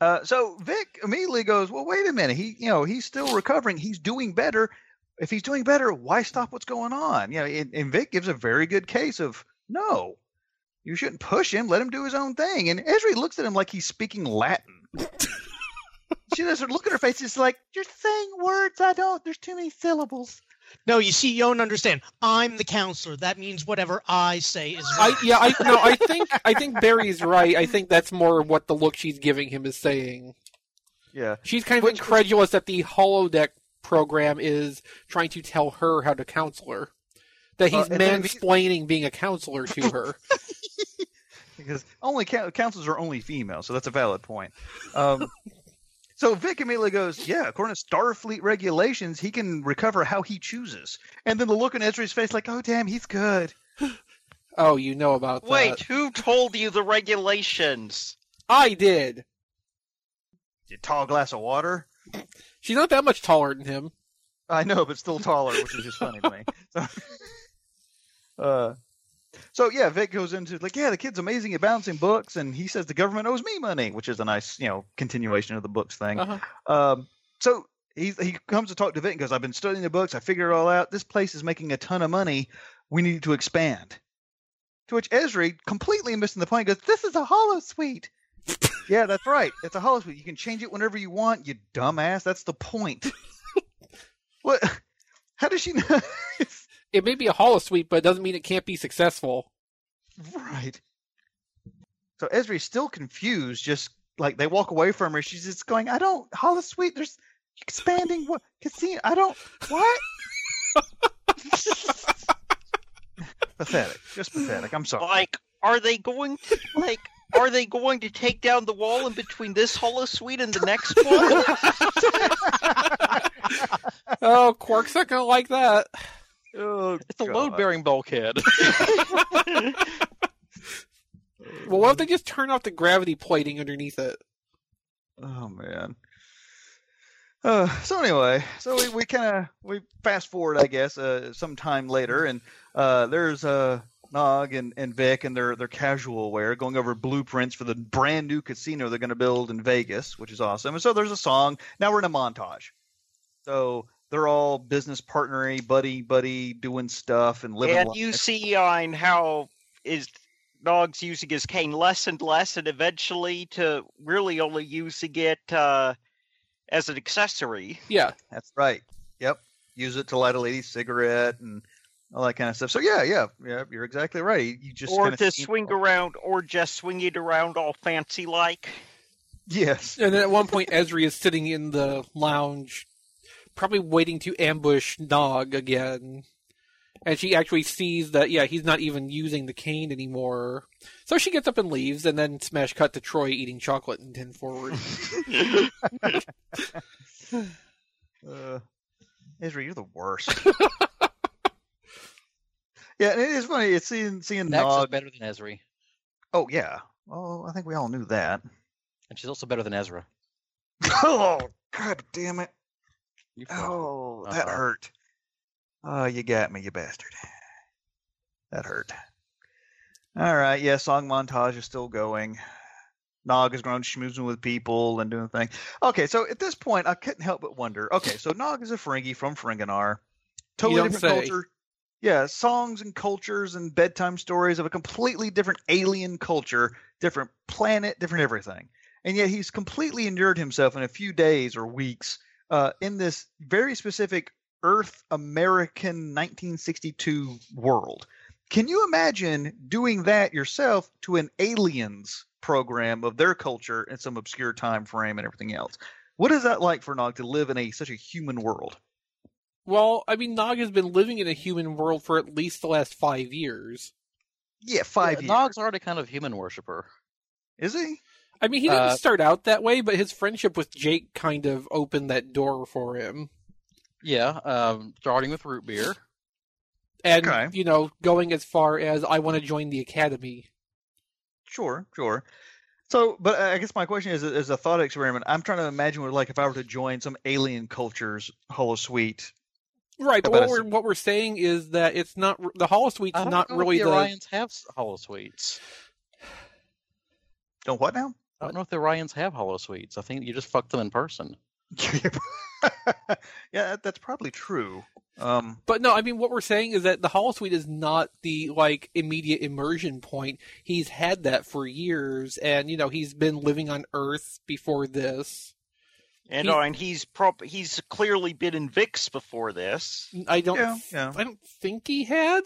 Speaker 3: Uh, so Vic immediately goes, well, wait a minute. He, you know, he's still recovering. He's doing better. If he's doing better, why stop what's going on? You know, and, and Vic gives a very good case of no, you shouldn't push him. Let him do his own thing. And Esri looks at him like he's speaking Latin. she doesn't look at her face. It's like you're saying words. I don't. There's too many syllables.
Speaker 5: No, you see, you don't understand. I'm the counselor. That means whatever I say is right.
Speaker 1: I yeah, I no, I think I think Barry's right. I think that's more what the look she's giving him is saying.
Speaker 3: Yeah.
Speaker 1: She's kind of
Speaker 3: Which-
Speaker 1: incredulous that the holodeck program is trying to tell her how to counsel her. That he's
Speaker 3: Uh, and then if he-
Speaker 1: mansplaining being a counselor to her.
Speaker 3: because only coun councils are only female, so that's a valid point. Um, [LAUGHS] so Vic immediately goes, "Yeah, according to Starfleet regulations, he can recover how he chooses." And then the look on Ezra's face, like, "Oh damn, he's good."
Speaker 1: oh, you know about that.
Speaker 4: Wait, who told you the regulations?
Speaker 1: I did.
Speaker 3: A tall glass of water.
Speaker 1: She's not that much taller than him.
Speaker 3: I know, but still taller, which is just funny to me. So, uh, so yeah, Vic goes into like, "Yeah, the kid's amazing at balancing books," and he says the government owes me money, which is a nice, you know, continuation of the books thing.
Speaker 1: Uh-huh.
Speaker 3: Um, so he he comes to talk to Vic and goes, "I've been studying the books. I figured it all out. This place is making a ton of money. We need to expand." To which Esri, completely missing the point, goes, "This is a hollow suite." yeah, that's right. It's a hollow suite. You can change it whenever you want. You dumbass. That's the point. what? [LAUGHS] How does she know? [LAUGHS]
Speaker 1: It may be a holo suite, but it doesn't mean it can't be successful.
Speaker 3: right. So Esri's still confused. Just like they walk away from her, she's just going, "I don't hollow suite. There's expanding what casino. I don't what." [LAUGHS] pathetic. Just pathetic. I'm sorry.
Speaker 4: Like, are they going to like? Are they going to take down the wall in between this hollow suite and the next one? [LAUGHS]
Speaker 1: Oh, Quark's not gonna like that.
Speaker 3: Oh,
Speaker 2: It's a
Speaker 3: God.
Speaker 2: load bearing
Speaker 3: [LAUGHS]
Speaker 2: bulkhead.
Speaker 1: Well, what if they just turn off the gravity plating underneath it?
Speaker 3: Oh man. Uh, so anyway, so we, we kind of we fast forward, I guess, uh, some time later, and uh, there's uh, Nog and, and Vic and their their casual wear going over blueprints for the brand new casino they're going to build in Vegas, which is awesome. And so there's a song. Now we're in a montage. So they're all business partnery, buddy, buddy, doing stuff and living.
Speaker 4: and
Speaker 3: life.
Speaker 4: you see on how is Nog's using his cane less and less, and eventually to really only using it uh, as an accessory.
Speaker 1: Yeah.
Speaker 3: That's right. Yep. use it to light a lady's cigarette and all that kind of stuff. So yeah, yeah, yeah, you're exactly right. You- You just
Speaker 4: or
Speaker 3: kinda
Speaker 4: to
Speaker 3: see-
Speaker 4: swing around, or just swing it around all fancy like.
Speaker 3: Yes.
Speaker 1: And then at one point, Ezri is sitting in the lounge, probably waiting to ambush Nog again. And she actually sees that, yeah, he's not even using the cane anymore. So she gets up and leaves, and then smash cut to Troy eating chocolate and tin forward.
Speaker 3: Uh, Ezra, you're the [LAUGHS] worst. yeah, and it is funny. It's seeing seeing
Speaker 2: Nax is
Speaker 3: Nog.
Speaker 2: better than Ezri,
Speaker 3: Oh yeah. Oh, I think we all knew that. [LAUGHS]
Speaker 2: and she's also better than Ezra.
Speaker 3: oh, god damn it.
Speaker 2: You fuck.
Speaker 3: Oh, that
Speaker 2: Uh-oh.
Speaker 3: hurt. Oh, you got me, you bastard. That hurt. All right, yeah, song montage is still going. Nog is grown schmoozing with people and doing things. Okay, so at this point, I couldn't help but wonder. Okay, so Nog is a Ferengi from Ferenginar. Totally
Speaker 1: don't
Speaker 3: different
Speaker 1: say.
Speaker 3: culture. Yeah, songs and cultures and bedtime stories of a completely different alien culture, different planet, different everything. And yet he's completely inured himself in a few days or weeks uh, in this very specific Earth American 1962 world. Can you imagine doing that yourself to an aliens program of their culture in some obscure time frame and everything else? What is that like for Nog to live in a such a human world?
Speaker 1: well, I mean, Nog has been living in a human world for at least the last five years.
Speaker 3: Yeah, five
Speaker 2: Yeah,
Speaker 3: years.
Speaker 2: Nog's already kind of human worshiper.
Speaker 3: is he?
Speaker 1: I mean, he didn't
Speaker 2: Uh,
Speaker 1: start out that way, but his friendship with Jake kind of opened that door for him.
Speaker 2: Yeah, um, starting with root beer.
Speaker 1: And,
Speaker 3: Okay.
Speaker 1: you know, going as far as, I want to join the academy.
Speaker 3: Sure, sure. So, but I guess my question is, is a thought experiment. I'm trying to imagine what like if I were to join some alien culture's holo suite.
Speaker 1: Right, but
Speaker 3: About
Speaker 1: what
Speaker 3: a-
Speaker 1: we're what we're saying is that it's not the hollow suite's
Speaker 2: I don't
Speaker 1: not
Speaker 2: know if
Speaker 1: really
Speaker 2: the
Speaker 1: the
Speaker 2: Orions have s- hollow suites.
Speaker 3: Don't what now? [LAUGHS]
Speaker 2: I don't know if the Orions have hollow suites. I think you just fuck them in person.
Speaker 3: yeah, that, that's probably true. Um,
Speaker 1: But no, I mean what we're saying is that the hollow suite is not the like immediate immersion point. He's had that for years and you know, he's been living on Earth before this.
Speaker 4: And
Speaker 1: He's-
Speaker 4: uh, and he's prob- he's clearly been in Vix before this.
Speaker 1: I don't
Speaker 3: yeah, yeah.
Speaker 1: I don't think he had.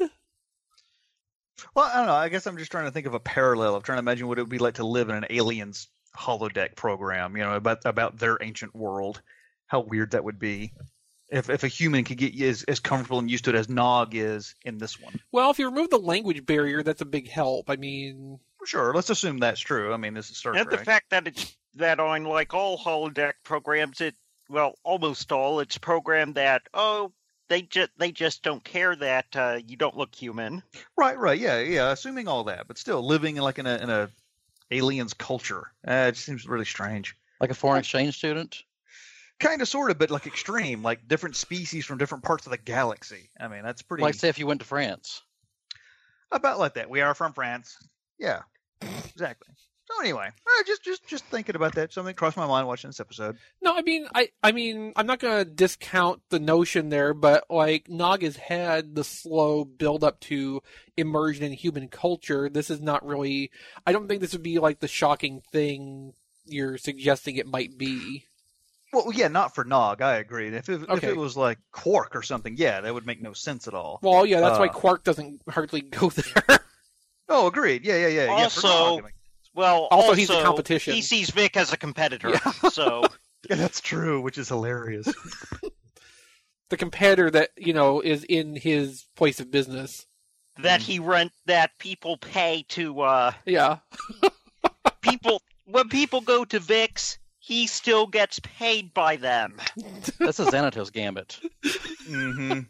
Speaker 3: Well, I don't know. I guess I'm just trying to think of a parallel. I'm trying to imagine what it would be like to live in an alien's holodeck program. You know, about about their ancient world. How weird that would be. If, if a human could get as, as comfortable and used to it as Nog is in this one.
Speaker 1: Well, if you remove the language barrier, that's a big help. I mean,
Speaker 3: Sure, let's assume that's true. I mean, this is Star
Speaker 4: and the
Speaker 3: Trek.
Speaker 4: fact that it's that on like all holodeck programs, it well almost all it's programmed that oh they just they just don't care that uh, you don't look human.
Speaker 3: Right, right, yeah, yeah. Assuming all that, but still living in like in a in a alien's culture. Uh, it seems really strange.
Speaker 2: Like a foreign exchange student.
Speaker 3: Kind of, sort of, but like extreme, like different species from different parts of the galaxy. I mean, that's pretty
Speaker 2: Like say if you went to France.
Speaker 3: about like that. We are from France. Yeah, exactly. So anyway, uh, just just just thinking about that. Something crossed my mind watching this episode.
Speaker 1: No, I mean, I, I mean, I'm not gonna discount the notion there, but like Nog has had the slow build up to immersion in human culture. This is not really. I don't think this would be like the shocking thing you're suggesting it might be.
Speaker 3: Well, yeah, not for Nog. I agree. If it, if
Speaker 1: Okay.
Speaker 3: it was like Quark or something, yeah, that would make no sense at all.
Speaker 1: Well, yeah, that's why
Speaker 3: Uh.
Speaker 1: Quark doesn't hardly go [LAUGHS] there.
Speaker 3: Oh, agreed. Yeah, yeah, yeah. yeah, for Nog,
Speaker 4: Also-
Speaker 3: it makes-
Speaker 4: Well,
Speaker 1: Also, he's a competition.
Speaker 4: He sees Vic as a competitor, [LAUGHS] so
Speaker 3: [LAUGHS] yeah, that's true, which
Speaker 1: [LAUGHS]
Speaker 3: is hilarious.
Speaker 1: the competitor that you know is in his place of business.
Speaker 4: that he rent that people pay to uh,
Speaker 1: Yeah,
Speaker 4: people when people go to Vix, he still gets paid by them.
Speaker 2: That's a Xanatos gambit.
Speaker 3: hmm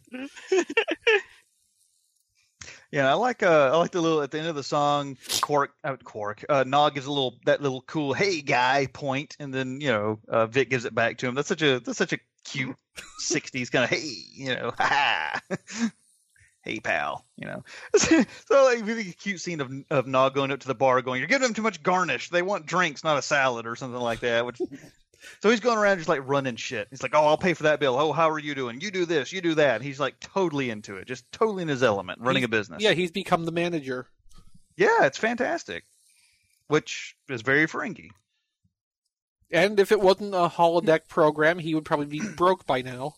Speaker 3: yeah, I like uh, I like the little at the end of the song, Quark, uh, Quark, uh, Nog gives a little that little cool "Hey guy" point, and then you know uh, Vic gives it back to him. That's such a that's such a
Speaker 1: [LAUGHS]
Speaker 3: cute '60s kind of hey, you know, [LAUGHS] ha ha. [LAUGHS] Hey pal, you know. [LAUGHS] so like really cute scene of of Nog going up to the bar, going, "You're giving them too much garnish. They want drinks, not a salad or something like
Speaker 1: [LAUGHS]
Speaker 3: that." Which so he's going around just like running shit. He's like, "Oh, I'll pay for that bill. Oh, how are you doing? You do this, you do that." And he's like totally into it, just totally in his element, running a business.
Speaker 1: yeah, he's become the manager.
Speaker 3: yeah, it's fantastic. Which is very Ferengi. [LAUGHS]
Speaker 1: And if it wasn't a holodeck program, he would probably be broke by now.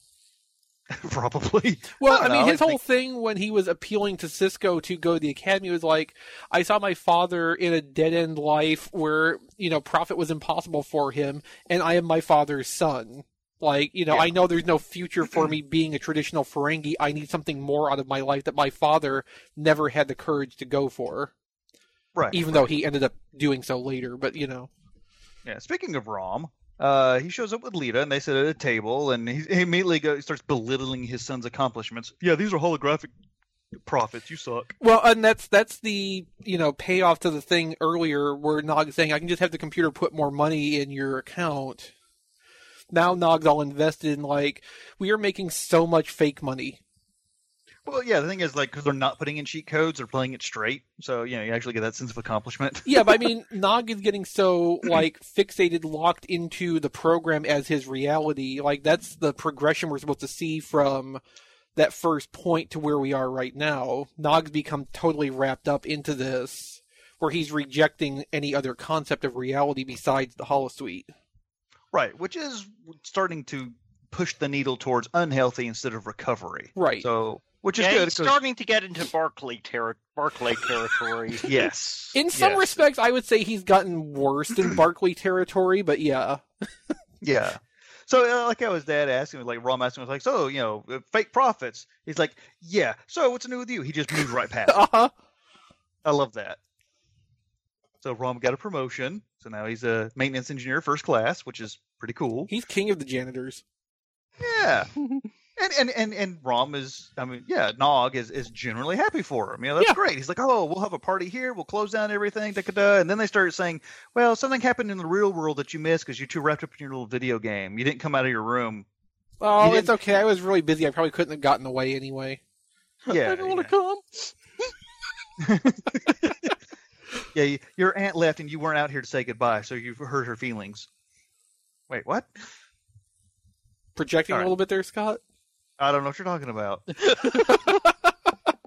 Speaker 3: probably.
Speaker 1: Well,
Speaker 3: I
Speaker 1: I,
Speaker 3: don't
Speaker 1: mean,
Speaker 3: know,
Speaker 1: his
Speaker 3: I
Speaker 1: whole thing when he was appealing to Cisco to go to the academy was like, I saw my father in a dead end life where, you know, profit was impossible for him, and I am my father's son. Like, you know, I know there's no future for me being a traditional Ferengi. I need something more out of my life that my father never had the courage to go for,
Speaker 3: Right.
Speaker 1: even though he ended up doing so later. But, you know,
Speaker 3: Yeah. Speaking of Rom, uh, he shows up with Lita, and they sit at a table, and he, he immediately goes starts belittling his son's accomplishments. Yeah, these are holographic profits. You suck.
Speaker 1: Well, and that's that's the you know payoff to the thing earlier where Nog's saying I can just have the computer put more money in your account. Now Nog's all invested in like we are making so much fake money.
Speaker 3: Well, yeah. The thing is, like, because they're not putting in cheat codes, they're playing it straight. So you know, you actually get that sense of accomplishment. [LAUGHS]
Speaker 1: Yeah, but I mean Nog is getting so like fixated, locked into the program as his reality. Like that's the progression we're supposed to see from that first point to where we are right now. Nog's become totally wrapped up into this. Where he's rejecting any other concept of reality besides the holosuite.
Speaker 3: Right, which is starting to push the needle towards unhealthy instead of recovery.
Speaker 1: Right.
Speaker 3: So, which is
Speaker 4: yeah,
Speaker 3: good.
Speaker 4: it's
Speaker 3: 'cause-
Speaker 4: starting to get into Barclay, terri Barclay
Speaker 3: [LAUGHS]
Speaker 4: territory.
Speaker 3: Yes.
Speaker 1: [LAUGHS] In some
Speaker 3: yes,
Speaker 1: respects, I would say he's gotten worse than Barkley territory, but yeah.
Speaker 3: Yeah. So, uh, like how his dad asked him, like Rom asked him, was like, "So, you know, uh, fake profits." He's like, "Yeah." So, what's new with you? He just moved right
Speaker 1: [LAUGHS]
Speaker 3: past. it.
Speaker 1: Uh-huh.
Speaker 3: I love that. So Rom got a promotion. So now he's a maintenance engineer, first class, which is pretty cool.
Speaker 1: He's king of the janitors.
Speaker 3: Yeah. And, and and and Rom is, I mean, yeah, Nog is is generally happy for him. You know, that's
Speaker 1: Yeah.
Speaker 3: great. He's like, oh, we'll have a party here, we'll close down everything, da da. And then they start saying, well, something happened in the real world that you missed because you're too wrapped up in your little video game. You didn't come out of your room.
Speaker 1: Oh,
Speaker 3: You
Speaker 1: it's
Speaker 3: didn't-
Speaker 1: okay. I was really busy. I probably couldn't have gotten away anyway.
Speaker 3: Yeah, yeah.
Speaker 1: come.
Speaker 3: yeah. you- Your aunt left, and you weren't out here to say goodbye, so you've hurt her feelings. Wait, what?
Speaker 1: Projecting
Speaker 3: All right.
Speaker 1: a little bit there, Scott.
Speaker 3: I don't know what you're
Speaker 1: [LAUGHS]
Speaker 3: talking about.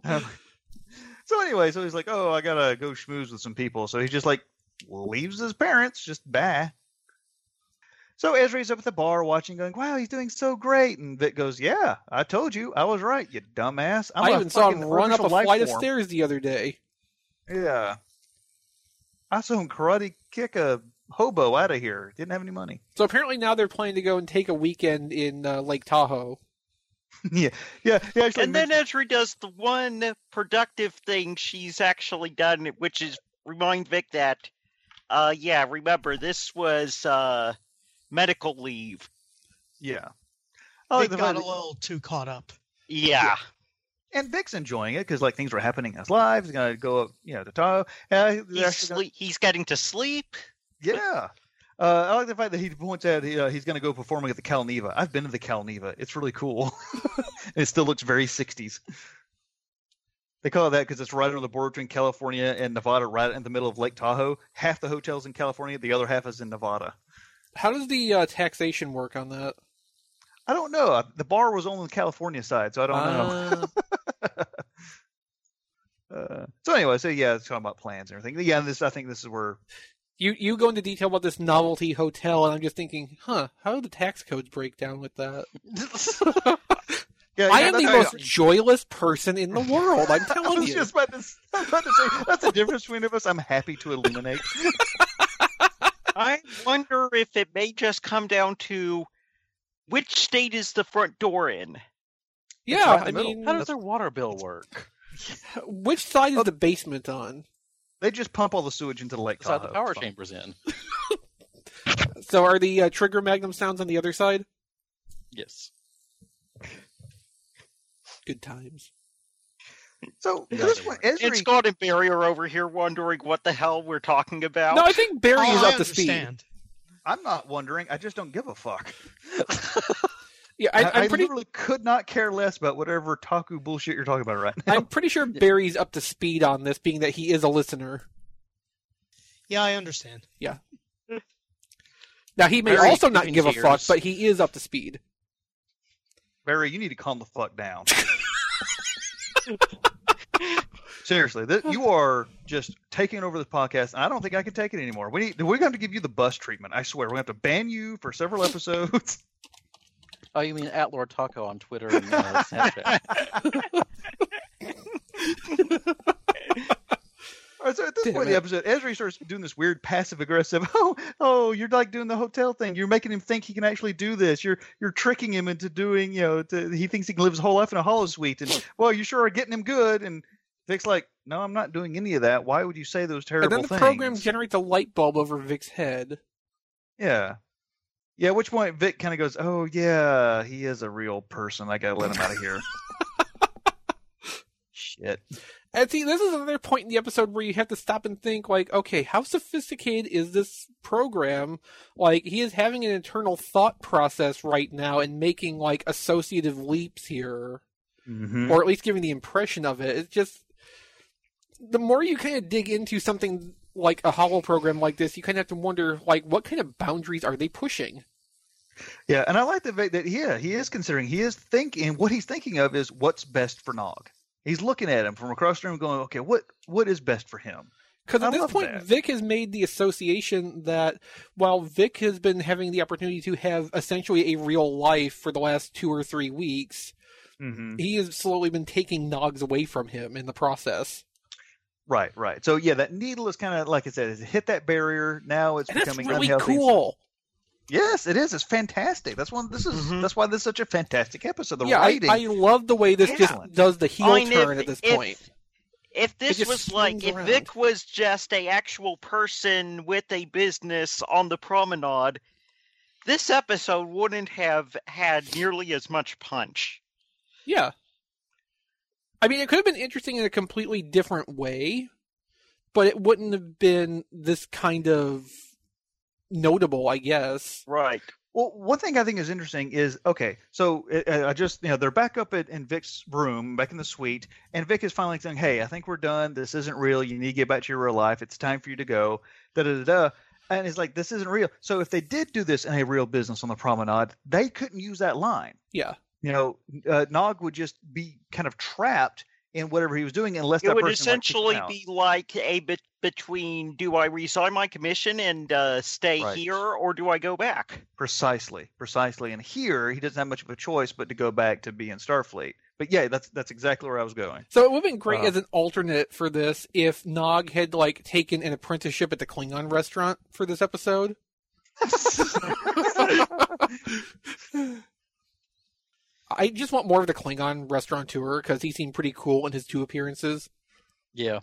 Speaker 3: Um, so anyway, so he's like, "Oh, I gotta go schmooze with some people." So he just like leaves his parents, just bye. So Ezra's up at the bar watching, going, "Wow, he's doing so great!" And Vic goes, "Yeah, I told you, I was right, you dumbass." I'm
Speaker 1: i
Speaker 3: a
Speaker 1: even saw him
Speaker 3: fucking
Speaker 1: run up a
Speaker 3: artificial life
Speaker 1: flight of
Speaker 3: form."
Speaker 1: stairs the other day.
Speaker 3: Yeah, I saw him karate kick a hobo out of here. Didn't have any money.
Speaker 1: So apparently now they're planning to go and take a weekend in uh, Lake Tahoe.
Speaker 3: yeah, yeah. He actually
Speaker 4: and then Ezra does the one productive thing she's actually done, which is remind Vic that, uh, yeah, remember this was uh, medical leave.
Speaker 3: yeah. I
Speaker 5: They
Speaker 3: like the fact
Speaker 5: got a
Speaker 3: that-
Speaker 5: little too caught up.
Speaker 4: Yeah,
Speaker 3: and Vic's enjoying it because like things were happening in his life. He's gonna go up, you know, to Tahoe. Uh, he's
Speaker 4: he's
Speaker 3: actually gonna-
Speaker 4: sleep- he's getting to sleep.
Speaker 3: yeah. Uh, I like the fact that he points out he, uh, he's going to go performing at the Calneva. I've been to the Calneva. It's really cool. [LAUGHS] it still looks very 60s. They call it that because it's right on the border between California and Nevada, right in the middle of Lake Tahoe. Half the hotels in California, the other half is in Nevada.
Speaker 1: How does the uh, taxation work on that?
Speaker 3: I don't know. Uh, The bar was only on the California side, so I don't know.
Speaker 1: Uh,
Speaker 3: Uh, so anyway, so yeah, it's talking about plans and everything. Yeah, this I think this is where
Speaker 1: [LAUGHS] you you go into detail about this novelty hotel, and I'm just thinking, huh? How do the tax codes break down with that?
Speaker 3: yeah,
Speaker 1: I
Speaker 3: yeah,
Speaker 1: am the
Speaker 3: that's-
Speaker 1: most joyless person in the world.
Speaker 3: [LAUGHS]
Speaker 1: I'm
Speaker 3: I
Speaker 1: telling
Speaker 3: was
Speaker 1: you.
Speaker 3: just about to, s- [LAUGHS] I was about to say that's the difference between of us. I'm happy to eliminate.
Speaker 4: I wonder if it may just come down to which state is the front door in.
Speaker 1: yeah,
Speaker 3: right in the
Speaker 1: I
Speaker 3: middle.
Speaker 1: mean,
Speaker 2: How does their water bill work?
Speaker 1: which side
Speaker 3: Oh.
Speaker 1: is the basement on?
Speaker 3: They just pump all the sewage into the lake. Oh,
Speaker 2: The side the
Speaker 3: Tahoe.
Speaker 2: power
Speaker 3: It's fine.
Speaker 2: chamber's in.
Speaker 1: So are the uh, trigger magnum sounds on the other side?
Speaker 2: Yes.
Speaker 1: Good times.
Speaker 3: So
Speaker 2: Yeah,
Speaker 3: this
Speaker 2: they
Speaker 3: one,
Speaker 2: work.
Speaker 3: Ezri,
Speaker 4: It's Scott and Barry are over here wondering what the hell we're talking about.
Speaker 1: No, I think Barry
Speaker 5: Oh,
Speaker 1: is
Speaker 5: I
Speaker 1: up to speed.
Speaker 5: understand.
Speaker 3: I'm not wondering. I just don't give a fuck.
Speaker 1: Yeah,
Speaker 3: I,
Speaker 1: I, I'm
Speaker 3: I
Speaker 1: pretty.
Speaker 3: literally could not care less about whatever taku bullshit you're talking about right now.
Speaker 1: I'm pretty sure Barry's up to speed on this, being that he is a listener.
Speaker 5: Yeah, I understand.
Speaker 1: Now he may
Speaker 2: Barry
Speaker 1: also not
Speaker 2: even
Speaker 1: give a fuck,
Speaker 2: hears.
Speaker 1: but he is up to speed.
Speaker 3: Barry, you need to calm the fuck down. Seriously, th- you are just taking over this podcast, and I don't think I can take it anymore. We need, we're going to have to give you the bus treatment. I swear, we're going to have to ban you for several episodes.
Speaker 2: Oh, you mean at Lord Taco on Twitter and uh, Snapchat?
Speaker 3: All right, so at this
Speaker 1: Damn
Speaker 3: point in
Speaker 1: it.
Speaker 3: the episode, Ezri starts doing this weird passive aggressive. [LAUGHS] Oh, oh, you're like doing the hotel thing. You're making him think he can actually do this. You're you're tricking him into doing. You know, to, he thinks he can live his whole life in a hollow
Speaker 1: [LAUGHS]
Speaker 3: suite. And well, you sure are getting him good. And Vic's like, no, I'm not doing any of that. Why would you say those terrible
Speaker 1: and then the
Speaker 3: things?
Speaker 1: program generates a light bulb over Vic's head.
Speaker 3: yeah, yeah. At which point Vic kind of goes, oh yeah, he is a real person. I gotta let him out of
Speaker 1: [LAUGHS]
Speaker 3: here. Shit.
Speaker 1: And see, this is another point in the episode where you have to stop and think, like, okay, how sophisticated is this program? Like, he is having an internal thought process right now and making, like, associative leaps here,
Speaker 3: Mhm.
Speaker 1: or at least giving the impression of it. It's just, the more you kind of dig into something like a hollow program like this, you kind of have to wonder, like, what kind of boundaries are they pushing?
Speaker 3: Yeah, and I like the fact that yeah, he is considering. He is thinking. What he's thinking of is what's best for Nog. He's looking at him from across the room, going, "Okay, what what is best for him?"
Speaker 1: Because
Speaker 3: I
Speaker 1: at this
Speaker 3: love
Speaker 1: point,
Speaker 3: that.
Speaker 1: Vic has made the association that while Vic has been having the opportunity to have essentially a real life for the last two or three weeks,
Speaker 3: Mm-hmm.
Speaker 1: he has slowly been taking Nogs away from him in the process.
Speaker 3: Right, right. So yeah, that needle is kind of like I said, it's hit that barrier. Now it's
Speaker 1: And that's
Speaker 3: becoming
Speaker 1: really
Speaker 3: unhealthy.
Speaker 1: cool.
Speaker 3: Yes, it is. It's fantastic. That's one. This is
Speaker 4: Mhm.
Speaker 3: that's why this is such a fantastic episode. The
Speaker 1: Mm-hmm. yeah, I,
Speaker 3: writing.
Speaker 1: I love the way this just
Speaker 3: Excellent.
Speaker 1: does the heel
Speaker 4: I mean,
Speaker 1: turn
Speaker 4: if-
Speaker 1: at this
Speaker 4: if-
Speaker 1: point.
Speaker 4: If this
Speaker 1: just
Speaker 4: was like,
Speaker 1: swings
Speaker 4: if
Speaker 1: around.
Speaker 4: Vic was just a actual person with a business on the promenade, this episode wouldn't have had nearly as much punch.
Speaker 1: Yeah. I mean, it could have been interesting in a completely different way, but it wouldn't have been this kind of notable, I guess.
Speaker 4: Right.
Speaker 3: Well, one thing I think is interesting is okay. So uh, uh, I just you know they're back up at, in Vic's room, back in the suite, and Vic is finally saying, "Hey, I think we're done. This isn't real. You need to get back to your real life. It's time for you to go." Da da da. da. And it's like this isn't real. So if they did do this in a real business on the promenade, they couldn't use that line.
Speaker 1: Yeah.
Speaker 3: You know, uh, Nog would just be kind of trapped in whatever he was doing unless
Speaker 4: It
Speaker 3: that
Speaker 4: would
Speaker 3: person, like, kicked him
Speaker 4: essentially
Speaker 3: out.
Speaker 4: be like a bit between do I resign my commission and uh, stay
Speaker 3: Right.
Speaker 4: here or do I go back?
Speaker 3: Precisely, precisely. And here he doesn't have much of a choice but to go back to be in Starfleet. But yeah, that's that's exactly where I was going.
Speaker 1: So it would have been great
Speaker 3: Uh.
Speaker 1: as an alternate for this if Nog had like taken an apprenticeship at the Klingon restaurant for this episode. [LAUGHS] I just want more of the Klingon restaurateur because he seemed pretty cool in his two appearances.
Speaker 2: yeah.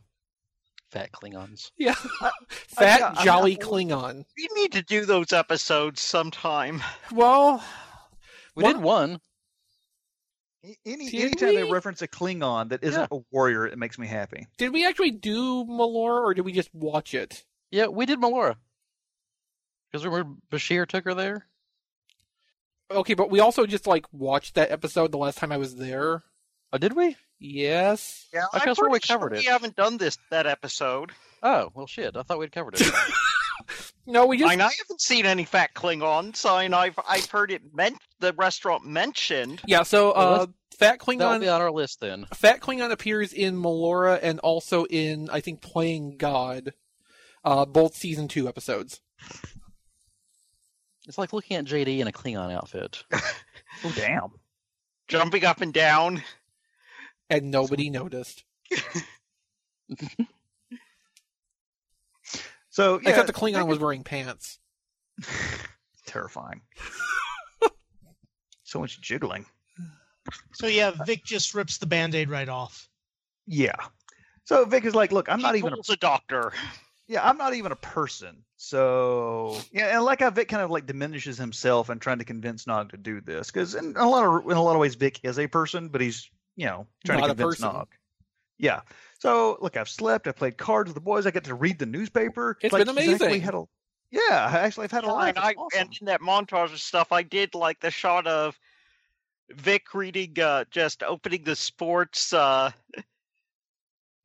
Speaker 2: Fat Klingons.
Speaker 1: Yeah,
Speaker 3: yeah,
Speaker 1: [LAUGHS] fat
Speaker 3: I'm
Speaker 1: jolly
Speaker 3: not-
Speaker 1: Klingon.
Speaker 4: We need to do those episodes sometime.
Speaker 1: Well,
Speaker 2: We
Speaker 1: What?
Speaker 2: did one.
Speaker 3: Any
Speaker 1: Did
Speaker 3: anytime they
Speaker 1: we?
Speaker 3: reference a Klingon that isn't a warrior, it makes me happy.
Speaker 1: did we actually do Malora or did we just watch it?
Speaker 2: Yeah, we did Melora. Because remember Bashir took her there?
Speaker 1: Okay, but we also just like watched that episode the last time I was there.
Speaker 2: Oh, did we?
Speaker 1: Yes.
Speaker 4: Yeah,
Speaker 2: I
Speaker 4: I'm
Speaker 2: guess where we
Speaker 4: pretty sure
Speaker 2: covered
Speaker 4: we
Speaker 2: it.
Speaker 4: haven't done this that episode.
Speaker 2: Oh, well, shit. I thought we'd covered it.
Speaker 1: No, we just
Speaker 4: I mean, I haven't seen any fat Klingons, I mean, I've I've heard it meant the restaurant mentioned.
Speaker 1: yeah. So
Speaker 2: Well,
Speaker 1: uh, fat
Speaker 2: That'll
Speaker 1: Klingon
Speaker 2: be on our list then.
Speaker 1: Fat Klingon appears in Melora and also in, I think, Playing God, uh, both season two episodes.
Speaker 2: It's like looking at JD in a Klingon outfit.
Speaker 3: Oh, damn.
Speaker 4: Jumping up and down.
Speaker 1: And nobody noticed.
Speaker 3: So yeah,
Speaker 1: Except the Klingon was wearing pants.
Speaker 3: [LAUGHS] terrifying. so much jiggling.
Speaker 5: So yeah, Vic just rips the band-aid right off.
Speaker 3: Yeah. So Vic is like, look, I'm not
Speaker 4: He
Speaker 3: even a
Speaker 4: pulls a doctor.
Speaker 3: yeah, I'm not even a person. So yeah, and like how Vic kind of like diminishes himself and trying to convince Nog to do this because in a lot of in a lot of ways Vic is a person, but he's you know trying
Speaker 1: Not a
Speaker 3: to convince
Speaker 1: person.
Speaker 3: Nog. Yeah. So look, I've slept. I played cards with the boys. I got to read the newspaper.
Speaker 1: It's
Speaker 3: It's
Speaker 1: been
Speaker 3: He's actually
Speaker 1: amazing.
Speaker 3: had a, yeah, I actually have had a life.
Speaker 4: and, I,
Speaker 3: It's awesome.
Speaker 4: and in that montage of stuff, I did like the shot of Vic reading, uh, just opening the sports, uh,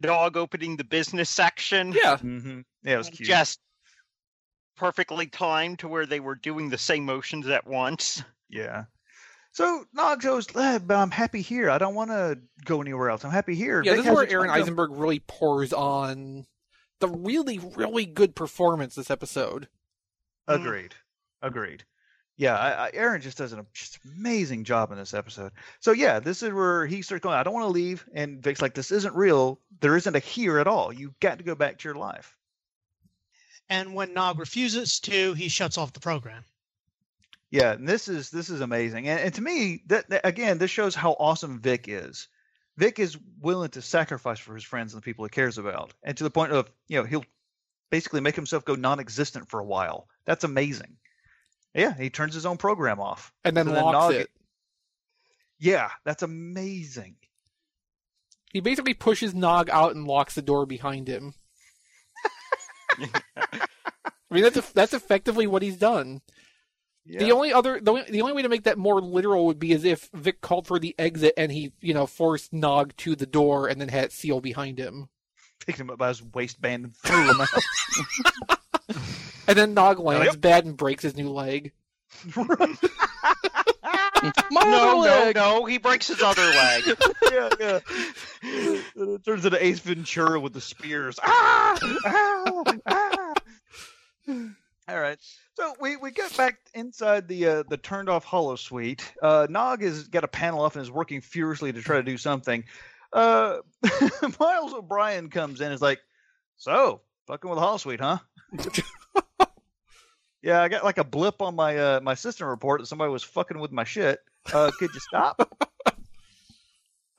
Speaker 4: dog opening the business section.
Speaker 1: Yeah.
Speaker 3: hmm Yeah, it was
Speaker 4: and
Speaker 3: cute.
Speaker 4: Just perfectly timed to where they were doing the same motions at once.
Speaker 3: Yeah. So Nog goes, "Ah, but I'm happy here. I don't want to go anywhere else. I'm happy here.
Speaker 1: Yeah,
Speaker 3: Vic
Speaker 1: this is
Speaker 3: has
Speaker 1: where
Speaker 3: explained
Speaker 1: Aaron
Speaker 3: to him-
Speaker 1: Eisenberg really pours on the really, really good performance this episode.
Speaker 4: Mm.
Speaker 3: Agreed. Agreed. yeah, I, I, Aaron just does an just amazing job in this episode. So yeah, this is where he starts going, I don't want to leave, and Vic's like, this isn't real. There isn't a here at all. You've got to go back to your life.
Speaker 5: And when Nog refuses to, he shuts off the program.
Speaker 3: Yeah, and this is this is amazing. And, and to me, that, that- again, this shows how awesome Vic is. Vic is willing to sacrifice for his friends and the people he cares about, and to the point of you know he'll basically make himself go non-existent for a while. That's amazing. Yeah, he turns his own program off.
Speaker 1: and then
Speaker 3: So then
Speaker 1: locks
Speaker 3: Nog-
Speaker 1: it.
Speaker 3: Yeah, that's amazing.
Speaker 1: He basically pushes Nog out and locks the door behind him. I mean, that's that's effectively what he's done.
Speaker 3: Yeah.
Speaker 1: The only other the only, the only way to make that more literal would be as if Vic called for the exit and he you know forced Nog to the door and then had it seal behind him,
Speaker 3: picked him up by his waistband and threw
Speaker 1: [LAUGHS]
Speaker 3: him out. [LAUGHS]
Speaker 1: and then Nog lands
Speaker 3: Yep.
Speaker 1: bad and breaks his new leg.
Speaker 2: My
Speaker 4: no, no,
Speaker 2: leg!
Speaker 4: no. He breaks his other leg.
Speaker 3: [LAUGHS] yeah, yeah. And it turns into Ace Ventura with the spears. Ah! Ow! Ah! All right. So we, we get back inside the uh, the turned off hollow suite. Uh, Nog has got a panel up and is working furiously to try to do something. Uh, [LAUGHS] Miles O'Brien comes in and is like, So, fucking with the hollow suite, huh? yeah, I got like a blip on my uh, my system report that somebody was fucking with my shit. Uh, could you stop?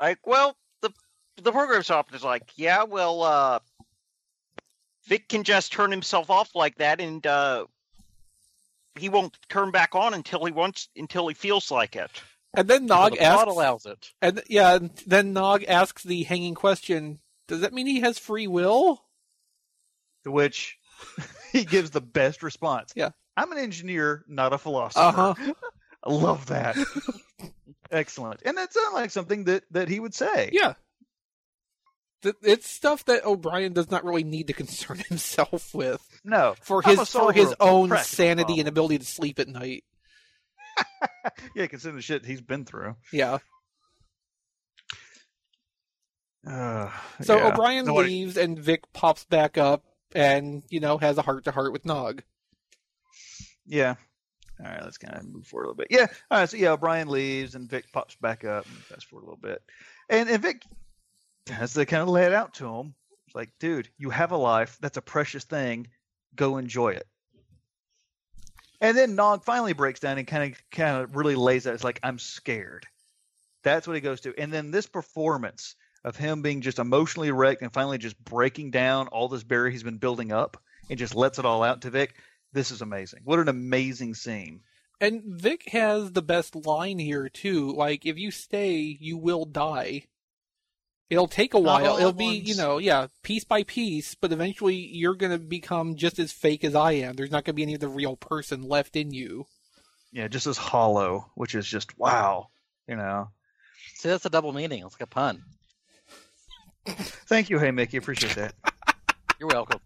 Speaker 4: Like, well, the the program shop is like, yeah, well, uh, Vic can just turn himself off like that, and uh, he won't turn back on until he wants, until he feels like it.
Speaker 1: And then Nog
Speaker 2: the plot
Speaker 1: asks,
Speaker 2: allows it.
Speaker 1: and yeah, and then Nog asks the hanging question: Does that mean he has free will?
Speaker 3: to which [LAUGHS] he gives the best response.
Speaker 1: Yeah.
Speaker 3: I'm an engineer, not a philosopher.
Speaker 1: Uh huh.
Speaker 3: I
Speaker 1: [LAUGHS]
Speaker 3: love that. Excellent. And that sounds like something that, that he would say.
Speaker 1: Yeah. Th- It's stuff that O'Brien does not really need to [LAUGHS] concern himself with
Speaker 3: No.
Speaker 1: for
Speaker 3: I'm a
Speaker 1: his for
Speaker 3: solver
Speaker 1: his
Speaker 3: of
Speaker 1: own
Speaker 3: practical
Speaker 1: sanity and
Speaker 3: problems.
Speaker 1: ability to sleep at night.
Speaker 3: Yeah, considering the shit he's been through. [SIGHS]
Speaker 1: Yeah.
Speaker 3: Uh,
Speaker 1: So
Speaker 3: yeah.
Speaker 1: O'Brien
Speaker 3: Nobody-
Speaker 1: leaves and Vic pops back up and, you know, has a heart to heart with Nog.
Speaker 3: Yeah. All right, let's kind of move forward a little bit. Yeah. All right. So yeah, O'Brien leaves and Vic pops back up. And fast forward a little bit, and and Vic has to kind of lay it out to him. It's like, dude, you have a life. That's a precious thing. Go enjoy it. And then Nog finally breaks down and kind of kind of really lays out. It's like I'm scared. That's what he goes to. And then this performance of him being just emotionally wrecked and finally just breaking down all this barrier he's been building up and just lets it all out to Vic this is amazing. What an amazing scene.
Speaker 1: And Vic has the best line here too. Like if you stay, you will die. It'll take a
Speaker 5: Not all
Speaker 1: while.
Speaker 5: at
Speaker 1: It'll be,
Speaker 5: once.
Speaker 1: you know, yeah, piece by piece, but eventually you're going to become just as fake as I am. There's not going to be any of the real person left in you.
Speaker 3: Yeah, just as hollow, which is just wow. You know.
Speaker 2: See, that's a double meaning. It's like a pun.
Speaker 3: Thank you, Hey Mickey. Appreciate that.
Speaker 2: You're welcome.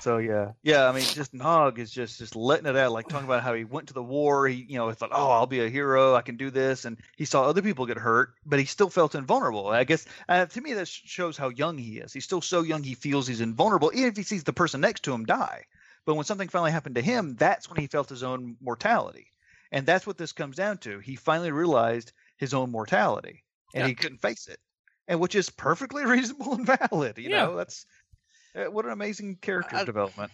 Speaker 3: so yeah, yeah. I mean, just Nog is just just letting it out, like talking about how he went to the war. He, you know, he thought, oh, I'll be a hero. I can do this, and he saw other people get hurt, but he still felt invulnerable. I guess uh, to me that sh- shows how young he is. He's still so young. He feels he's invulnerable, even if he sees the person next to him die. But when something finally happened to him, that's when he felt his own mortality, and that's what this comes down to. He finally realized his own mortality, and
Speaker 1: Yeah.
Speaker 3: he couldn't face it, and which is perfectly [LAUGHS] reasonable and valid. You
Speaker 1: Yeah.
Speaker 3: know, that's uh, what an amazing character
Speaker 2: I-
Speaker 3: development.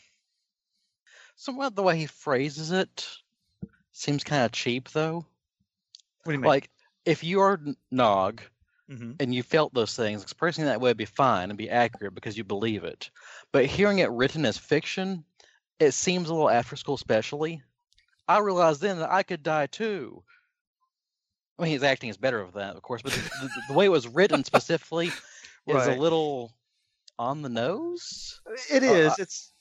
Speaker 2: Somewhat the way he phrases it seems kind of cheap, though.
Speaker 3: What do you mean?
Speaker 2: Like, if you are N- Nog
Speaker 3: mm-hmm.
Speaker 2: and you felt those things, expressing that way would be fine and be accurate because you believe it. But hearing it written as fiction, it seems a little after school, specially. I realized then that I could die too. I mean, his acting is better of that, of course, but the, the, the way it was written specifically is a
Speaker 3: Right.
Speaker 2: little on the nose.
Speaker 3: It
Speaker 2: Uh,
Speaker 3: is. it's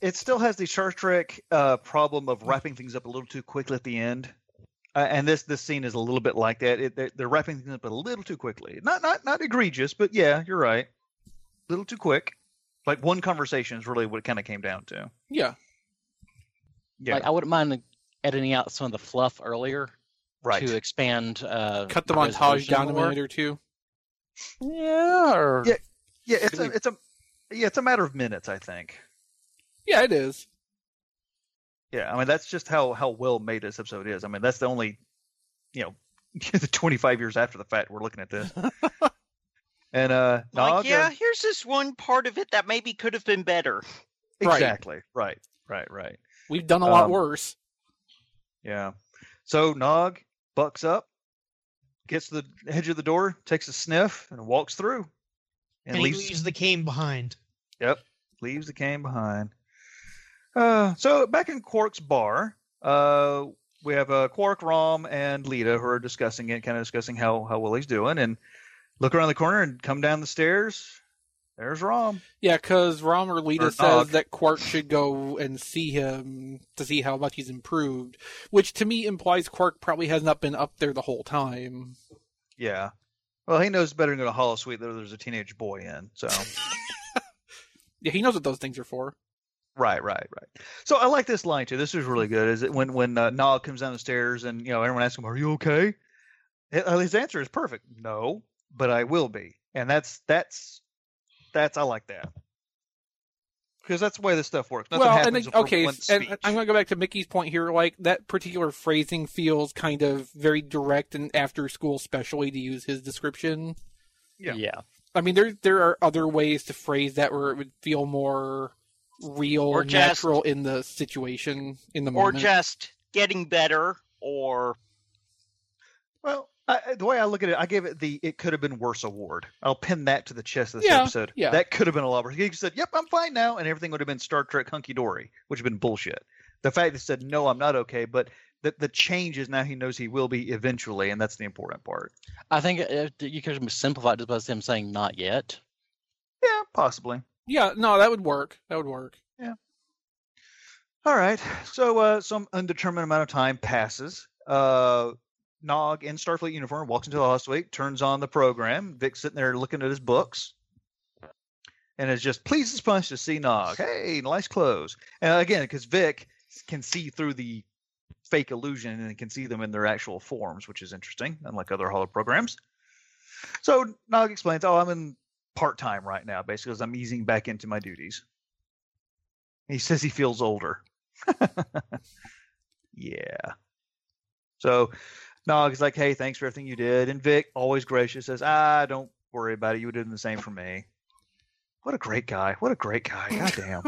Speaker 3: it still has the Star Trek uh, problem of wrapping things up a little too quickly at the end, uh, and this this scene is a little bit like that. It, they're, they're wrapping things up a little too quickly. Not not not egregious, but yeah, you're right. A little too quick. Like one conversation is really what it kind of came down to.
Speaker 1: Yeah.
Speaker 3: Yeah,
Speaker 2: Like, I wouldn't mind editing out some of the fluff earlier
Speaker 3: right.
Speaker 2: to expand. Uh,
Speaker 1: Cut the montage
Speaker 2: resolution
Speaker 1: down a
Speaker 2: more.
Speaker 1: minute or two.
Speaker 2: Yeah. Or
Speaker 3: Yeah, it's a it's a yeah, it's a matter of minutes, I think.
Speaker 1: Yeah, it is.
Speaker 3: Yeah, I mean that's just how how well made this episode is. I mean that's the only, you know, [LAUGHS] the 25 years after the fact we're looking at this. and uh,
Speaker 4: Like,
Speaker 3: Nog, uh,
Speaker 4: yeah, here's this one part of it that maybe could have been better.
Speaker 1: Right.
Speaker 3: exactly, right, right, right.
Speaker 1: We've done a lot
Speaker 3: Um,
Speaker 1: worse.
Speaker 3: Yeah. So Nog bucks up, gets to the edge of the door, takes a sniff, and walks through, and,
Speaker 5: and he
Speaker 3: leaves
Speaker 5: leaves the cane behind.
Speaker 3: leaves the cane behind. Uh, so back in Quark's bar, uh, we have uh, Quark, Rom, and Lita who are discussing it, kind of discussing how how Willie's doing, and look around the corner and come down the stairs. There's Rom.
Speaker 1: Yeah, because Rom or Lita
Speaker 3: Or
Speaker 1: says
Speaker 3: Nog.
Speaker 1: that Quark should go and see him to see how much he's improved, which to me implies Quark probably has not been up there the whole time.
Speaker 3: Yeah. Well, he knows better than to go to Hollow Suite that there's a teenage boy in. So
Speaker 1: Yeah, he knows what those things are for.
Speaker 3: right, right, right. So I like this line too. This is really good. Is it when when uh, Nog comes down the stairs and you know everyone asks him, "Are you okay?" Uh, His answer is perfect. No, but I will be, and that's that's that's I like that because that's the way this stuff works. Nothing
Speaker 1: well, and
Speaker 3: happens
Speaker 1: then-
Speaker 3: before
Speaker 1: okay,
Speaker 3: one
Speaker 1: s- and
Speaker 3: speech.
Speaker 1: I'm going to go back to Mickey's point here. Like that particular phrasing feels kind of very direct and after school, specially to use his description.
Speaker 3: Yeah.
Speaker 1: I mean, there there are other ways to phrase that where it would feel more real,
Speaker 4: Or
Speaker 1: and
Speaker 4: just-
Speaker 1: natural in the situation in the
Speaker 4: Or
Speaker 1: moment.
Speaker 3: Mm-hmm.
Speaker 4: just getting better, or
Speaker 3: Well, I, I- the way I look at it, I gave it the "it could have been worse" award. I'll pin that to the chest of this
Speaker 1: Yeah,
Speaker 3: episode.
Speaker 1: yeah.
Speaker 3: that could have been a lot worse. He said, "Yep, I'm fine now," and everything would have been Star Trek hunky dory, which would have been bullshit. The fact that he said, "No, I'm not okay," but the the change is now he knows he will be eventually, and that's the important part.
Speaker 2: I think uh, you could simplify it just by him saying "not yet."
Speaker 3: Yeah, possibly.
Speaker 1: yeah, no, that would work. That would work.
Speaker 3: All right. So uh, some undetermined amount of time passes. Uh, Nog in Starfleet uniform walks into the hall suite, turns on the program. Vic's sitting there looking at his books, and is just pleased as punch to see Nog. Hey, nice clothes. And again, because Vic can see through the fake illusion and can see them in their actual forms, which is interesting, unlike other Hollow programs. So Nog explains, "Oh, I'm in part time right now, basically, 'cause I'm easing back into my duties." He says he feels older. yeah. So Nog is like, hey, thanks for everything you did. And Vic, always gracious, says, ah, don't worry about it. You did the same for me. What a great guy. What a great guy. God
Speaker 1: [LAUGHS]
Speaker 3: damn.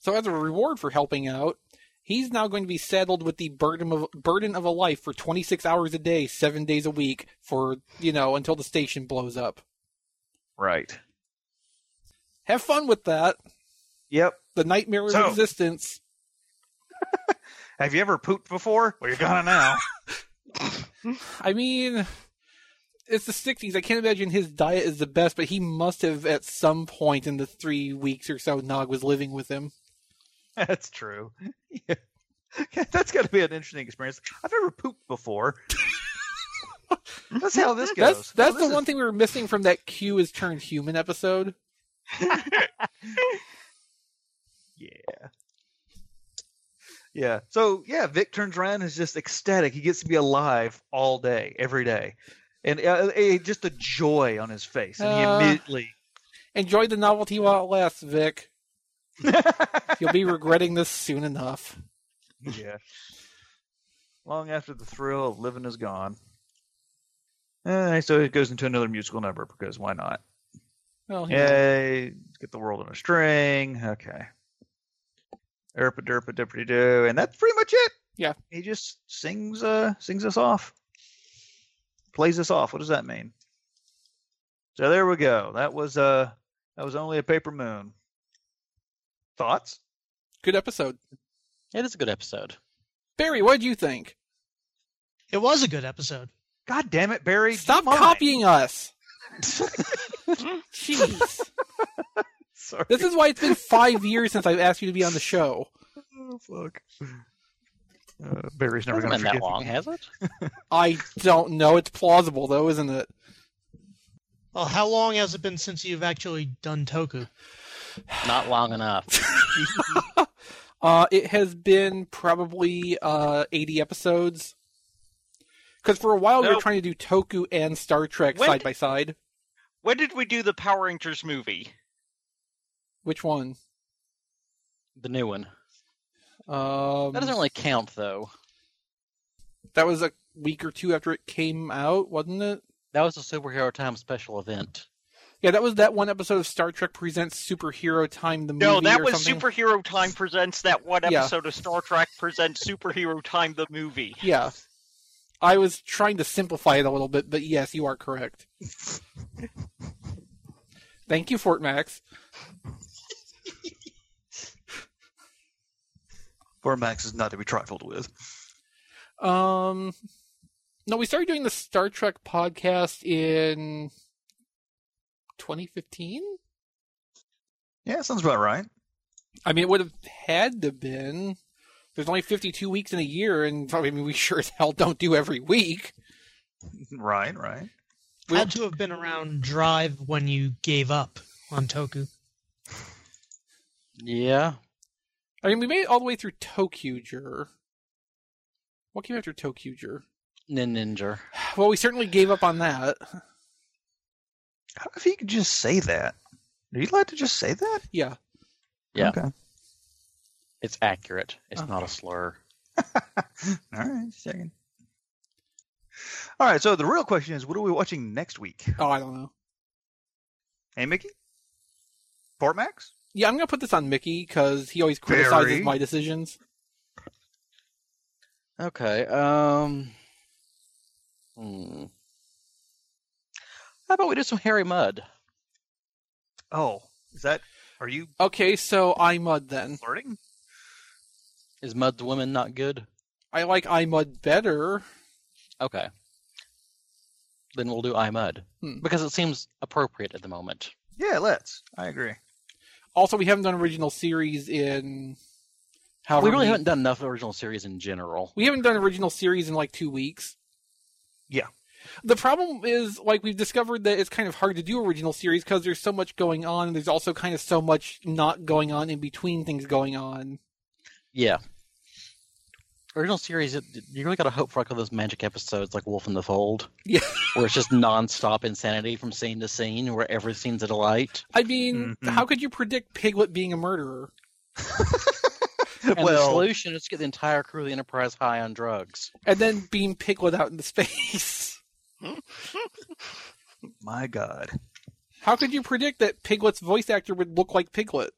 Speaker 1: So as a reward for helping out, he's now going to be saddled with the burden of burden of a life for 26 hours a day, 7 days a week for, you know, until the station blows up.
Speaker 3: right.
Speaker 1: Have fun with that.
Speaker 3: Yep.
Speaker 1: The nightmare of
Speaker 3: So-
Speaker 1: existence.
Speaker 3: Have you ever pooped before? Well, you're gonna now. [LAUGHS]
Speaker 1: I mean, it's the 60s. I can't imagine his diet is the best, but he must have at some point in the 3 weeks or so Nog was living with him.
Speaker 3: That's true. [LAUGHS] Yeah. That's got to be an interesting experience. I've never pooped before. [LAUGHS] that's how this goes.
Speaker 1: That's that's
Speaker 3: This
Speaker 1: the
Speaker 3: is-
Speaker 1: one thing we were missing from that Q is turned human episode.
Speaker 3: Yeah. Yeah. So yeah, Vic turns around and is just ecstatic. He gets to be alive all day, every day, and uh, eh, just the joy on his face. And he
Speaker 1: Uh.
Speaker 3: immediately.
Speaker 1: Enjoy the novelty while it lasts, Vic. You'll be regretting this soon enough.
Speaker 3: yeah. Long after the thrill of living is gone. Eh, so it goes into another musical number because why not?
Speaker 1: Well, you know.
Speaker 3: Yay! Get the world on a string. Okay. Erpa derpa derpity do, and that's pretty much it.
Speaker 1: Yeah.
Speaker 3: He just sings uh sings us off. Plays us off. What does that mean? So there we go. That was uh that was only a paper moon. Thoughts?
Speaker 1: good episode.
Speaker 2: It is a good episode.
Speaker 1: Barry, what did you think?
Speaker 5: It was a good episode.
Speaker 3: God damn it, Barry. do
Speaker 1: Stop
Speaker 3: mine.
Speaker 1: copying us. Jeez.
Speaker 3: [LAUGHS] Sorry.
Speaker 1: This is why it's been five years since I've asked you to be on the show.
Speaker 3: Oh, fuck. Uh, Barry's never
Speaker 2: hasn't
Speaker 3: gonna
Speaker 2: been that
Speaker 3: forgive me.
Speaker 2: long, has it?
Speaker 1: I don't know. It's plausible, though, isn't it?
Speaker 5: Well, how long has it been since you've actually done Toku?
Speaker 2: Not long
Speaker 1: [LAUGHS]
Speaker 2: enough.
Speaker 1: Uh, it has been probably uh, 80 episodes. Because for a while we were
Speaker 4: Nope.
Speaker 1: trying to do Toku and Star Trek
Speaker 4: When
Speaker 1: side
Speaker 4: did-
Speaker 1: by side.
Speaker 4: when did we do the Power Rangers movie?
Speaker 1: Which one?
Speaker 2: The new one.
Speaker 1: Um,
Speaker 2: That doesn't really count, though.
Speaker 1: that was a week or two after it came out, wasn't it?
Speaker 2: That was a superhero time special event.
Speaker 1: Yeah, that was that one episode of Star Trek Presents Superhero Time, the movie.
Speaker 4: No, that
Speaker 1: or
Speaker 4: was
Speaker 1: something.
Speaker 4: Superhero Time Presents that one
Speaker 1: Yeah.
Speaker 4: episode of Star Trek Presents Superhero Time the movie.
Speaker 1: Yeah. I was trying to simplify it a little bit, but yes, you are
Speaker 4: [LAUGHS]
Speaker 1: correct. Thank you, Fort Max.
Speaker 3: Where Max is not to be trifled with.
Speaker 1: Um, no, we started doing the Star Trek podcast in 2015.
Speaker 3: Yeah, sounds about right. [LAUGHS]
Speaker 1: I mean, it would have had to been. There's only 52 weeks in a year, and I mean, we sure as hell don't do every week.
Speaker 3: Right, right.
Speaker 5: Had to have been around Drive when you gave up on Toku.
Speaker 2: Yeah.
Speaker 1: I mean, we made it all the way through Tokuger. What came after Tokuger? [SIGHS]
Speaker 2: Nin Ninja.
Speaker 1: Well, we certainly gave up on that. [LAUGHS]
Speaker 3: How if you could just say that? Are you allowed to just say that?
Speaker 1: Yeah.
Speaker 2: Yeah.
Speaker 3: Okay.
Speaker 2: It's accurate. It's
Speaker 1: Oh.
Speaker 2: not a slur.
Speaker 3: All right, just checking. All right, so the real question is, what are we watching next week?
Speaker 1: Oh, I don't know.
Speaker 3: Hey, Mickey? Fort Max?
Speaker 1: Yeah, I'm gonna put this on Mickey because he always criticizes
Speaker 3: Barry?
Speaker 1: my decisions.
Speaker 2: Okay. Um. Hmm. How about we do some Harry Mudd?
Speaker 3: Oh, is that? Are you
Speaker 1: Okay, so I mud then.
Speaker 3: flirting?
Speaker 2: Is Mudd's Women not good?
Speaker 1: I like I mud better.
Speaker 2: Okay. Then we'll do I Mud
Speaker 1: Hmm.
Speaker 2: because it seems appropriate at the moment.
Speaker 3: Yeah, let's. I agree.
Speaker 1: Also, we haven't done original series in however
Speaker 2: we really
Speaker 1: many-
Speaker 2: haven't done enough original series in general.
Speaker 1: we haven't done original series in like two weeks.
Speaker 3: Yeah.
Speaker 1: The problem is like we've discovered that it's kind of hard to do original series because there's so much going on. And there's also kind of so much not going on in between things going on.
Speaker 2: Yeah. Original series, it- you really got to hope for like all those magic episodes like Wolf in the Fold.
Speaker 1: Yeah.
Speaker 2: [LAUGHS] Where it's just nonstop insanity from scene to scene, where every scene's a delight.
Speaker 1: I mean,
Speaker 3: Mhm.
Speaker 1: how could you predict Piglet being a murderer?
Speaker 2: And the
Speaker 3: well,
Speaker 2: solution is to get the entire crew of the Enterprise high on drugs.
Speaker 1: and then beam Piglet out into [LAUGHS] space.
Speaker 3: my God.
Speaker 1: How could you predict that Piglet's voice actor would look like
Speaker 3: [LAUGHS]
Speaker 1: Piglet?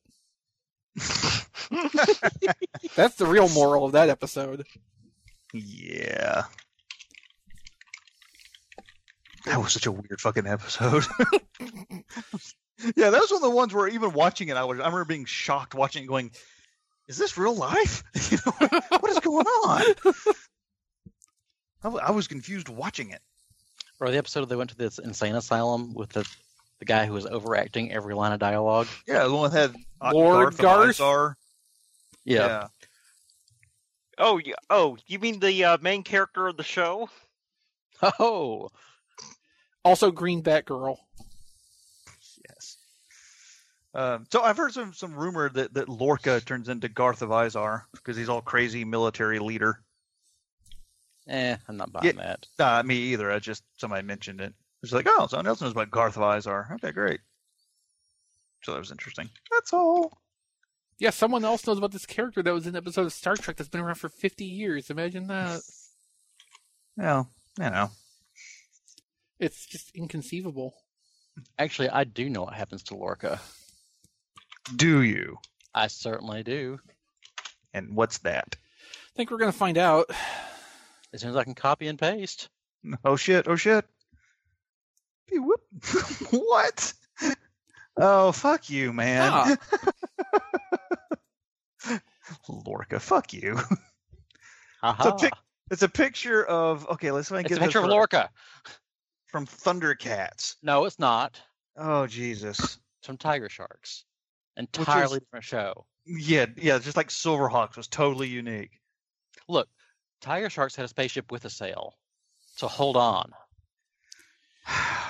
Speaker 1: That's the real moral of that episode.
Speaker 3: Yeah. That was such a weird fucking episode. [LAUGHS] yeah, that was one of the ones where even watching it, I was I remember being shocked watching it, going, "Is this real life? [LAUGHS] You know, what is going on?" I wa- I was confused watching it.
Speaker 2: Or the episode they went to this insane asylum with the the guy who was overacting every line of dialogue.
Speaker 3: Yeah, the one that had Ott
Speaker 1: Lord
Speaker 3: Garth and
Speaker 1: Garth?
Speaker 3: Izar.
Speaker 2: Yeah.
Speaker 4: Oh, y- oh, you mean the uh, main character of the show?
Speaker 2: [LAUGHS] Oh,
Speaker 1: Also, Green Batgirl.
Speaker 3: Yes. Um, so I've heard some some rumor that that Lorca turns into Garth of Izar because he's all crazy military leader.
Speaker 2: eh, I'm not buying
Speaker 3: Yeah.
Speaker 2: that.
Speaker 3: Not me either. I just somebody mentioned it. It's like, oh, someone else knows about Garth of Izar. Okay, great. So that was interesting. That's all.
Speaker 1: Yeah, someone else knows about this character that was in an episode of Star Trek that's been around for 50 years. Imagine that.
Speaker 3: Yeah, you know.
Speaker 1: It's just inconceivable.
Speaker 2: Actually, I do know what happens to Lorca.
Speaker 3: Do you?
Speaker 2: I certainly do.
Speaker 3: And what's that? [LAUGHS]
Speaker 1: I think we're going to find out.
Speaker 2: As soon as I can copy and paste.
Speaker 3: Oh shit! Oh shit! Hey, whoop. [LAUGHS] what? Oh fuck you, man.
Speaker 1: Ah.
Speaker 3: [LAUGHS] Lorca, fuck you. [LAUGHS]
Speaker 2: Aha.
Speaker 3: pic- It's a picture of okay. Let's see if I can
Speaker 2: It's a
Speaker 3: get this
Speaker 2: picture of
Speaker 3: from-
Speaker 2: Lorca.
Speaker 3: from Thundercats.
Speaker 2: No, it's not.
Speaker 3: Oh Jesus.
Speaker 2: It's from Tiger Sharks. Entirely different show.
Speaker 3: Yeah, yeah. Just like Silverhawks was totally unique. [SIGHS]
Speaker 2: Look, Tiger Sharks had a spaceship with a sail. So hold on.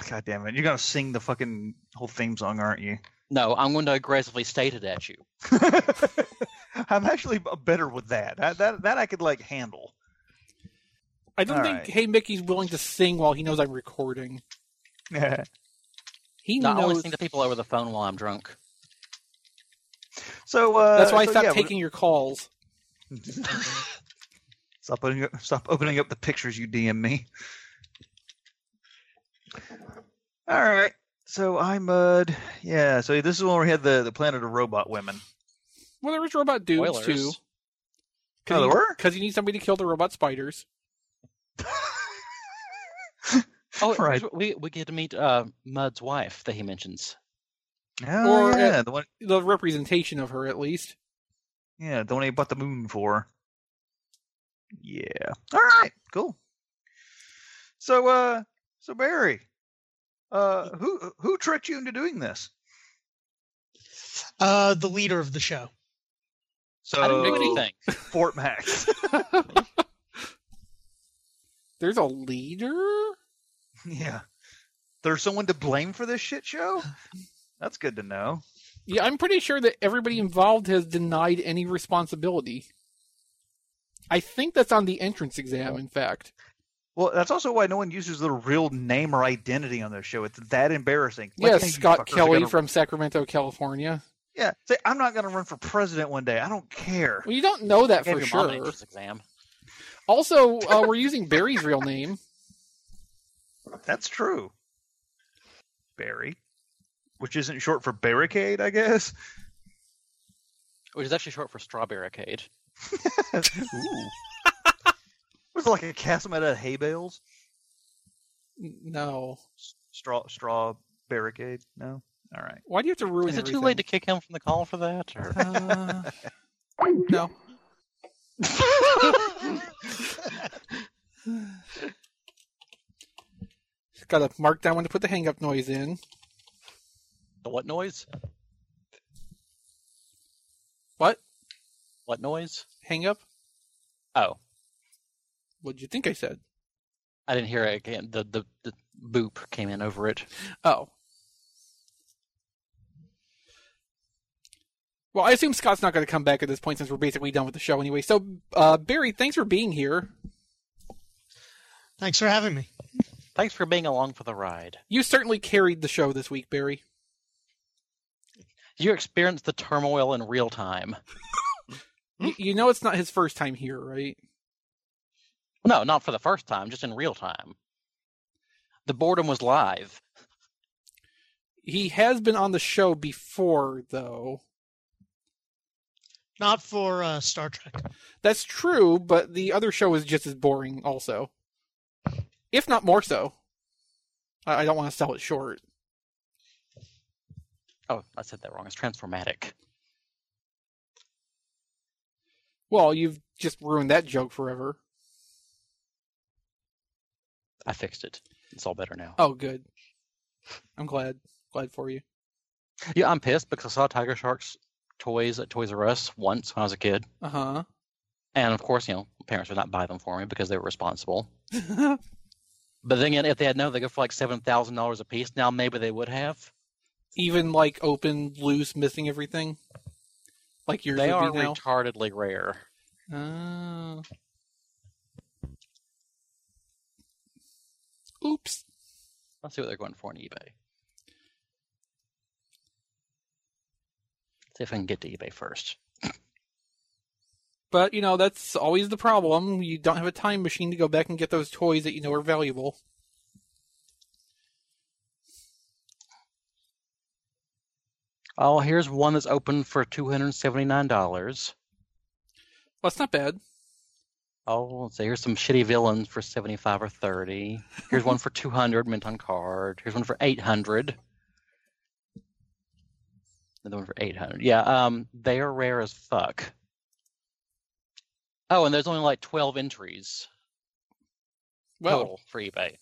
Speaker 3: God damn it. You're going to sing the fucking whole theme song, aren't you? [LAUGHS]
Speaker 2: No, I'm going to aggressively state it at you.
Speaker 3: I'm actually b- better with that. I, that that I could like handle.
Speaker 1: I don't
Speaker 3: All
Speaker 1: think
Speaker 3: right.
Speaker 1: Hey Mickey's willing to sing while he knows I'm recording. He
Speaker 2: Not only
Speaker 1: knows.
Speaker 2: sing to people over the phone while I'm drunk.
Speaker 3: So uh,
Speaker 1: That's why I
Speaker 3: so,
Speaker 1: stopped
Speaker 3: yeah,
Speaker 1: taking your calls.
Speaker 3: [LAUGHS] Stop opening up, stop opening up the pictures you DM me. All right. So I'm mud. Yeah. So this is when we had the the Planet of Robot Women. [LAUGHS]
Speaker 1: Well, there was robot dudes
Speaker 2: Spoilers.
Speaker 1: too. [LAUGHS]
Speaker 3: Oh, there were?
Speaker 1: Because you need somebody to kill the robot spiders.
Speaker 2: Oh,
Speaker 3: Right.
Speaker 2: we we get to meet uh, Mud's wife that he mentions.
Speaker 3: Oh,
Speaker 1: Or, uh,
Speaker 3: yeah, the one.
Speaker 1: The representation of her, at least.
Speaker 3: Yeah, the one he bought the moon for. Yeah. All right. Cool. So uh, so Barry, uh, who who tricked you into doing this?
Speaker 5: Uh, the leader of the show.
Speaker 3: So
Speaker 2: I
Speaker 1: Oh,
Speaker 2: didn't do anything.
Speaker 3: Fort Max. [LAUGHS]
Speaker 1: There's a leader.
Speaker 3: yeah. There's someone to blame for this shit show. That's good to know.
Speaker 1: Yeah, I'm pretty sure that everybody involved has denied any responsibility. I think that's on the entrance exam, in fact.
Speaker 3: Well, that's also why no one uses their real name or identity on their show. It's that embarrassing. Like,
Speaker 1: yes,
Speaker 3: hey, you
Speaker 1: Scott
Speaker 3: fuckers are
Speaker 1: Kelly
Speaker 3: gonna-
Speaker 1: from Sacramento, California.
Speaker 3: Yeah, say I'm not going to run for president one day. I don't care.
Speaker 1: Well, you don't know that
Speaker 2: Gave
Speaker 1: for
Speaker 2: your mom an
Speaker 1: sure.
Speaker 2: entrance exam.
Speaker 1: Also, uh, we're using Barry's real name.
Speaker 3: That's true. Barry, which isn't short for barricade, I guess. [LAUGHS]
Speaker 2: Which is actually short for Strawberrycade.
Speaker 3: Ooh. Was it like a castle made out of hay bales?
Speaker 1: No.
Speaker 3: Straw, straw barricade? No. All right.
Speaker 1: Why do you have to ruin
Speaker 2: Is it too late to
Speaker 1: everything?
Speaker 2: kick him from the call for that?
Speaker 1: [LAUGHS]
Speaker 2: Or
Speaker 1: Uh, [LAUGHS] no. Just gotta mark down when to put the hang up noise in.
Speaker 2: the what noise?
Speaker 1: What?
Speaker 2: What noise?
Speaker 1: Hang up?
Speaker 2: Oh,
Speaker 1: What'd you think I said?
Speaker 2: I didn't hear it again. The the, the boop came in over it.
Speaker 1: Oh. Well, I assume Scott's not going to come back at this point since we're basically done with the show anyway. So, uh, Barry, thanks for being here.
Speaker 5: [LAUGHS] Thanks for having me.
Speaker 2: Thanks for being along for the ride.
Speaker 1: You certainly carried the show this week, Barry.
Speaker 2: You experienced the turmoil in real time.
Speaker 1: You, you know it's not his first time here, right?
Speaker 2: No, not for the first time, just in real time. The boredom was live.
Speaker 1: He has been on the show before, though.
Speaker 5: Not for uh, Star Trek.
Speaker 1: That's true, but the other show is just as boring, also. If not more so. I, I don't want to sell it short.
Speaker 2: Oh, I said that wrong. It's transformatic.
Speaker 1: Well, you've just ruined that joke forever.
Speaker 2: I fixed it. It's all better now.
Speaker 1: Oh, good. I'm glad. Glad for you.
Speaker 2: Yeah, I'm pissed because I saw Tiger Shark's toys at Toys R Us once when I was a kid.
Speaker 1: Uh huh.
Speaker 2: And of course, you know, parents would not buy them for me because they were responsible. But then again, if they had known they go for like $7,000 a piece, now maybe they would have.
Speaker 1: [LAUGHS] Even like open, loose, missing everything. Like yours
Speaker 2: They
Speaker 1: would
Speaker 2: are
Speaker 1: be now.
Speaker 2: retardedly rare.
Speaker 1: Ah. Oh. Oops.
Speaker 2: Let's see what they're going for on eBay. See if I can get to eBay first.
Speaker 1: But you know that's always the problem. You don't have a time machine to go back and get those toys that you know are valuable.
Speaker 2: Oh, here's one that's open for $279.
Speaker 1: Well, that's not bad.
Speaker 2: Oh, let's see. Here's some shitty villains for 75 or 30. Here's one for 200 mint on card. Here's one for 800. Another one for 800. Yeah, um, they are rare as fuck. Oh, and there's only like 12 entries
Speaker 1: Well,
Speaker 2: total for eBay.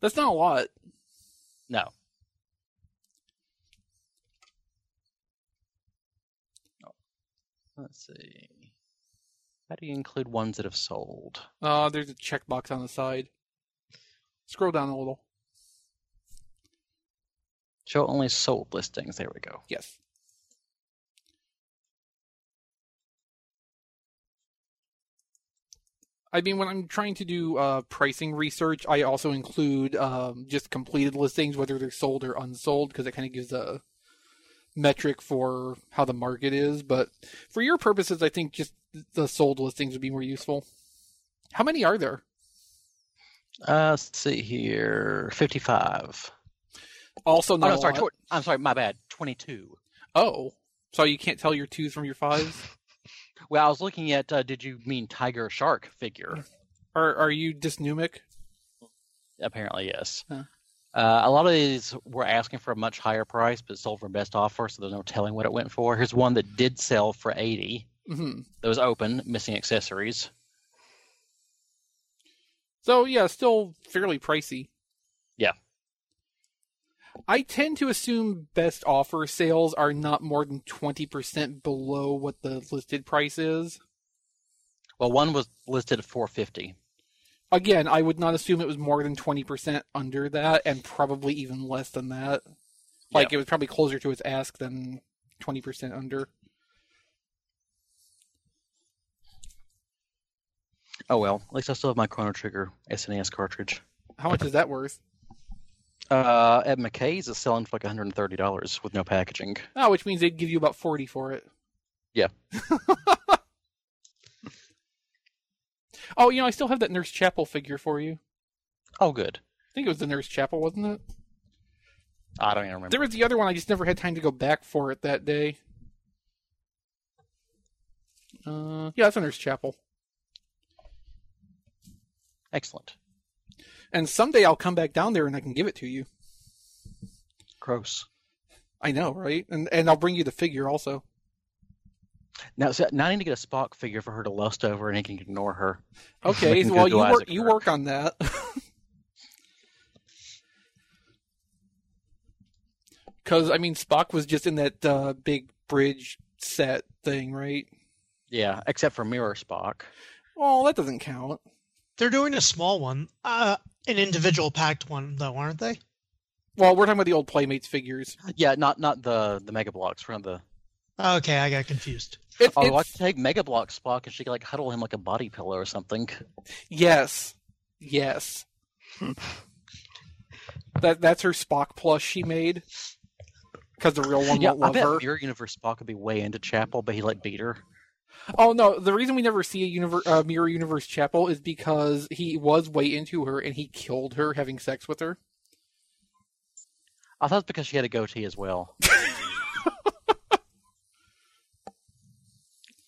Speaker 1: that's not a lot.
Speaker 2: No. Let's see. How do you include ones that have sold?
Speaker 1: Uh, there's a checkbox on the side. Scroll down a little.
Speaker 2: Show only sold listings. There we go.
Speaker 1: Yes. I mean, when I'm trying to do uh, pricing research, I also include um, just completed listings, whether they're sold or unsold, because it kind of gives a metric for how the market is, but for your purposes, I think just the sold listings would be more useful. How many are there?
Speaker 2: Uh, let's see here, fifty-five.
Speaker 1: Also,
Speaker 2: Oh,
Speaker 1: not
Speaker 2: no,
Speaker 1: a
Speaker 2: sorry,
Speaker 1: lot.
Speaker 2: tw- I'm sorry, my bad, twenty-two.
Speaker 1: Oh, so you can't tell your twos from your fives?
Speaker 2: Well, I was looking at. Uh, did you mean tiger shark figure?
Speaker 1: Are are you dysnumic?
Speaker 2: Apparently, yes.
Speaker 1: Huh.
Speaker 2: Uh, a lot of these were asking for a much higher price, but sold for best offer, so there's no telling what it went for. Here's one that did sell for eighty.
Speaker 1: hmm
Speaker 2: That was open, missing accessories.
Speaker 1: So yeah, still fairly pricey.
Speaker 2: Yeah.
Speaker 1: I tend to assume best offer sales are not more than twenty percent below what the listed price is.
Speaker 2: Well, one was listed at four fifty.
Speaker 1: Again, I would not assume it was more than twenty percent under that, and probably even less than that. Like it was probably closer to its ask than twenty percent under.
Speaker 2: Oh well, at least I still have my Chrono Trigger SNES cartridge.
Speaker 1: How much is that worth?
Speaker 2: Uh, at McKay's, it's selling for like one hundred and thirty dollars with no packaging.
Speaker 1: Oh, which means they'd give you about forty for it.
Speaker 2: Yeah.
Speaker 1: [LAUGHS] oh, you know, I still have that Nurse Chapel figure for you.
Speaker 2: Oh, good.
Speaker 1: I think it was the Nurse Chapel, wasn't it?
Speaker 2: I don't even remember.
Speaker 1: There was the other one. I just never had time to go back for it that day. Uh, yeah, that's a Nurse Chapel.
Speaker 2: Excellent.
Speaker 1: And someday I'll come back down there and I can give it to you.
Speaker 2: Gross.
Speaker 1: I know, right? And and I'll bring you the figure also.
Speaker 2: Now, so now I need to get a Spock figure for her to lust over, and he can ignore her.
Speaker 1: Okay,
Speaker 2: Making
Speaker 1: well you
Speaker 2: Google
Speaker 1: work
Speaker 2: Isaac
Speaker 1: you
Speaker 2: work.
Speaker 1: work on that. [LAUGHS] Because I mean, Spock was just in that uh, big bridge set thing, right?
Speaker 2: Yeah, except for Mirror Spock.
Speaker 1: Oh, that doesn't count.
Speaker 5: They're doing a small one, uh, an individual packed one though, aren't they?
Speaker 1: Well, we're talking about the old Playmates figures.
Speaker 2: Yeah, not not the the Mega Blocks. One of the.
Speaker 5: Okay, I got confused.
Speaker 1: It's,
Speaker 2: Oh, I
Speaker 1: it's-
Speaker 2: could take Mega Block Spock, and she could like huddle him like a body pillow or something.
Speaker 1: Yes, yes. that that's her Spock plush she made. Because the real one
Speaker 2: yeah,
Speaker 1: won't
Speaker 2: I
Speaker 1: love
Speaker 2: bet
Speaker 1: her.
Speaker 2: Mirror Universe Spock would be way into Chapel, but he like beat her.
Speaker 1: Oh no! The reason we never see a univer- uh, mirror universe chapel is because he was way into her and he killed her having sex with her.
Speaker 2: I thought it's because she had a goatee as well.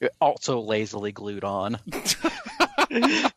Speaker 2: It also lazily glued on.
Speaker 4: yeah.